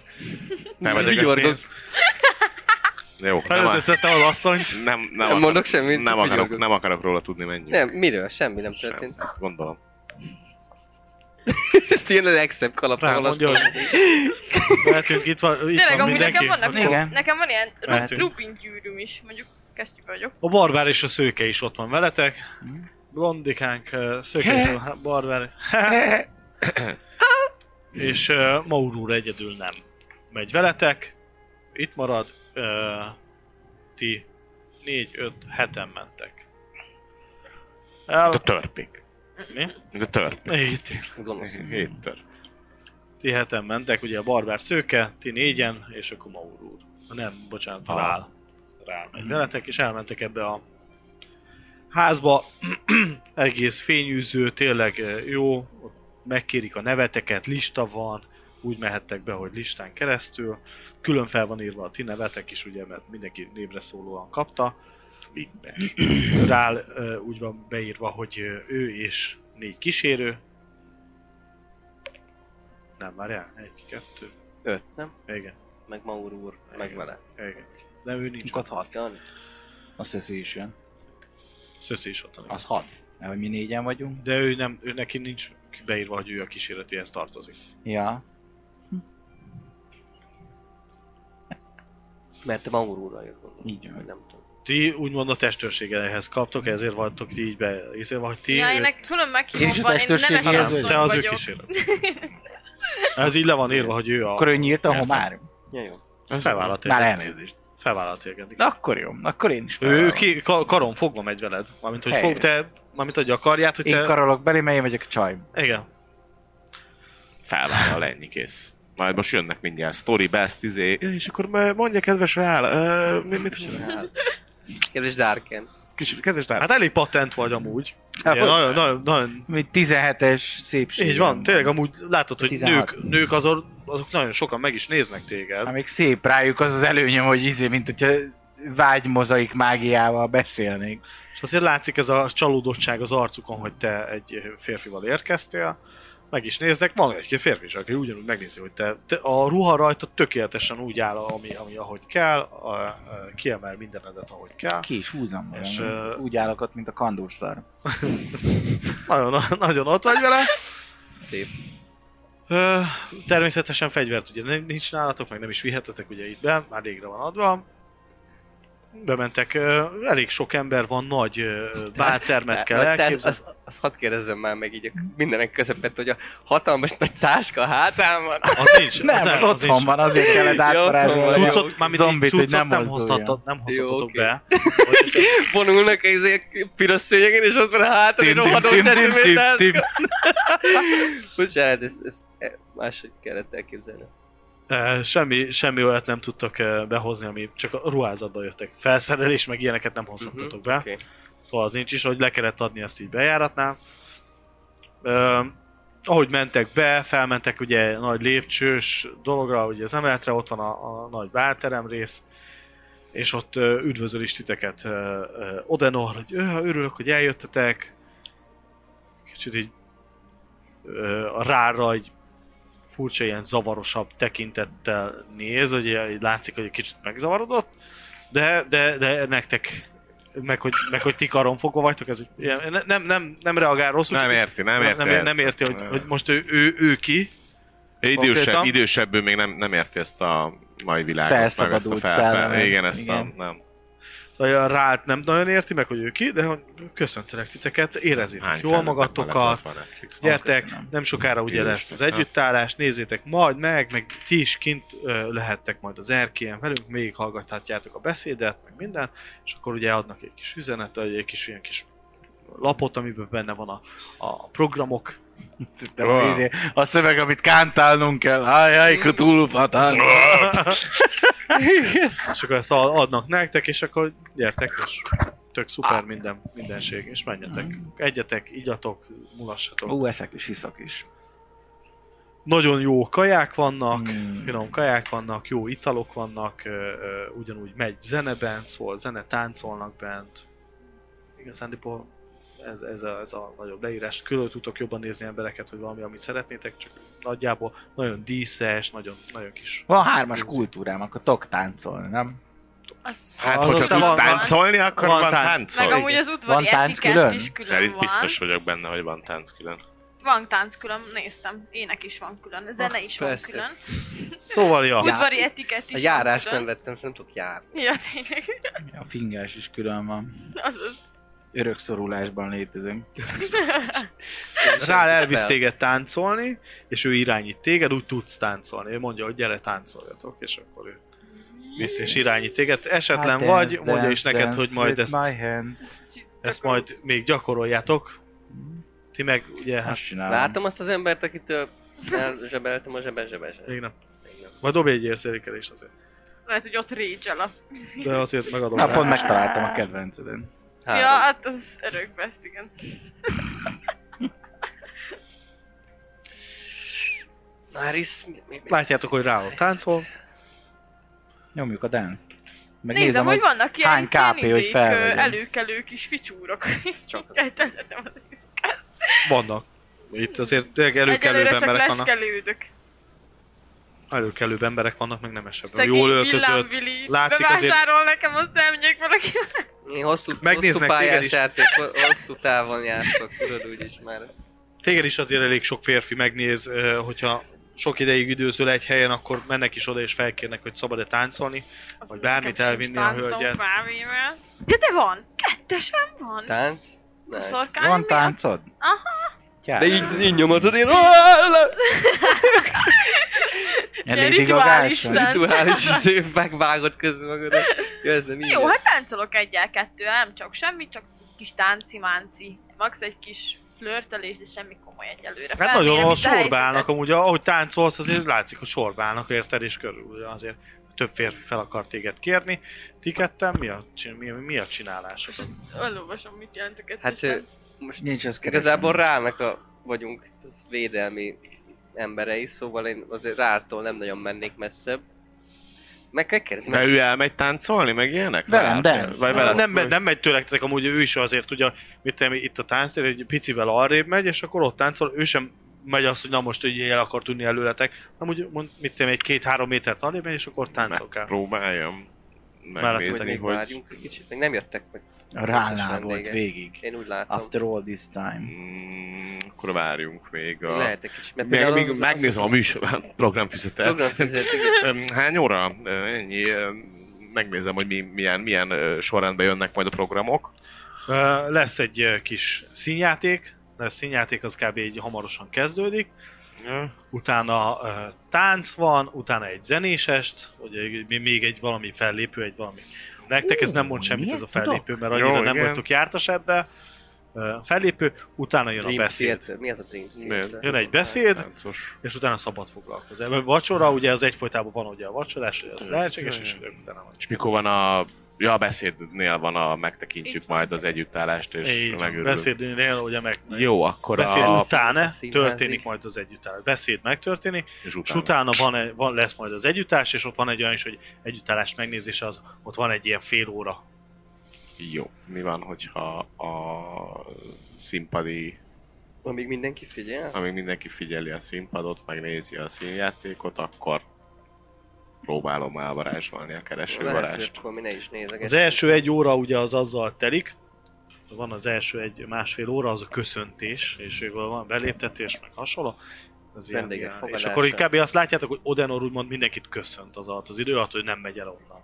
Nem, Húzod ezeket a pénzt. pénzt. Jó, nem, a- Felöltöztette az asszonyt. nem, nem, Nem akarok- mondok semmit, Nem csak akarok, vigyorgok. nem akarok róla tudni mennyi. Nem, miről? Semmi nem történt. Sem, Gondolom. Ez tényleg a legszebb kalap, Rá ahol azt- mondja, hogy lehetünk itt van, itt Tényleg, van amúgy nekem mindenki. vannak, Akkor Igen. nekem van ilyen ru- Mehetünk. Rubin gyűrűm is, mondjuk kesztyűbe vagyok. A barbár és a szőke is ott van veletek. Mhm. Blondikánk, ö, szőke, hát barbár. és uh, Maur úr egyedül nem megy veletek. Itt marad. Uh, ti 4-5 heten mentek. El, A törpik. Mi? De tör. Itt. Gonosz. Hét tör. Ti heten mentek, ugye a barbár szőke, ti négyen, és akkor Maur úr. Nem, bocsánat, Ah. rá. Rá megy veletek, és elmentek ebbe a házba. Egész fényűző, tényleg eh, jó, ott megkérik a neveteket, lista van, úgy mehettek be, hogy listán keresztül. Külön fel van írva a ti nevetek is, ugye, mert mindenki névre szólóan kapta. Rál eh, úgy van beírva, hogy eh, ő és négy kísérő. Nem, várjál, egy, kettő, Öt, nem? igen, Meg Maur úr, meg vele. igen. De ő nincs ott. Minket Hát hat. Jani? Azt hisz is jön. Szöszi is ott van. igen. Az hat. Mert hogy mi négyen vagyunk. De ő nem, ő neki nincs beírva, hogy ő a kísérletihez tartozik. Ja. Mert te Maur úrral jött gondolom. Így van. Vagy Nem tudom. Ti úgymond a testőrségehez kaptok, ezért vagytok ti így beírva, hogy ti... Ja, én őt- nek- tudom Én is meghívom, a van, én testőrségi nemes Nem, érző. asszony nem, te az ő vagyok. kísérlet. Ez így le van írva, hogy ő a... Akkor ő nyírt a Értem. homár. Ja, jó. Felvállalt Már érkezni. elnézést. Felvállalt érkezni. Na akkor jó, Na, akkor én is Ő felvállalom. ki, ka- karon fogva megy veled. Mármint, hogy fog, Helyes. te... Mármint adja a karját, hogy Én te... karolok belé, mert én vagyok a csaj. Igen. Felvállal, ennyi kész. Majd most jönnek mindjárt sztori, best, izé. És akkor m- mondja, kedves Rál, ö, mi, mit Hát, Kérdés Darken. Kis, kedves Rál. Hát elég patent vagy amúgy. Ilyen, nagyon, nagyon, nagyon, Mi 17-es szépség. Így van, tényleg amúgy látod, hogy 16. nők, nők azon, azok nagyon sokan meg is néznek Hát téged. még szép rájuk az az előnyöm, hogy izé, mint hogyha vágymozaik mágiával beszélnék. És azért látszik ez a csalódottság az arcukon, hogy te egy férfival érkeztél, meg is néznek, van egy-két férfi is, aki ugyanúgy megnézi, hogy te, te a ruha rajta tökéletesen úgy áll, ami, ami ahogy kell, a, a, kiemel mindenedet, ahogy kell. Ki is húzom magam. És, És, ö, Úgy állok ott, mint a kandúrszar. Nagyon, nagyon ott vagy vele. Szép. Ö, természetesen fegyvert ugye nem- nincs nálatok, meg nem is vihetetek ugye itt be, már régre van adva. Bementek, ö, elég sok ember van, nagy ö, báltermet kell Nagy társ- elképzelni. Azt, azt hadd kérdezzem már meg így a mindenek közepett, hogy a hatalmas nagy táska a hátán van. Az nincs, az Nem, nem, nem az otthon nincs. van, azért kellett Ja, átparázsolni. otthon van. a Cuccot, mármint így Zombit, hogy cuccot nem nem mozduljon. hozhatott- nem Jó, hozhatatok oké. be. Vonulnak ezek piros szőnyegen, és ott van a hátad, egy rohadó csecsebét táska. Bocsánat, ezt, ezt e, máshogy kellett elképzelni. Ö, Semmi, semmi olyat nem tudtak ö, behozni, ami csak a ruházatba jöttek. Felszerelés, meg ilyeneket nem hozhatatok be. Oké. Szóval az nincs is, hogy le kellett adni ezt így bejáratnál. Ö, ahogy mentek be, felmentek ugye nagy lépcsős dologra, ugye az emeletre, ott van a, a nagy bárterem rész, és ott ö, üdvözöl is titeket ö, ö, Odenor, hogy ö, örülök, hogy eljöttetek. Kicsit így ö, a rára egy furcsa ilyen zavarosabb tekintettel néz, ugye így látszik, hogy egy kicsit megzavarodott, de, de, de nektek meg hogy, meg hogy ti karon fogva vagytok, ez egy- ilyen- ne- nem, nem, nem reagál rosszul, Nem csak érti, nem nem, érti. nem, ér- nem érti, hogy, Nem. hogy most ő, ő, ő ki. Idősebb, Konkrétan? idősebb, ő még nem, nem érti ezt a mai világot, meg ezt a Felszabadult fel, fel, szellemet. igen, ezt Igen. A, nem. Vagy a Rált nem nagyon érti meg, hogy ő ki, de hogy köszöntelek titeket, érezzétek Hány jól felnőtt mellett magatokat, ott van Netflix? gyertek, Köszönöm. nem sokára ugye Én is lesz az köszönöm. együttállás, nézzétek majd meg, meg ti is kint ö, lehettek majd az erkélyen velünk, még hallgathatjátok a beszédet, meg minden, és akkor ugye adnak egy kis üzenetet, egy kis ilyen kis lapot, amiben benne van a, a programok, Szerintem a izé- A szöveg, amit kántálnunk kell. Hájháj, kutulúp, határ. és akkor ezt a- adnak nektek, és akkor gyertek, és tök szuper minden, mindenség, és Mm. menjetek. Egyetek, igyatok, mulassatok. Ú, eszek is, iszok is. Nagyon jó kaják vannak, Mm. finom kaják vannak, jó italok vannak, ö, ö, ugyanúgy megy zene bent, szóval zene táncolnak bent. Igazándiból ez, ez, a, ez a nagyobb leírás. Külön tudtok jobban nézni embereket, hogy valami, amit szeretnétek, csak nagyjából nagyon díszes, nagyon, nagyon kis. Van hármas kultúrám, akkor tok táncolni, nem? Az- Hát, Az hogyha ott van- tudsz van- táncolni, akkor van van tánc. táncol. Meg Szóval amúgy igen. az udvari Van tánc külön? etikett is külön Szerint van. biztos vagyok benne, hogy van tánc külön. Van tánc külön, néztem. Ének is van külön, zene is van persze. külön. Szóval, ja. Udvari etikett is A járás van nem külön. vettem, nem tudok járni. Ja, tényleg. A fingás is külön van. Azaz. Örökszorulásban létezünk. Szóval. Rá elvisz téged táncolni, és ő irányít téged, úgy tudsz táncolni. Ő mondja, hogy gyere táncoljatok, és akkor ő visz és irányít téged. Esetlen Hát vagy, dance, mondja is dance, neked, dance hogy majd with ezt, my hand. ezt majd még gyakoroljátok. Ti meg ugye, hát Azt csinálom. Látom azt az embert, akitől elzsebeltem a zsebe zsebe még nem. Még nem. Majd dobj egy érszékelés azért. Lehet, hogy ott rage a... De azért megadom. Na, rá. pont megtaláltam a kedvenceden. Ja, Három. hát az örökbeszt, igen. Náris, mi, mi, mi Látjátok, hogy rá ott táncol. Nyomjuk a dance Meg Nézem, Nézem, hogy vannak ilyen, hány ilyen KP, hogy izék, felvegyem. ö, előkelő kis ficsúrok. Csak az- Elteltem az iszkát. Vannak. Itt azért tényleg előkelőbb Egyelőre csak emberek vannak. leskelődök. Előkelőbb emberek vannak, meg nemesebben. Szegény Jól öltözött. villámvili Látszik azért- bevásárol nekem, azt elmegyek valaki. Én hosszú, hosszú Megnéznek téged pályás is. játék, ho- hosszú távon játszok, tudod úgyis már. Téged is azért elég sok férfi megnéz, ö, hogyha sok ideig időzöl egy helyen, akkor mennek is oda és felkérnek, hogy szabad-e táncolni. Vagy bármit elvinni a hölgyet. Bármivel. Ja, de van! Kettesen van! Tánc? Nice. Szorkány Van miatt? táncod? Aha. Gyere. De így, így nyomatod, én Ilyen Ilyen Lady rituális Gaga-s? tánc. rituális izé megvágod közül magadat. Jó, ez nem így. Jó, hát táncolok egyel kettővel, nem csak semmi, csak kis tánci-mánci. Max egy kis flörtelés, de semmi komoly egyelőre. Hát Felmérem nagyon a itt a sorba állnak, helyzetet. amúgy ahogy táncolsz, azért látszik, hogy sorba állnak, érted, és körül ugye azért több férfi fel akar téged kérni. Ti ketten mi a, csin- mi, mi a csinálások? Elolvasom, mit jelent a kettős Hát ő, tánc. most Nincs ez igazából rának a, vagyunk az védelmi emberei, szóval én azért rától nem nagyon mennék messzebb. Meg kell kérdezni, Mert meg ő elmegy táncolni, meg ilyenek? Velem, Vagy- dance. Vagy veled? Nem, megy- nem megy tőletek, amúgy ő is azért tudja, mit tudom, én, itt a tánctér, egy picivel arrébb megy, és akkor ott táncol, ő sem megy azt, hogy na most hogy el akar tudni előletek, amúgy mond, mit tudom, én, egy két-három métert arrébb megy, és akkor táncol kell. Próbáljam Hát, hogy megnézni, még hogy... várjunk egy kicsit, még nem jöttek meg. Rálá Összes volt vendége. végig. Én úgy látom. After all this time. Mm, akkor várjunk még a... Lehet egy kicsit, mert Még, például még az- megnézem a az- műsor, programfüzetet. Programfüzetet, Öm, Hány óra? Ö, Ennyi. ö, Megnézem, hogy mi, milyen, milyen ö, sorrendben jönnek majd a programok. Ö, lesz egy ö, kis színjáték, lesz színjáték, az kb. így hamarosan kezdődik, utána ö, tánc van, utána egy zenésest, ugye még- még egy valami fellépő, egy valami. Nektek ez nem mond semmit ez a fellépő, mert annyira Jó, nem igen. vagytok jártas ebbe. Ö, fellépő, utána jön a Dream beszéd. Theater. Mi az a Dream Miért? Theater? Jön egy beszéd, Táncos. és utána szabad foglalkozás. Mert Vacsora, ugye az egyfolytában van ugye a vacsorás, ugye az lehetséges, és ugye utána van. És mikor van a... Ja, a beszédnél van a megtekintjük Így van. majd az együttállást, és Így van, megőrülünk. beszédnél, ugye meg... Jó, akkor Beszéd a... utána színházi- történik majd az együttállás. Beszéd megtörténik, És És utána. utána van, e, van, lesz majd az együttállás, és ott van egy olyan is, hogy együttállás megnézése, az, ott van egy ilyen fél óra. Jó. Mi van, hogyha a színpadi, Amíg Hát, mindenki figyel? amíg mindenki figyeli a színpadot, megnézi a színjátékot, akkor próbálom elvarázsolni a kereső Lehet, hogy varázst. akkor mi ne is nézek. Az első egy óra ugye az azzal telik, van az első egy másfél óra, az a köszöntés, és ővel van beléptetés, meg hasonló. Az ilyen- Vendégek ilyen- és fogadása. akkor inkább azt látjátok, hogy Odenor úgymond mindenkit köszönt az alatt az idő alatt, hogy nem megy el onnan.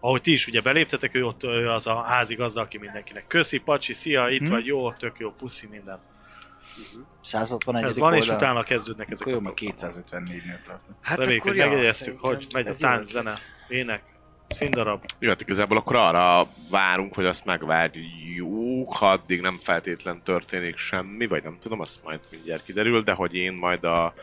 Ahogy ti is ugye beléptetek, ő ott ő az a házigazda, aki mindenkinek köszi, pacsi, szia, itt Hm. vagy, jó, tök jó, puszi, minden. 161. Ez van, és oldal. utána kezdődnek ezek Akkor jó, a meg programok. 254-nél tartunk. Hát Reméljük, hogy ja, megjegyeztük, szerintem hogy megy a ez jó tánc, ötlet. zene, ének, színdarab. Jó, hát igazából akkor arra várunk, hogy azt megvárjuk, ha addig nem feltétlen történik semmi, vagy nem tudom, azt majd mindjárt kiderül, de hogy én majd a,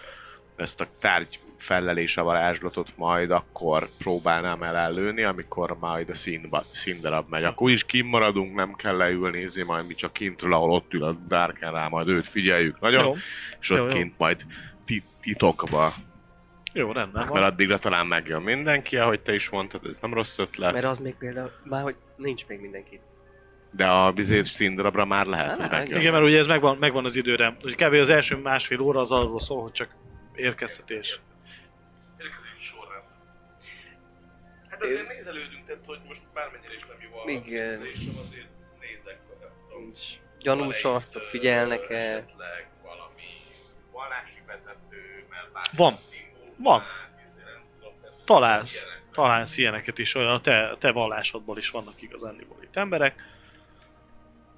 ezt a tárgy fellelése varázslatot majd akkor próbálnám elellőni, amikor majd a színba, színdarab megy. Akkor úgyis kimaradunk, nem kell leülni, nézni, majd mi csak kintről, ahol ott ül a dárkán rá, majd őt figyeljük nagyon, jó. és ott jó, jó, jó. kint majd ti- titokba. Jó, rendben Mert van. addigra talán megjön mindenki, ahogy te is mondtad, ez nem rossz ötlet. Mert az még például, már hogy nincs még mindenki. De a bizét színdarabra már lehet, hogy Á, megjön. Igen, mert ugye ez megvan, megvan az időre. Hogy kb. az első másfél óra az arról szól, hogy csak érkeztetés. Hát azért nézelődünk, tehát hogy most bármennyire is nem jó a Még, eh, nézésem, azért nézek, hogy nem tudom. Nincs. Gyanús arcok figyelnek el. Esetleg valami vallási vezető, mert már Van. szimbólum, Van. nem tudom, tehát Találsz. Találsz ilyeneket is, olyan a te, te vallásodból is vannak igazándiból itt emberek.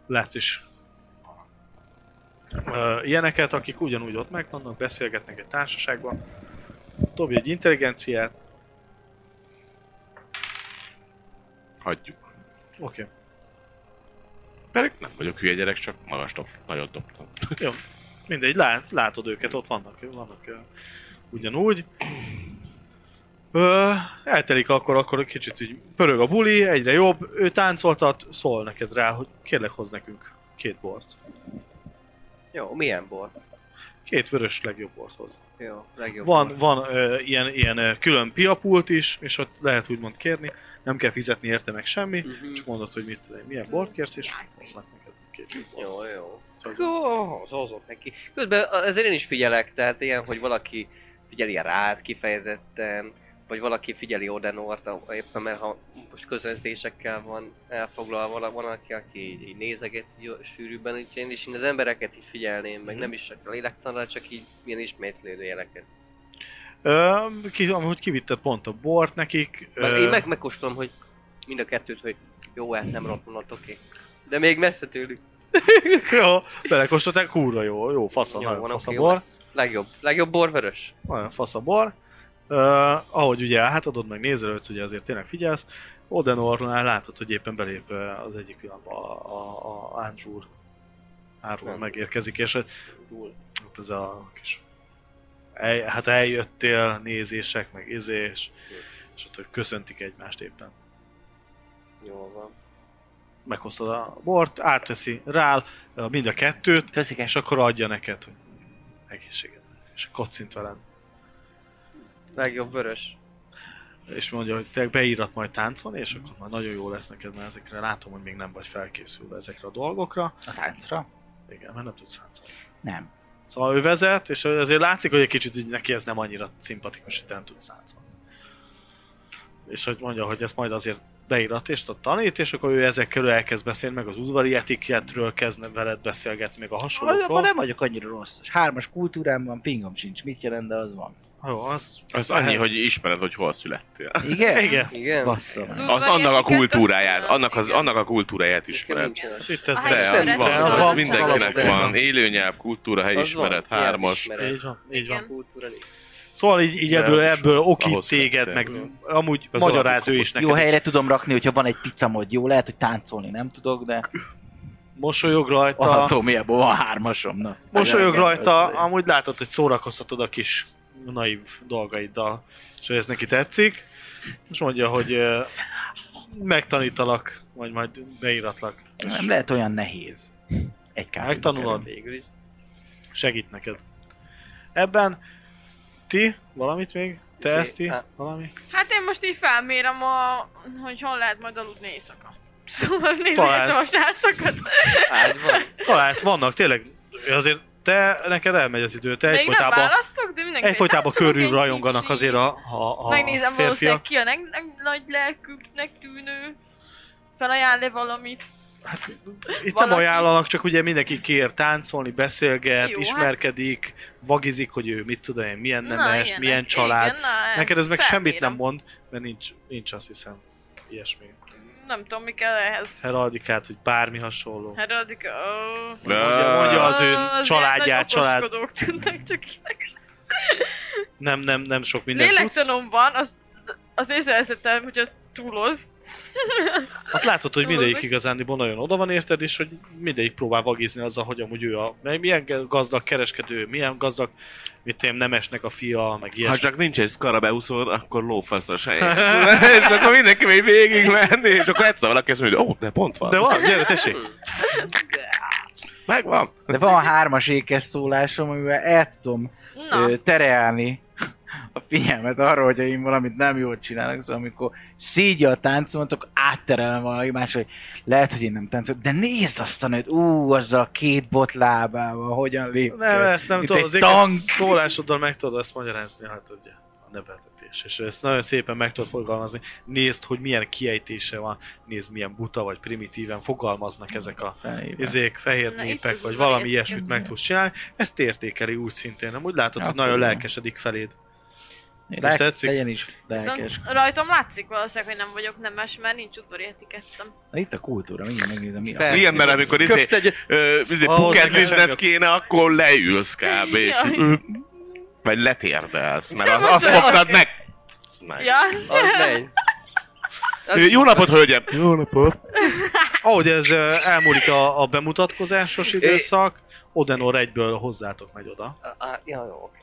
Látsz is ö, ilyeneket, akik ugyanúgy ott megvannak, beszélgetnek egy társaságban. Dobj egy intelligenciát. Hagyjuk. Oké. Pedig nem vagyok hülye gyerek, csak magas top, nagyon dobtam. Jó. Mindegy, lát, látod őket, ott vannak, vannak ö, ugyanúgy. Ö, eltelik akkor, akkor kicsit így pörög a buli, egyre jobb, ő táncoltat, szól neked rá, hogy kérlek hoz nekünk két bort. Jó, milyen bor? Két vörös legjobb bort hoz. Jó, legjobb Van, bor. van ö, ilyen, ilyen ö, külön piapult is, és ott lehet úgymond kérni, nem kell fizetni érte meg semmi, Mhm. csak mondod, hogy mit, milyen bort kérsz, és hoznak neked két bort. Jó, jó. Csak- Jó, az hozok neki. Közben azért én is figyelek, tehát ilyen, hogy valaki figyeli rád kifejezetten, vagy valaki figyeli Odenort, a- éppen mert ha most közöntésekkel van elfoglalva, vala- van aki, aki így, így nézeget jó- sűrűbben, úgyhogy én is én az embereket így figyelném, meg nem is csak a lélektanra, csak így ilyen ismétlődő jeleket. Ö, ki, amúgy kivitte pont a bort nekik. Mert ö, én meg megkóstolom, hogy mind a kettőt, hogy jó, ez nem rokonat, oké. De még messze tőlük. Jó, belekóstolták, húra jó, jó, fasz a, Jó, van, nagyon fasz a oké, jó bor. lesz. Legjobb, legjobb borvörös. Nagyon fasz a bor. Uh, ahogy ugye átadod, meg nézelődsz, ugye azért tényleg figyelsz, Odenornál látod, hogy éppen belép ö, az egyik pillanatban a, a, a Andrew Árul Nem. megérkezik, és ott ez a kis... El, hát eljöttél, nézések, meg izés, és ott ők köszöntik egymást éppen. Jó van. Meghoztad a bort, átveszi rá mind a kettőt, Köszike. És akkor adja neked, hogy egészséged. És kacint velem. Legjobb vörös. És mondja, hogy te beírat majd táncolni, és akkor már nagyon jó lesz neked, mert ezekre látom, hogy még nem vagy felkészülve ezekre a dolgokra. A táncra? Igen, mert nem tudsz táncolni. Nem. Szóval ő vezet, és azért látszik, hogy egy kicsit így neki ez nem annyira szimpatikus, hogy te nem tudsz táncolni. És hogy mondja, hogy ezt majd azért beírat és ott tanít, és akkor ő ezek körül elkezd beszélni, meg az udvari etikettről kezdne veled beszélgetni, még a Abban hasonlókról. nem vagyok annyira rossz. Hármas kultúrám van, pingom sincs. Mit jelent, de az van. Jó, az... Az annyi, ehhez- hogy ismered, hogy hol születtél. Igen? Igen. Igen? Basszom. Az Az udvari annak a etikett, kultúráját, azt- annak, az, igen. annak a kultúráját Nekem ismered. nincs olyan. Hát itt ez A bele- helyes De az ismeret, van, de az az, van. mindenkinek Az van. Élőnyelv, kultúra, helyismeret, Az van, hármas. nyelvismeret, Így van, így van. Igen. kultúra nincs. Szóval így, így De ebből, az is ebből okít ahhoz téged, kell. meg Jó. amúgy Az magyaráz alapokon. ő is neked. Jó is. helyre tudom rakni, hogyha van egy picamod. Jó, lehet, hogy táncolni nem tudok, de... Mosolyog rajta, Attól miából van hármasom, na. mosolyog Igen, rajta, az- amúgy látod, hogy szórakoztatod a kis naív dolgaiddal, és hogy ez neki tetszik. És mondja, hogy ö, megtanítalak, vagy majd beíratlak. És Nem lehet olyan nehéz. Egy kár. Megtanulod. Végül is. segít neked. Ebben ti valamit még? Te Izé, ezt á. valami? Hát én most így felmérem, a, hogy hol lehet majd aludni éjszaka. Szóval nézzétek Balázs. a srácokat. Hát, Ágy van. Találsz, vannak tényleg, azért te, neked elmegy az idő, te Még nem egyfolytában, választok, de mindenki egyfolytában táncolok körül egy rajonganak kicsit. azért a, a, a Megnézem valószínűleg férfiak. ki a neg- neg- nagy lelküknek tűnő. Felajánl-e valamit? Hát, Itt Valaki- nem ajánlanak, csak ugye mindenki kér táncolni, beszélget, Jó, Jó, hát- ismerkedik, vagizik, hogy ő mit tudom én, milyen nemes, ilyenek. milyen család. Igen, na, Neked ez meg felmérem. semmit nem mond, mert nincs, nincs azt hiszem ilyesmi. Nem tudom, mi kell ehhez. Heraldikát, hogy bármi hasonló. Herodik, oh. Mondja, mondja az ő Ó, az családját, ilyen nagy család... okoskodók tűntek csak ilyenek. Nem, nem, nem sok mindent tudsz. Lélektanom van, az, az észrevezettem, hogyha túloz. Azt látod, hogy mindegyik Tudod, igazándiból nagyon oda van érted, és hogy mindegyik próbál vagizni azzal, hogy amúgy ő a... mert Milyen gazdag kereskedő, milyen gazdag, mit én, nemesnek a fia, meg Ha ilyesmi. Hát csak nincs egy szkarabeuszod, akkor lófasz a saját. és akkor mindenki még végig menni, és akkor egyszer valaki azt mondja, hogy ó, de pont van. De van, gyere, tessék! Megvan. De van hármas ékes szólásom, amivel el tudom Na, ö, terelni a figyelmet arra, hogy én valamit nem jól csinálok, szóval amikor szídja a táncomat, akkor átterelem valami más, hogy lehet, hogy én nem táncolok, de nézd azt a nőt, ú, azzal a két bot lábával, hogyan lép. Nem, ezt nem Mint tudod, egy az ékes tank. szólásoddal meg tudod ezt magyarázni, hát ugye a neveltetés. És ezt nagyon szépen meg tudod fogalmazni. Nézd, hogy milyen kiejtése van, nézd, milyen buta vagy primitíven fogalmaznak ezek a izék, fehér Na, itt népek, az vagy az valami elég ilyesmit kemény. meg tudsz csinálni. Ezt értékeli úgy szintén, nem? Úgy látod, hogy Akkor nagyon jó. lelkesedik feléd. Lelkes, tetszik? Legyen is lelkes. viszont rajtam látszik valószínűleg, hogy nem vagyok nemes, mert nincs udvari etikettem. Na, itt a kultúra, mindjárt megnézem, mi a... Persze. Ilyen, mert amikor izé, Köpsz egy... ö, izé Ahhoz nekem puketlizned nem kéne, akkor leülsz kb. És, Jaj. ö, vagy letérdelsz, mert Sem az, azt az- szoktad meg. meg. Ja, Az megy. Ö, Jó napot, hölgyem! Jó napot! Ahogy ez ö, elmúlik a, a bemutatkozásos időszak, Odenor egyből hozzátok megy oda. Á, á, Ja, jó, oké.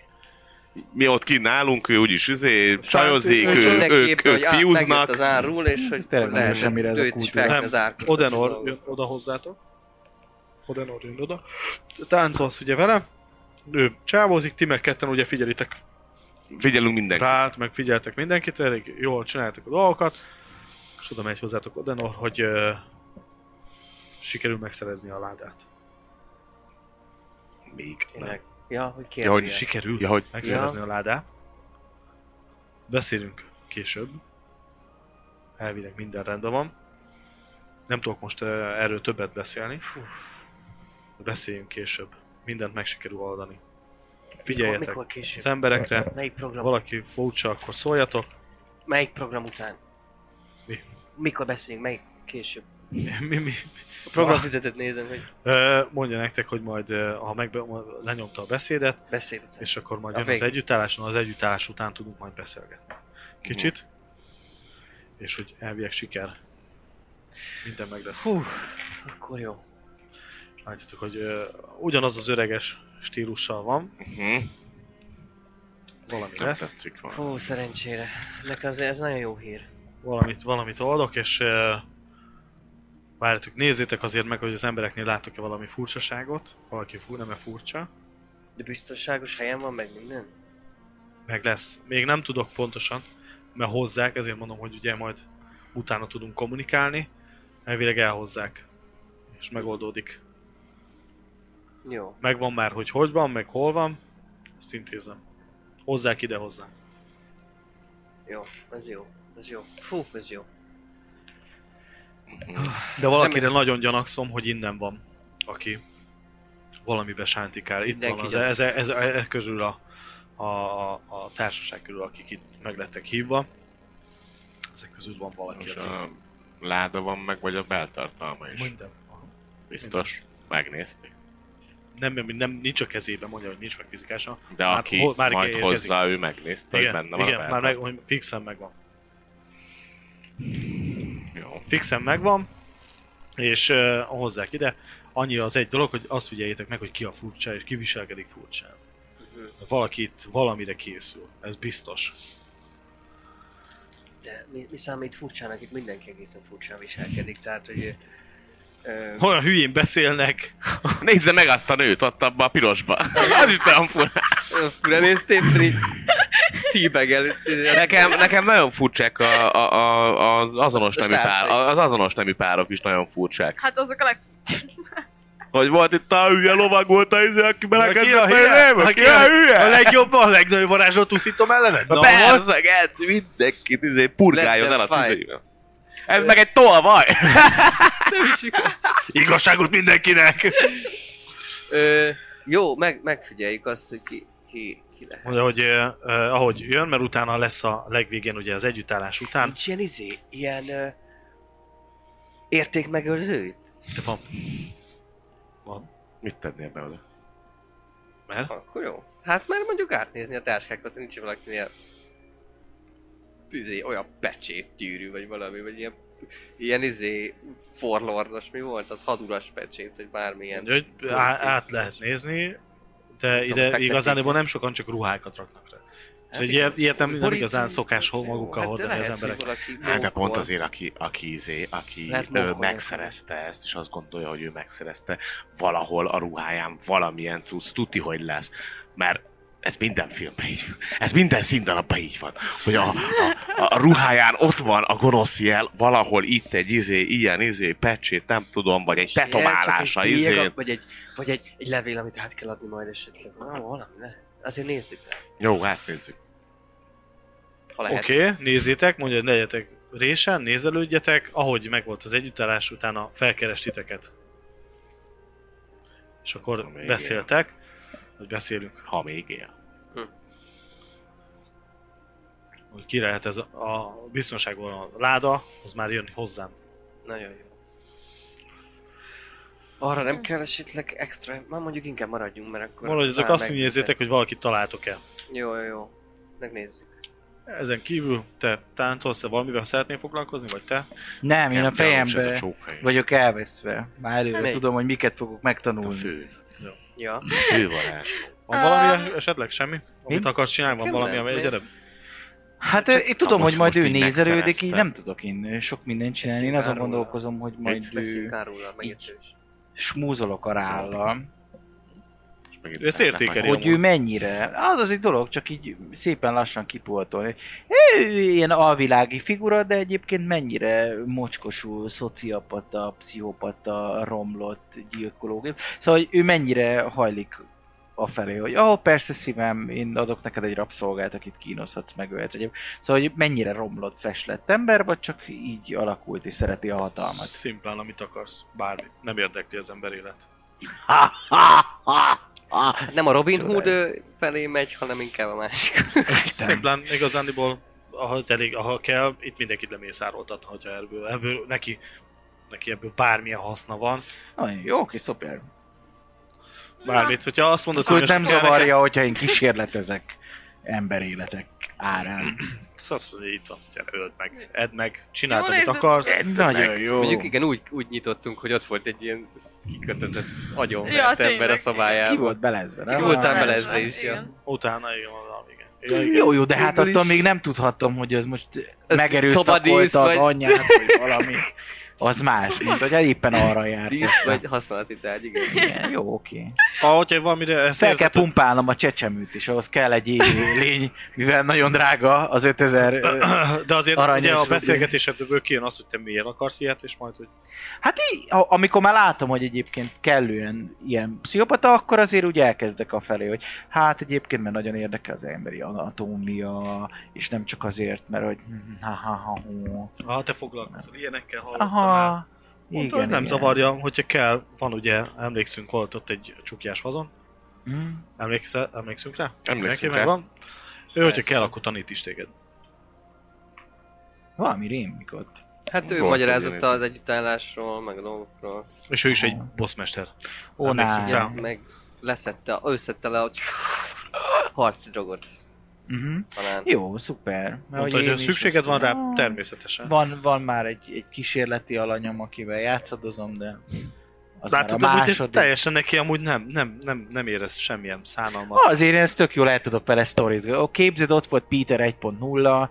Mi ott kint nálunk, ő úgyis izé, csajozik, Ő ő, csak ők, neki ők, éppen, hogy á, megjött fiúznak. az árul, és hogy Ez tényleg nem lehet semmire ez a őt is kultúra. felkelni Nem, az árkot. Szóval Odenor jön oda hozzátok. Odenor jön oda. Táncolsz ugye vele. Ő csávózik, ti meg ketten ugye figyelitek Figyelünk mindenkit. rád, meg figyeltek mindenkit, elég jól csináltak a dolgokat. És oda megy hozzátok Odenor, hogy ö, sikerül megszerezni a ládát. Még. Tényleg. Ja, Ja, hogy hogy kérdés. Sikerül Ja, hogy megszerezni a ládát. Beszélünk később. Elvileg minden rendben van. Nem tudok most ö, erről többet beszélni. Fú. Beszéljünk később. Mindent meg sikerül oldani. Figyeljetek Mikor később? az emberekre, Melyik ha program? valaki furcsa, akkor szóljatok. Melyik program után? Mi? Mikor beszélünk? Melyik később? Mi, mi, A programfizetet nézem, hogy Ö, Mondja nektek, hogy majd, ö, ha megbe, ma- lenyomta a beszédet, beszélünk után. és akkor majd A jön az vég- együttálláson, az együttállás után tudunk majd beszélgetni. Kicsit. Mhm. És hogy elvileg siker. Minden meg lesz. Hú, akkor jó. Látjátok, hogy ö, ugyanaz az öreges stílussal van, Uh-huh. valami Nem lesz, tetszik van. Hú, szerencsére. Nekem azért ez nagyon jó hír. valamit, valamit oldok, és ö, várjátok, nézzétek azért meg, hogy az embereknél látok-e valami furcsaságot, valaki fú, nem-e furcsa. De biztonságos helyen van meg minden? meg lesz. Még nem tudok pontosan, mert hozzák, ezért mondom, hogy ugye majd utána tudunk kommunikálni. Elvileg elhozzák, és megoldódik. Jó. Megvan már, hogy hogy van, meg hol van, ezt intézem. Hozzák ide hozzá. Jó, ez jó, ez jó. Fú, ez jó. De valakire nagyon gyanakszom, hogy innen van, aki valamibe sántikál. Itt Mindenki van az, ez, gyanaksz. ez, ez, ez közül a, a, a, a társaság körül, akik itt meg lettek hívva. Ezek közül van valaki, És aki... a láda van meg, vagy a beltartalma is. Minden. Biztos. Megnézték. Nem, nem, nem, nincs a kezében, mondja, hogy nincs meg fizikásan. De Már aki Hát hol- már majd érkezik. hozzá, ő megnézte, hogy benne van igen a már meg, beltartalma. hogy fixen megvan. Jó. Fixen megvan, és uh, hozzák ide. Annyi az egy dolog, hogy azt figyeljétek meg, hogy ki a furcsa, és ki viselkedik furcsán. Mhm. Valaki itt valamire készül, ez biztos. De mi, mi számít furcsának? Itt mindenki egészen furcsán viselkedik, tehát hogy... ö, Ö, Olyan hülyén beszélnek, Nézze meg azt a nőt ott abba a pirosba. Az is olyan furcsa. ö, fura néztél, Fri? Tíbegel. Nekem, nekem nagyon furcsák a, a, a, az azonos A nemű pár, társai. az azonos nemű párok is nagyon furcsák. Hát azok a leg... Hogy volt itt a hülye lovag volt a izé, aki Aki a belekezdett a hülye? hülyébe, Aki ki a a- hülye? a legjobb, a legnagyobb varázsló tuszítom ellened. Na, az- Persze, Gec, mindenkit izé purgáljon Let el them a fight. tüzőjön. Ez meg egy tolvaj! Nem is igaz. Igazságot mindenkinek! Ö, jó, meg, megfigyeljük azt, hogy ki, ki, ki lehet. Mondja, hogy uh, ahogy jön, mert utána lesz a legvégén ugye az együttállás után. Nincs ilyen izé, ilyen... Ö, értékmegőrző itt? De van. Mit tennél be oda? Mert? Akkor jó. Hát már mondjuk átnézni a táskákat, nincs valakinél izé, olyan pecsét gyűrű, vagy valami, vagy ilyen, ilyen izé forlornos, mi volt az haduras pecsét, vagy bármilyen. Mondja, hogy á- át lehet nézni, de ide fektetni. igazániból nem sokan csak ruhákat raknak rá. Hát És egy ilyet, ilyet nem, nem igazán szokás hol magukkal de hordani az hát lehet, hogy emberek. valaki Hát de pont mókol. azért, aki, aki, izé, aki Lehet ő mókolni. megszerezte ezt, és azt gondolja, hogy ő megszerezte, valahol a ruháján valamilyen cucc tuti, hogy lesz. Mert ez minden filmben így van. Ez minden színdarabban így van. Hogy a, a, a ruháján ott van a gonosz jel, valahol itt egy izé, ilyen izé, pecsét, nem tudom, vagy egy Ilyen, csak tetoválása egy bélyeg, izé. Vagy egy, vagy egy, egy levél, amit át kell adni majd esetleg. Na, valami, ne. Azért nézzük meg, Jó, hát nézzük. ha lehet. Oké, okay, nézzétek, mondja, hogy legyetek résen, nézelődjetek, ahogy megvolt az együttállás, utána felkerestiteket. És akkor Amíg él. beszéltek, vagy beszélünk, Ha még él. hogy ki lehet ez a, a biztonságban a láda, az már jön hozzám. Nagyon jó. Arra nem kell esetleg extra, már mondjuk inkább maradjunk, mert akkor... Maradjatok már azt, hogy meg- nézzétek, hogy valakit találtok-e. Jó, jó, jó. Megnézzük. Ezen kívül te táncolsz-e valamivel szeretnél foglalkozni, vagy te? Nem, én a Ez a fejembe csókhely. Vagy vagyok elveszve. Már előre Még. tudom, hogy miket fogok a megtanulni. fő. Ja. A fő varázs. Van valami e- Öm, esetleg semmi, amit mi? akarsz csinálni? Van Nekem valami, nem, ami mi? egyedebb? Hát Csak ö, én tudom, amúgy hogy majd most ő így nézelődik, így megszereztem. nem tudok én sok mindent csinálni. Én Beszélj azon már róla. gondolkozom, hogy majd Beszéljünk ö, már róla, megértős. smúzolok a rállal. És megint Ő ezt értékeli. hogy ő mennyire, az az egy dolog, csak így szépen lassan kipoltolni. Ő ilyen alvilági figura, de egyébként mennyire mocskosú, szociopata, pszichopata, romlott, gyilkológép. Szóval hogy ő mennyire hajlik afelé, hogy ó, persze szívem, én adok neked egy rabszolgát, akit kínoszhatsz, megölhetsz egyéb. Szóval, hogy mennyire romlott, feslett ember, vagy csak így alakult és szereti a hatalmat. Szimplán, amit akarsz. Bármi. Nem érdekli az ember élet. Hát nem a Robin Tudod. Hood ö, felé megy, hanem inkább a másik. Szimplán igazándiból, ahol, elég, ahol kell, itt mindenkit lemészároltat, hogyha ebből, ebből neki, neki ebből bármilyen haszna van. Nagyon jó, kis szuper. Bármit, hogyha azt mondod, Akkor hogy nem most kell zavarja, hogyha én kísérletezek emberéletek árán. neked, Azt mondja, itt van, gyere, öld meg, edd meg, Jól csináld, amit érzed? akarsz. Nagyon jó. Mondjuk igen, úgy, úgy nyitottunk, hogy ott volt egy ilyen kikötözött Ja, agyonvert ember a tényleg. Ki szabályában. volt belezve, nem? Ki voltál Belezve, belezve is, ja. igen. Utána igen, valami, igen. Ja, igen. Jó, jó, de hát Végül is- attól még nem tudhattam, hogy ez most Ez szabadísz, megerőszakolta az vagy- anyját, vagy valami. Az más, mint hogy éppen arra járt. Dísz vagy használati tárgy, igen. Igen, jó, oké. Ha, hogyha valamire ezt Fel kell érzed, hogy- pumpálnom a csecsemőt is, ahhoz kell egy élő lény, mivel nagyon drága az 5000... ö, De azért Aranyos ugye a vagy. beszélgetésedből kijön az, hogy te miért akarsz ilyet, és majd, hogy Hát így, ha- amikor már látom, hogy egyébként kellően ilyen pszichopata, akkor azért úgy elkezdek a felé, hogy hát egyébként, mert nagyon érdekel az emberi anatómia, és nem csak azért, mert hogy ha ha ha hú. ha te foglalkozol ilyenekkel, hallottam el. Aha. Mondta, Igen, hogy nem igen. zavarja, hogyha kell, van ugye, emlékszünk, volt ott egy csukjás vazon, Mm. Emlékszel, emlékszünk rá? Emlékszünk Mindenki rá. megvan? Ő, hogyha Persze. kell, akkor tanít is téged. Valami rémlik ott. Hát ő Volt magyarázott ugyanez. az együttállásról, meg a dolgokról. És ő is egy Aha. bossmester. Ó, Emlékszünk ná. Ja, Ja. meg leszette, összette le a harci drogot Mhm. talán. Jó, szuper. Mert Mondta, hogy én ha is szükséged azt van rá, mondom, természetesen. Van, van már egy, egy kísérleti alanyom, akivel játszadozom, de az Látod, már a hogy ez második. teljesen neki amúgy nem, nem, nem, nem érez semmilyen szánalmat. Azért én ezt tök jól el tudok vele sztorizgatni. Ó, képzeld, ott volt Peter 1.0,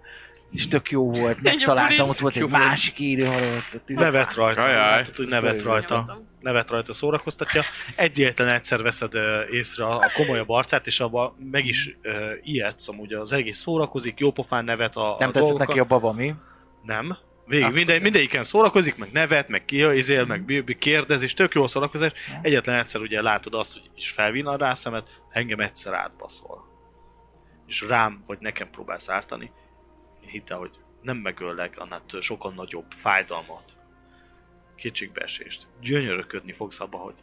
és tök jó volt, megtaláltam, ott volt egy másik élőhaló. ott- ott- Nevet rajta, Ajaj. látod, hogy nevet rajta, Nyomtam. nevet rajta szórakoztatja. Egyetlen egyszer veszed ö, észre a a komolyabb arcát, és abban meg is ö, ijedsz amúgy, az egész szórakozik, jópofán nevet a, Nem a tetszett dolgokkal. neki a baba, mi? Nem. Hát, Végig minden, mindegyiken szórakozik, meg nevet, meg kiizél, meg bi- bi- kérdez, és tök jó szórakozás. Egyetlen egyszer ugye látod azt, hogy is felvinna rá a szemet, engem egyszer átbaszol. És rám, vagy nekem próbálsz ártani. Én hittem, hogy nem megöllek annál tő- sokan nagyobb fájdalmat, kétségbeesést. Gyönyöröködni fogsz abba, hogy,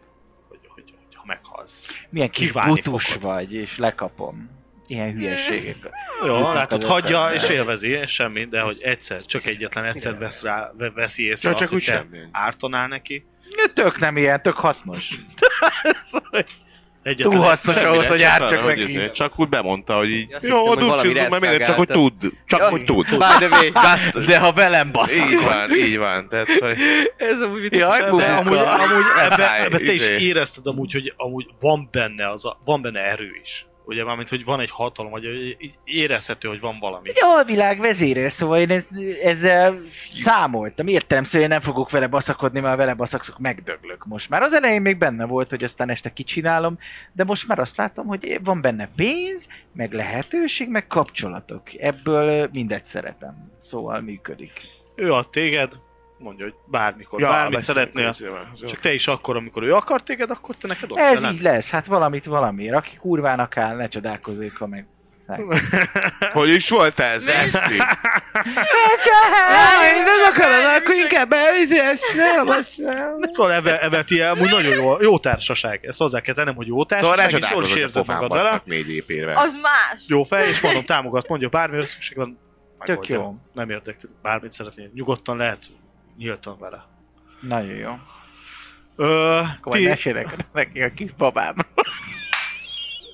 hogy, hogy, hogy ha meghalsz. Milyen kis Kiválni butus fogod. vagy, és lekapom. Ilyen hülyeségek. Jó, Jutnak látod, az hagyja eszembe. és élvezi, és semmi, de hogy egyszer, csak egyetlen egyszer vesz rá, ve- veszi észre Csak, azt, csak hogy úgy te semmi. ártanál neki, Ja, tök nem ilyen, tök hasznos. szóval Egyetlen túl hasznos Semmire, ahhoz, hogy ártsak arra, hogy neki. izé, Csak úgy bemondta, hogy így. Ja, azt hittem, Jó, hogy tudjuk, valamire mert minden csak hogy eszkágáltad. tud. Ja, Csak hogy tud. By the way, Just- De ha velem baszak. Így van, így van. Tehát, hogy ez amúgy vicces. Jaj, De amúgy, bubuka. amúgy ebbe, Fáj, ebbe te is izé. érezted amúgy, hogy amúgy van benne, az a, van benne erő is. Ugye mármint, hogy van egy hatalom, vagy hogy így érezhető, hogy van valami. Egy alvilág vezére, szóval én ezt, ezzel számoltam, értelemszerűen nem fogok vele baszakodni, mert ha vele baszakszok, megdöglök most már. Az elején még benne volt, hogy aztán este kicsinálom, de most már azt látom, hogy van benne pénz, meg lehetőség, meg kapcsolatok. Ebből ö, mindet szeretem, szóval működik. Ő ad téged, mondja, hogy bármikor, Ja, bármit beszélünk, szeretnél. ez jó, ez jó. Csak te is akkor, amikor ő akar téged, akkor te neked ott Ez kell lenni. így lesz, hát valamit valamiért. Aki kurvának áll, ne csodálkozzék, ha meg... Hogy is volt ez? Nem. Eszti? Én nem akarom, akkor inkább elvizélsz, nem, azt nem. Szóval ebbe, ebbe ti amúgy nagyon jó, jó társaság. Ezt hozzá kell tennem, hogy jó Szóval társaság, rá és jól is csodálkozok, hogy a érzed pofán magad vele. basznak négy épére. Az más. Jó fej, és mondom, támogat, mondja, bármire szükség van. Tök megoldja. jó. Nem érdekli, bármit szeretnél. Nyugodtan lehet, nyíltan vele. Nagyon jó. Ö, Akkor majd ti, mesélek neki a kis babám.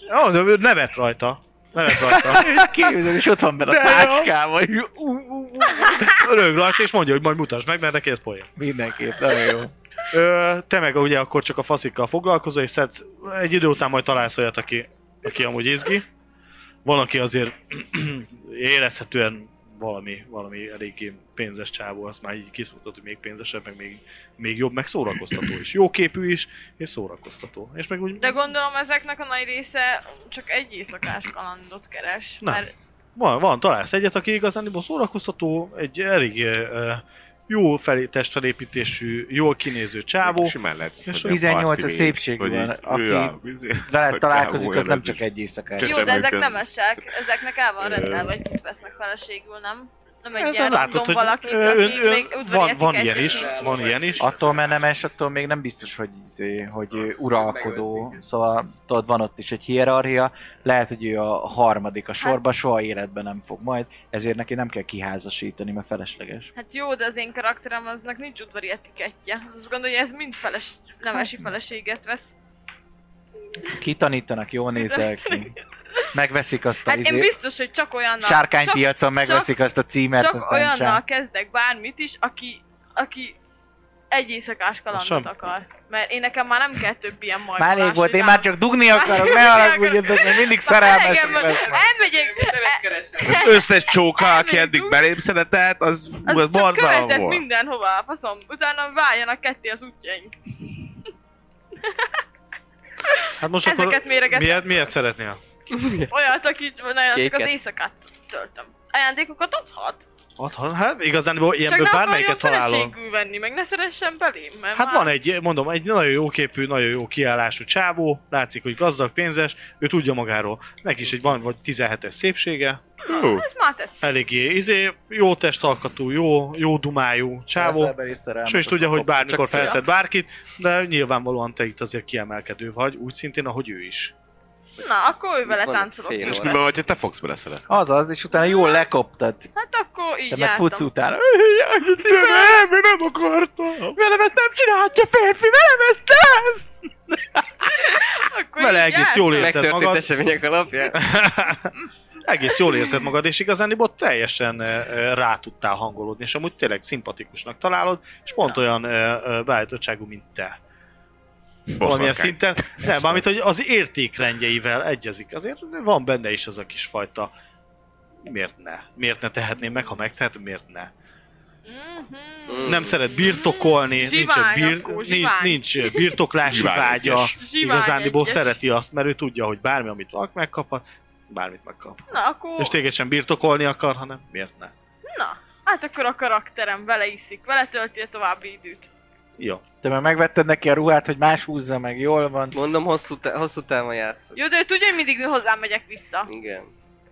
Ja, de ő nevet rajta. Nevet rajta. Képzeld, és ott van benne a De jó. táskával, hogy ú, ú, ú, Rög rajta, és mondja, hogy majd mutasd meg, mert neki ez poén. mindenképp, nagyon jó. Ö, te meg ugye akkor csak a faszikkal foglalkozol, és szedsz, egy idő után majd találsz olyat, aki, aki amúgy izgi. Van, aki azért érezhetően valami, valami eléggé pénzes csávó, azt már így kiszúrtad, hogy még pénzesebb, meg még, még jobb, meg szórakoztató is. Jó képű is, és szórakoztató. És meg úgy De gondolom ezeknek a nagy része csak egy éjszakás kalandot keres. Nem. Mert van, van, találsz egyet, aki igazán szórakoztató, egy elég ö, jó felé, testfelépítésű, jól kinéző csávó. Simán lehet. És hogy a 18 a parti szépség hogy van, így aki ő a- izé, Veled hogy találkozik, távol az nem ez csak egy éjszakás. Csak- jó, de ezek Csecsemőkön. nem esek, ezeknek el van Ö. rendelve, hogy kit vesznek feleségül, nem? Nem egy Ezen ilyen látod, látod, hogy valakit, ö, aki ön- ön- még udvari van, van ilyen etikettet is, nincs. van ilyen is. Attól, mert nemes, attól még nem biztos, hogy, izé, hogy ő uralkodó. Szóval tudod, van ott is egy hierarchia. Lehet, hogy ő a harmadik a sorba, Hát- soha életben nem fog majd, ezért neki nem kell kiházasítani, mert felesleges. Hát jó, de az én karakterem aznak nincs udvari etikettje. Azt gondolja, ez mind feles, nemesi Hát- feleséget vesz. Kitanítanak, jól nézel ki. Megveszik azt a Hát én izé, biztos, hogy csak olyannal... csak, sárkánypiacon megveszik azt a címert, csak aztán olyannal csá. kezdek bármit is, aki, aki egy éjszakás kalandot Sem- akar. Mert én nekem már nem kell több ilyen majd. Már rég volt, én már csak dugni akarok, ne haragudjatok, mert mindig szerelmes leszek. Elmegyek, Nevet keresem. Az összes csóka, aki Elmegyünk. eddig belém szeretett, az, az fú, az csak borzalom követett volt. mindenhova, faszom. Utána váljanak ketté az útjaink. Hát most Ezeket akkor méregetem. miért, miért szeretnél? Olyat, aki nagyon csak az Kéket. éjszakát töltöm. Ajándékokat adhat. Adhat, hát igazán Csak ilyenből ne akarjon bármelyiket találod. feleségül venni, meg ne szeressen belém, mert Hát már- van egy, mondom, egy nagyon jó képű, nagyon jó kiállású csávó, látszik, hogy gazdag, pénzes, ő tudja magáról. Neki is egy van, vagy 17-es szépsége, Hú, Ez már tetszik. eléggé izé, jó testalkatú, jó, jó dumájú csávó. És ő is tudja, hogy bármikor Csak- felszed bárkit, de nyilvánvalóan te itt azért kiemelkedő vagy, úgy szintén, ahogy ő is. Na, akkor ő vele Van táncolok. fél és jól. mi van, hogyha te fogsz bele szeretni? Azaz, és utána jól lekoptad. Hát akkor így Te meg futsz jártam. utána. De nem, én nem akartam! Velem ezt nem csinálhatja férfi, velem ezt nem! Akkor Vele így egész jártam. jól érzed Megtörtént magad. események alapján. egész jól érzed magad, és igazániból teljesen ö, ö, rá tudtál hangolódni, és amúgy tényleg szimpatikusnak találod, és pont olyan ö, ö, beállítottságú, mint te. Valamilyen szinten. Nem, mármint, hogy az értékrendjeivel egyezik. Azért van benne is az a kisfajta miért ne? Miért ne tehetném meg, ha megtehetem, miért ne? Mhm. Mm. Nem szeret birtokolni, Zsivány nincs, egy bir, akkor, nincs, zsivány. nincs birtoklási Zsivány vágya. egyes. Zsivány Igazándiból egyes. szereti azt, mert ő tudja, hogy bármi, amit vak- megkaphat, bármit megkap. Na, akkor... És téged sem birtokolni akar, hanem miért ne? Na, hát akkor a karakterem vele iszik, vele tölti a további időt. Jó. Te már megvetted neki a ruhát, hogy más húzza meg, jól van. Mondom, hosszú, tá- hosszú távon játszok. Jó, de ő tudja, hogy mindig hozzám megyek vissza. Igen.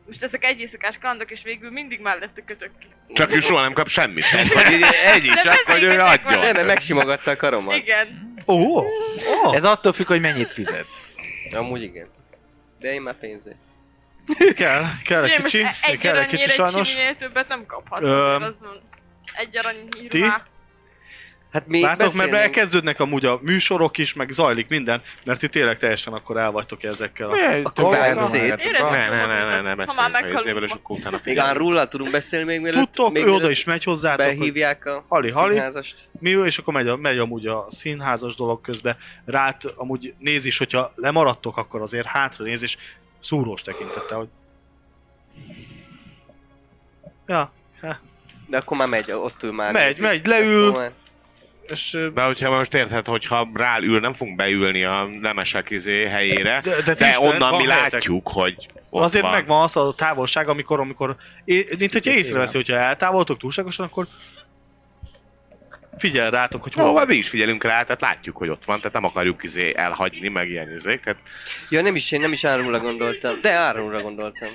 Most ezek egy éjszakás kalandok, és végül mindig mellette kötök ki. Csak ő soha nem kap semmit. Tehát, vagy így ennyi, De csak hogy ő beszélgetek adjon. vele. Nem, mert megsimogatta a karomat. Igen. Ó! Oh, oh. Ez attól függ, hogy mennyit fizet. Amúgy igen. De én már pénzért. kell, kell Ugye egy most kicsi, e- egy kell egy kicsi aranyért egy sajnos. siminél többet nem kaphat. Öm, mert az van. Egy arany ti? hírvá. Hát mi Látok, mert beszélünk. elkezdődnek amúgy a műsorok is, meg zajlik minden, mert ti tényleg teljesen akkor el vagytok ezekkel a... Akkor vágom szét. Érezzük Ne, ne, ne, ne, ne, magunkat, beszéljünk Ha már a izével, meghalunk. és akkor utána Még a figyelj. róla tudunk beszélni még mielőtt. Tudtok, még ő oda mielőtt is megy hozzátok, hogy Behívják a Hali, hali. színházast. mi jó, és akkor megy, a, megy amúgy a színházas dolog közben, rát amúgy néz is, hogyha lemaradtok, akkor azért hátra néz, és szúrós tekintette, hogy... Ja, De akkor már megy, ott ül már. megy, nézi. megy, leül, Akkor már- és... ö, De hogyha most érted, hogyha rál ül, nem fogunk beülni a nemesek izé helyére, de, de, ti is- onnan van mi helyetek. látjuk, hogy ott Azért van. megvan az a távolság, amikor, amikor, é- mint hogyha észreveszi, hogyha eltávolodtok túlságosan, akkor figyel rátok, hogy hol Jó, van. hát mi is figyelünk rá, tehát látjuk, hogy ott van, tehát nem akarjuk izé elhagyni, meg ilyen izék, tehát Ja, nem is, én nem is árulra gondoltam. De árulra gondoltam.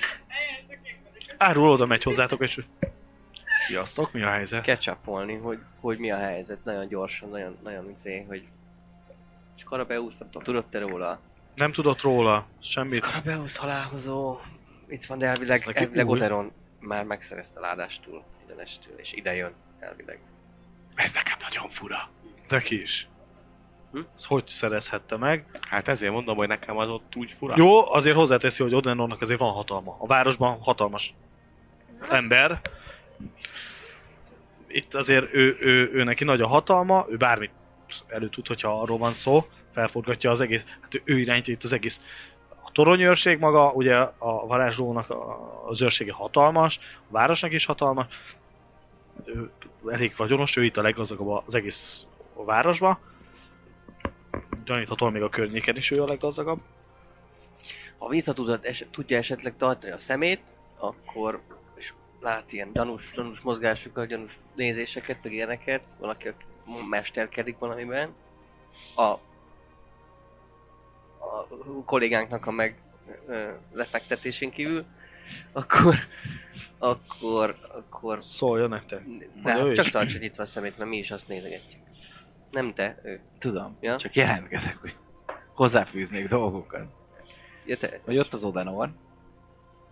Árul oda megy hozzátok, és ő, sziasztok, mi a helyzet? Kecsapolni, hogy, hogy mi a helyzet. Nagyon gyorsan, nagyon, nagyon izé, hogy... Csak arra beúsztattam, tudod te róla? Nem tudott róla semmit. Karabeusz halálhozó. Itt van, de Ez elvileg, neki elvileg új. Oderon már megszerezte ládástól, mindenestől, és ide jön elvileg. ez nekem nagyon fura. Neki is. Hm? Ezt hogy szerezhette meg? Hát ezért mondom, hogy nekem az ott úgy fura. Jó, azért hozzáteszi, hogy Odenornak azért van hatalma. A városban hatalmas ember. Itt azért ő, ő, ő neki nagy a hatalma, ő bármit elő tud, hogyha arról van szó, felforgatja az egész, hát ő, ő irányítja itt az egész. A toronyőrség maga, ugye a varázslónak a- az őrsége hatalmas, a városnak is hatalmas, ő elég vagyonos, ő itt a leggazdagabb az egész városban. Gyaníthatóan még a környéken is ő a leggazdagabb. Ha vissza tudod, es- tudja esetleg tartani a szemét, akkor és lát ilyen gyanús, gyanús mozgásokat, gyanús nézéseket, meg ilyeneket, valaki, aki mesterkedik valamiben, a, a kollégánknak a meg ö, lefektetésén kívül, akkor, akkor, akkor Szóljon nektek. Mondja ő ne, is. csak tartsad nyitva a szemét, mert mi is azt nézegetjük. Nem te, ő. Tudom, Ja. csak jelentkezek, hogy hozzáfűznék dolgokat. Ja, te. Vagy ott az Odenor,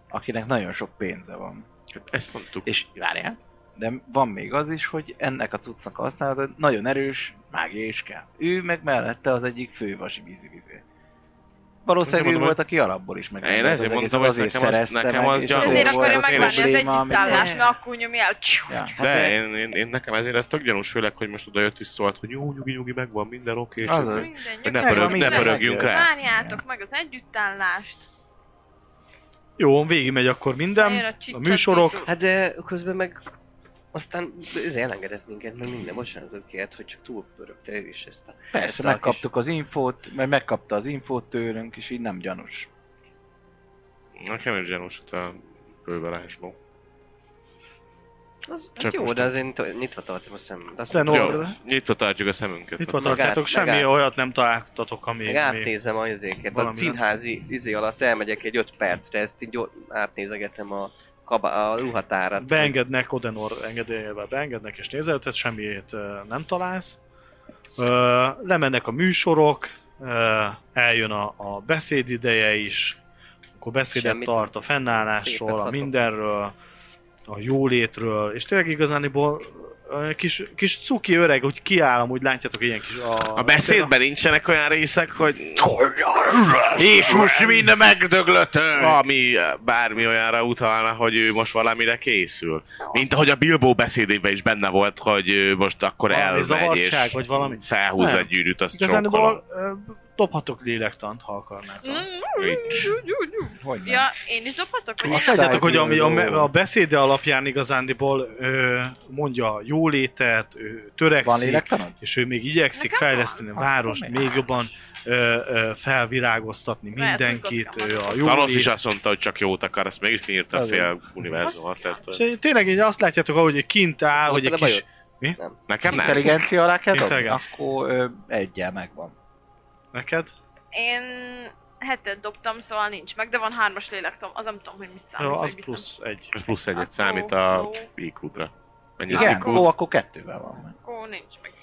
akinek nagyon sok pénze van. Hát Ezt mondtuk. És várjál, de van még az is, hogy ennek a cuccnak a használata nagyon erős mágia is kell. Ő meg mellette az egyik fővasi vízivízé. Valószínűleg ő Mondom, volt, aki alapból is meg. Én ezért mondtam, hogy nekem az- nekem az gyanú. Ezért volt akarja a megvárni az probléma, egyik amit- tállás, mert akkor nyomja el. Csiu. Ja. Hát De én, én, én, nekem ezért ez tök gyanús, főleg, hogy most oda jött is szólt, hogy jó, nyugi, nyugi, megvan minden, oké, és Az ez- az. Szóval Minden hogy ne, nyugodtan pörög, ne minden. pörögjünk rá. Várjátok meg az együttállást. Jó, végigmegy akkor Eljön minden. A csicset műsorok, tudó. Hát de közben meg aztán ez elengedett minket, meg minden bocsánatot kért, hogy csak túlpörögte ő is ezt a... Persze, ezt a megkaptuk az infót, mert megkapta az infót tőlünk, és így nem gyanús. Nekem is gyanús ott a fővarázsló. Kis, az, Csak hát jó, most de azért nyitva- nyitva tartom a szemem. Azt De mondom, no- jó, Jó, nyitva tartjuk a szemünket. itt van Meg tartjátok, át- semmi meg át- olyat nem találtatok, ami... meg ami- átnézem a izéket. A valami színházi izé alatt elmegyek egy 5 percre, ezt így gyor- átnézegetem a, kaba, a ruhatárat. Beengednek, Odenor engedélyével beengednek, és nézel, ez semmiért ö, nem találsz. Ö, lemennek a műsorok, ö, eljön a, a beszéd ideje is, akkor beszédet Semmit nem. tart a fennállásról, Szépet a hatok. mindenről, a jólétről, és tényleg igazániból ö, kis, kis cuki öreg, hogy kiáll, úgy látjátok ilyen kis... A beszédben nincsenek olyan részek, hogy... És most minden megdöglötő! Ami eh, bármi olyanra utalna, hogy ő most valamire készül. Mint ahogy a Bilbo beszédében is benne volt, hogy ő most akkor Valami elmegy és zavartság, vagy valami? felhúzza Nem. a gyűrűt, azt csókolom. Igazániból ö, dobhatok lélektant, ha akarnátok. Mm. Nincs. Hogy nem? Ja, én is dobhatok? vagy Azt én- látjátok, hogy ami Jó. a, a beszéde alapján igazándiból ö, mondja jólétet, ő Van törekszik, lélektanod? és ő még igyekszik Nekem van. fejleszteni a várost, Akkor még jobban ö, ö, felvirágoztatni Lehet, hogy mindenkit, kockám ö, a Thanos is jólét. azt mondta, hogy csak jót akar, ezt mégis kiírta a fél univerzumot. tehát, És én tényleg így azt látjátok, ahogy kint áll, hogy egy bele kis... Nekem nem. Intelligencia alá kell dobni? Intelligencia. Akkor ö, egyel megvan. Neked? Én hetet dobtam, szóval nincs meg, de van hármas lélektom, az nem tudom, hogy mit számít. Jó, vagy az mit plusz egy. Ez plusz egyet Akkor számít a jó. IQ-ra. Mennyi az Igen, ó, IQ-t? akkor kettővel van. nem. Akkor nincs meg.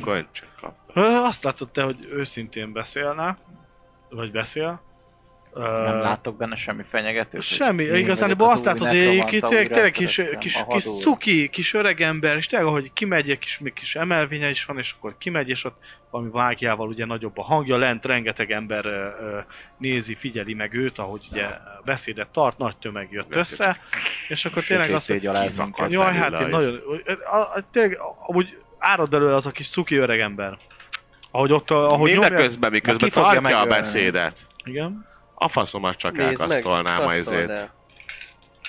Akkor csak kap. Ö, azt látod te, hogy őszintén beszélne, vagy beszél. Ö, Nem látok benne semmi fenyegetőt. Semmi, hogy mi igazán vagyok az azt új látod, hogy egy nekromanta, tényleg, újra tényleg kis, születtem, kis, a kis hadó. cuki, kis öregember, és tényleg, ahogy kimegy, egy kis, még kis emelvénye is van, és akkor kimegy, és ott valami vágjával ugye nagyobb a hangja, lent rengeteg ember ö, ö, nézi, figyeli meg őt, ahogy ugye beszédet tart, nagy tömeg jött Lehet, össze, és akkor Sötét tényleg azt, szégy alá hogy minket jaj, belőle hát én az. nagyon, izé." a, a, tényleg, amúgy árad belőle az a kis cuki öregember. Ahogy ott, a- ahogy nyomja- Mindeközben, miközben Na, ki fogja tartja a megölni? beszédet. Igen. A faszomat csak Nézd meg, elkasztolnám a kasztold izét. el.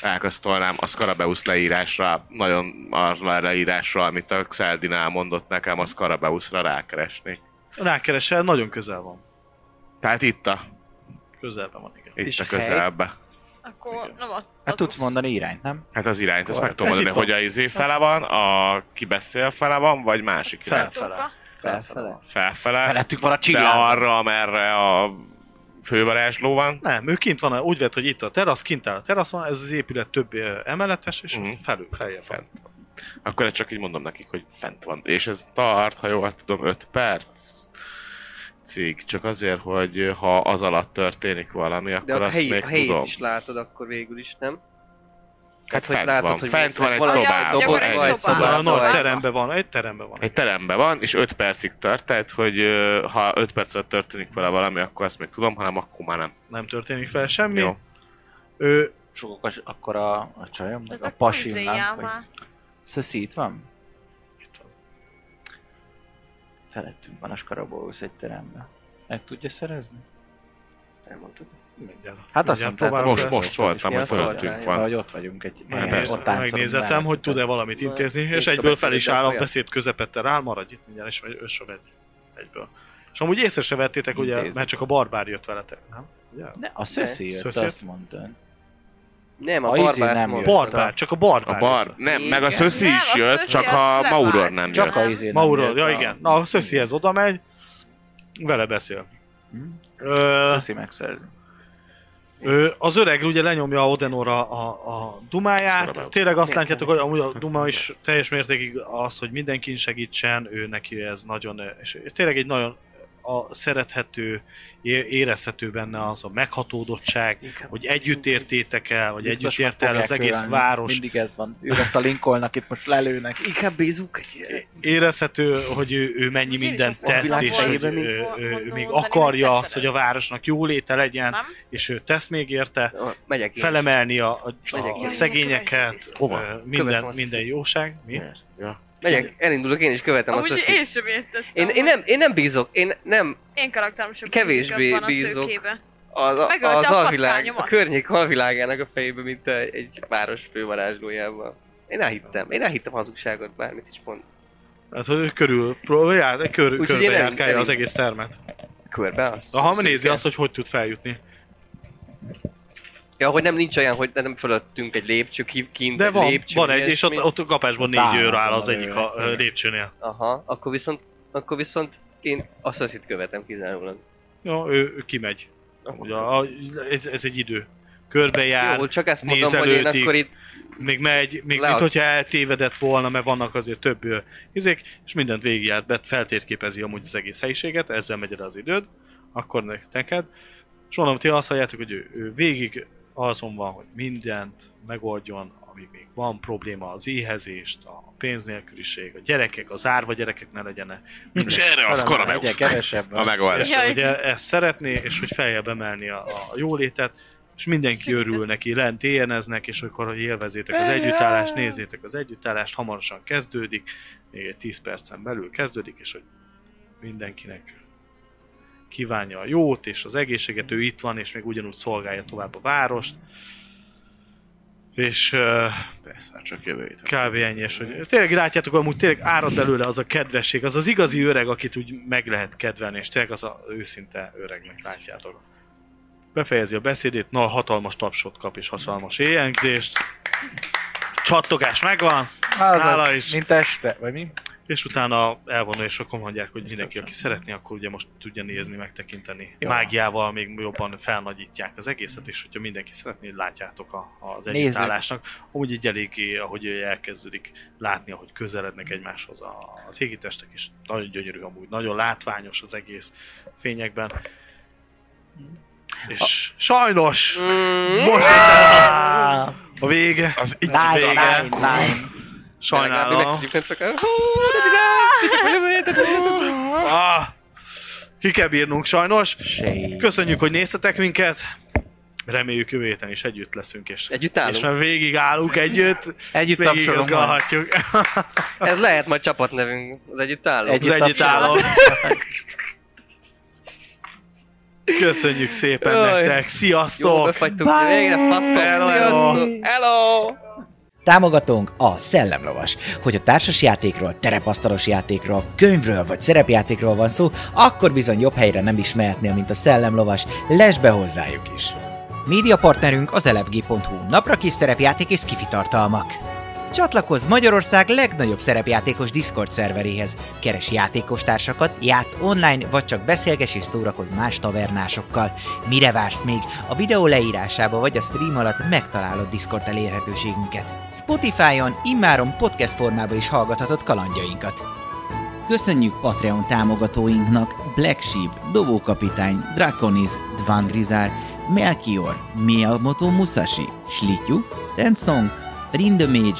Elkasztolnám a Scarabeusz leírásra, nagyon arra leírásra, amit a Xeldinál mondott nekem, a Scarabeuszra rákeresni. Rákeresel, nagyon közel van. Tehát itt a, Közelben van, igen. itt És a hely? közelbe. Akkor nem adtad. Hát tudsz mondani irányt, nem? Hát az irányt, ezt Hol? meg tudom Ez mondani, itt hogy a izé fele van, a kibeszél fele van, vagy másik Fel. irány. Tudtok-a? Felfele. Felfele, Felettük van a de csillag. arra, amerre a fővarázsló van. Nem, ő kint van, úgy vett, hogy itt a terasz, kint áll a teraszon, ez az épület több ö, emeletes, és Mhm. felül, feljebb van. Fent. Akkor ezt csak így mondom nekik, hogy fent van. És ez tart, ha jól tudom, 5 perc cég. Csak azért, hogy ha az alatt történik valami, De akkor a azt helyi, még a helyét tudom. is látod akkor végül is, nem? Hát, hogy fent látod, van. hogy Fent van egy valami szobában, gyakorlatilag egy egy szobában. Szóval a szobában. nagy vagy- teremben van, egy teremben van. Egy teremben van, és 5 percig tart, tehát hogy ö, ha 5 perc alatt történik vele valami, akkor azt még tudom, hanem akkor már nem. Nem történik fel semmi. Jó. Ő, Sokak az, akkor a, a csajom, meg Ez a a pasim, izé nem? Vagy... jámá. Szöszi itt van? Felettünk van a Skarabóusz egy teremben. Meg tudja szerezni? Ezt elmondtad. mindjárt- Hát azt mindjárt mondtad, próbálom Most, fel. most voltam, mi hogy a szobában? fölöttünk Van. van. Hogy ott vagyunk egy Megnéz- helyen, ott táncolunk Megnézetem, mellett. hogy tud-e valamit Na, intézni, és nincs egyből fel kapacitás is állok, olyan. beszéd közepette rá, maradj itt mindjárt, és vagy ösöm egy, egyből. És amúgy észre se vettétek, ugye, Intézzük. mert csak a barbár jött veletek, nem? Ugye? De a szöszi jött, Szöszi jött? azt mondta. Nem, a A izé barbár nem nem jött. Barbár, csak a barbár. A bar, jött. nem, Igen. meg a szöszi Nem, is a jött, Szöszi csak az a levált. Mauror nem Csak jött. Csak a izé nem Mauro, jött, ja a- igen. Na, a szöszihez oda megy, vele beszél. Hm? Ö, Szöszi megszerzi. Ő, az öreg ugye lenyomja Odenora a, a dumáját, Szorabe. tényleg azt látjátok, hogy amúgy a duma is teljes mértékig az, hogy mindenkin segítsen, ő neki ez nagyon, és tényleg egy nagyon a szerethető, é- érezhető benne az a meghatódottság, hogy együtt értétek el, vagy együtt Biztos ért meg el az fogják egész ölelni. város. Mindig ez van. Ők ezt a linkolnak itt most lelőnek. Inkább bízunk egy... É- Érezhető, hogy ő, ő mennyi Én is mindent azt mondom, tett, világ és hogy ő, fejében mit ő, fog- ő mondom, még mondani, akarja hogy azt, teszed. hogy a városnak jó léte legyen, Nem? és ő tesz még érte. Ah, Megyek én. felemelni a, a, Megyek a én. szegényeket, Hova? ö, Követem minden, azt minden is. jóság. Mi? Ja. Megyek, elindulok, én is követem azt, Amúgy hogy... én sem értettem. Én, én, nem, én nem bízok, én nem Én karakterem sem Kevésbé bízik abban bízok. A szőkébe. az, a- Megölte az a alvilág, patkányomat. a környék alvilágának a fejébe, mint egy, egy város fővarázslójában. Én elhittem, én elhittem hazugságot, bármit is mond. Hát, hogy ő körül, próbál, kör, Úgyhogy körbe én el- járkálja az elindulok. egész termet. Körbe azt. Aha, szűke. nézi azt, hogy hogy tud feljutni. Ja, hogy nem nincs olyan, hogy nem fölöttünk egy lépcső, ki- kint De egy van, lépcső. van egy, és ilyesmi. ott, ott a kapásban négy Támadom őr áll az a egyik a ö, lőnek. lépcsőnél. Aha, akkor viszont, akkor viszont én azt az itt követem kizárólag. Jó, ő, ő kimegy. Ugye, a, ez, ez egy idő. Körbe jár, Jó, csak ezt mondom, hogy én nézelődik. akkor itt még megy, még Le- mint hogyha eltévedett volna, mert vannak azért több ö, izék, és mindent végigjárt, bet feltérképezi amúgy az egész helyiséget, ezzel megy el az időd, akkor ne- neked. És mondom, ti azt halljátok, hogy ő, ő végig azon van, hogy mindent megoldjon, ami még van probléma, az éhezést, a pénznélküliség, a gyerekek, az árva gyerekek ne legyenek. És erre az Talán egyre Korameusz kevesebb a van. megoldás. És Jaj. hogy e- ezt szeretné, és hogy feljebb emelni a, a jólétet, és mindenki örül neki, lent éjjeneznek, és akkor, hogy élvezétek az együttállást, nézzétek az együttállást, hamarosan kezdődik, még egy 10 percen belül kezdődik, és hogy mindenkinek kívánja a jót és az egészséget, ő itt van, és még ugyanúgy szolgálja tovább a várost. És ö, hát Persze, csak jövő héten. Kb. ennyi, és hogy tényleg látjátok, hogy amúgy tényleg árad belőle az a kedvesség, az az igazi öreg, akit úgy meg lehet kedvelni, és tényleg az a őszinte öregnek látjátok. Befejezi a beszédét, na hatalmas tapsot kap, és hatalmas éjjengzést. Csattogás megvan, Nála Az, is. is. Mint este, vagy mi? és utána elvonul, és akkor mondják, hogy mindenki, aki szeretné, akkor ugye most tudja nézni, megtekinteni. Jó. Mágiával még jobban felnagyítják az egészet, és hogyha mindenki szeretné, látjátok a, az Nézzük. együttállásnak. Amúgy így eléggé, ahogy elkezdődik látni, ahogy közelednek egymáshoz a- az égitestek, és nagyon gyönyörű amúgy, nagyon látványos az egész fényekben. És sajnos Mm, most jött el a, a vége, Az itt Nine, vége. nine, nine. sajnálom. mindenki csak el- Ah, ki kell bírnunk sajnos. Shame. Köszönjük, hogy néztetek minket. Reméljük jövő héten is együtt leszünk, és, Együtt és állunk. mert végig állunk együtt, végig Együtt tapsolunk majd. igazgalhatjuk. Ez lehet majd csapatnevünk, az együtt állunk. Az Együtt együtt állom. tapsolunk. Köszönjük szépen Jaj. nektek, Jó, sziasztok! befagytunk, de végre faszom. Hello. Sziasztok! Hello! Támogatónk a Szellemlovas. Hogy a társasjátékról, terepasztalos játékról, könyvről vagy szerepjátékról van szó, akkor bizony jobb helyre nem is mehetnél, mint a Szellemlovas. Lesz be hozzájuk is! Média partnerünk az elefg.hu, napra kis szerepjáték és kifitartalmak. Csatlakozz Magyarország legnagyobb szerepjátékos Discord szerveréhez. Keres játékostársakat, játsz online, vagy csak beszélges és szórakozz más tavernásokkal. Mire vársz még? A videó leírásába vagy a stream alatt megtalálod Discord elérhetőségünket. Spotify-on immáron podcast formában is hallgathatod kalandjainkat. Köszönjük Patreon támogatóinknak Black Sheep, Dovókapitány, Draconis, Dvangrizár, Melchior, Miyamoto Musashi, Slityu, Rensong, Rindemage,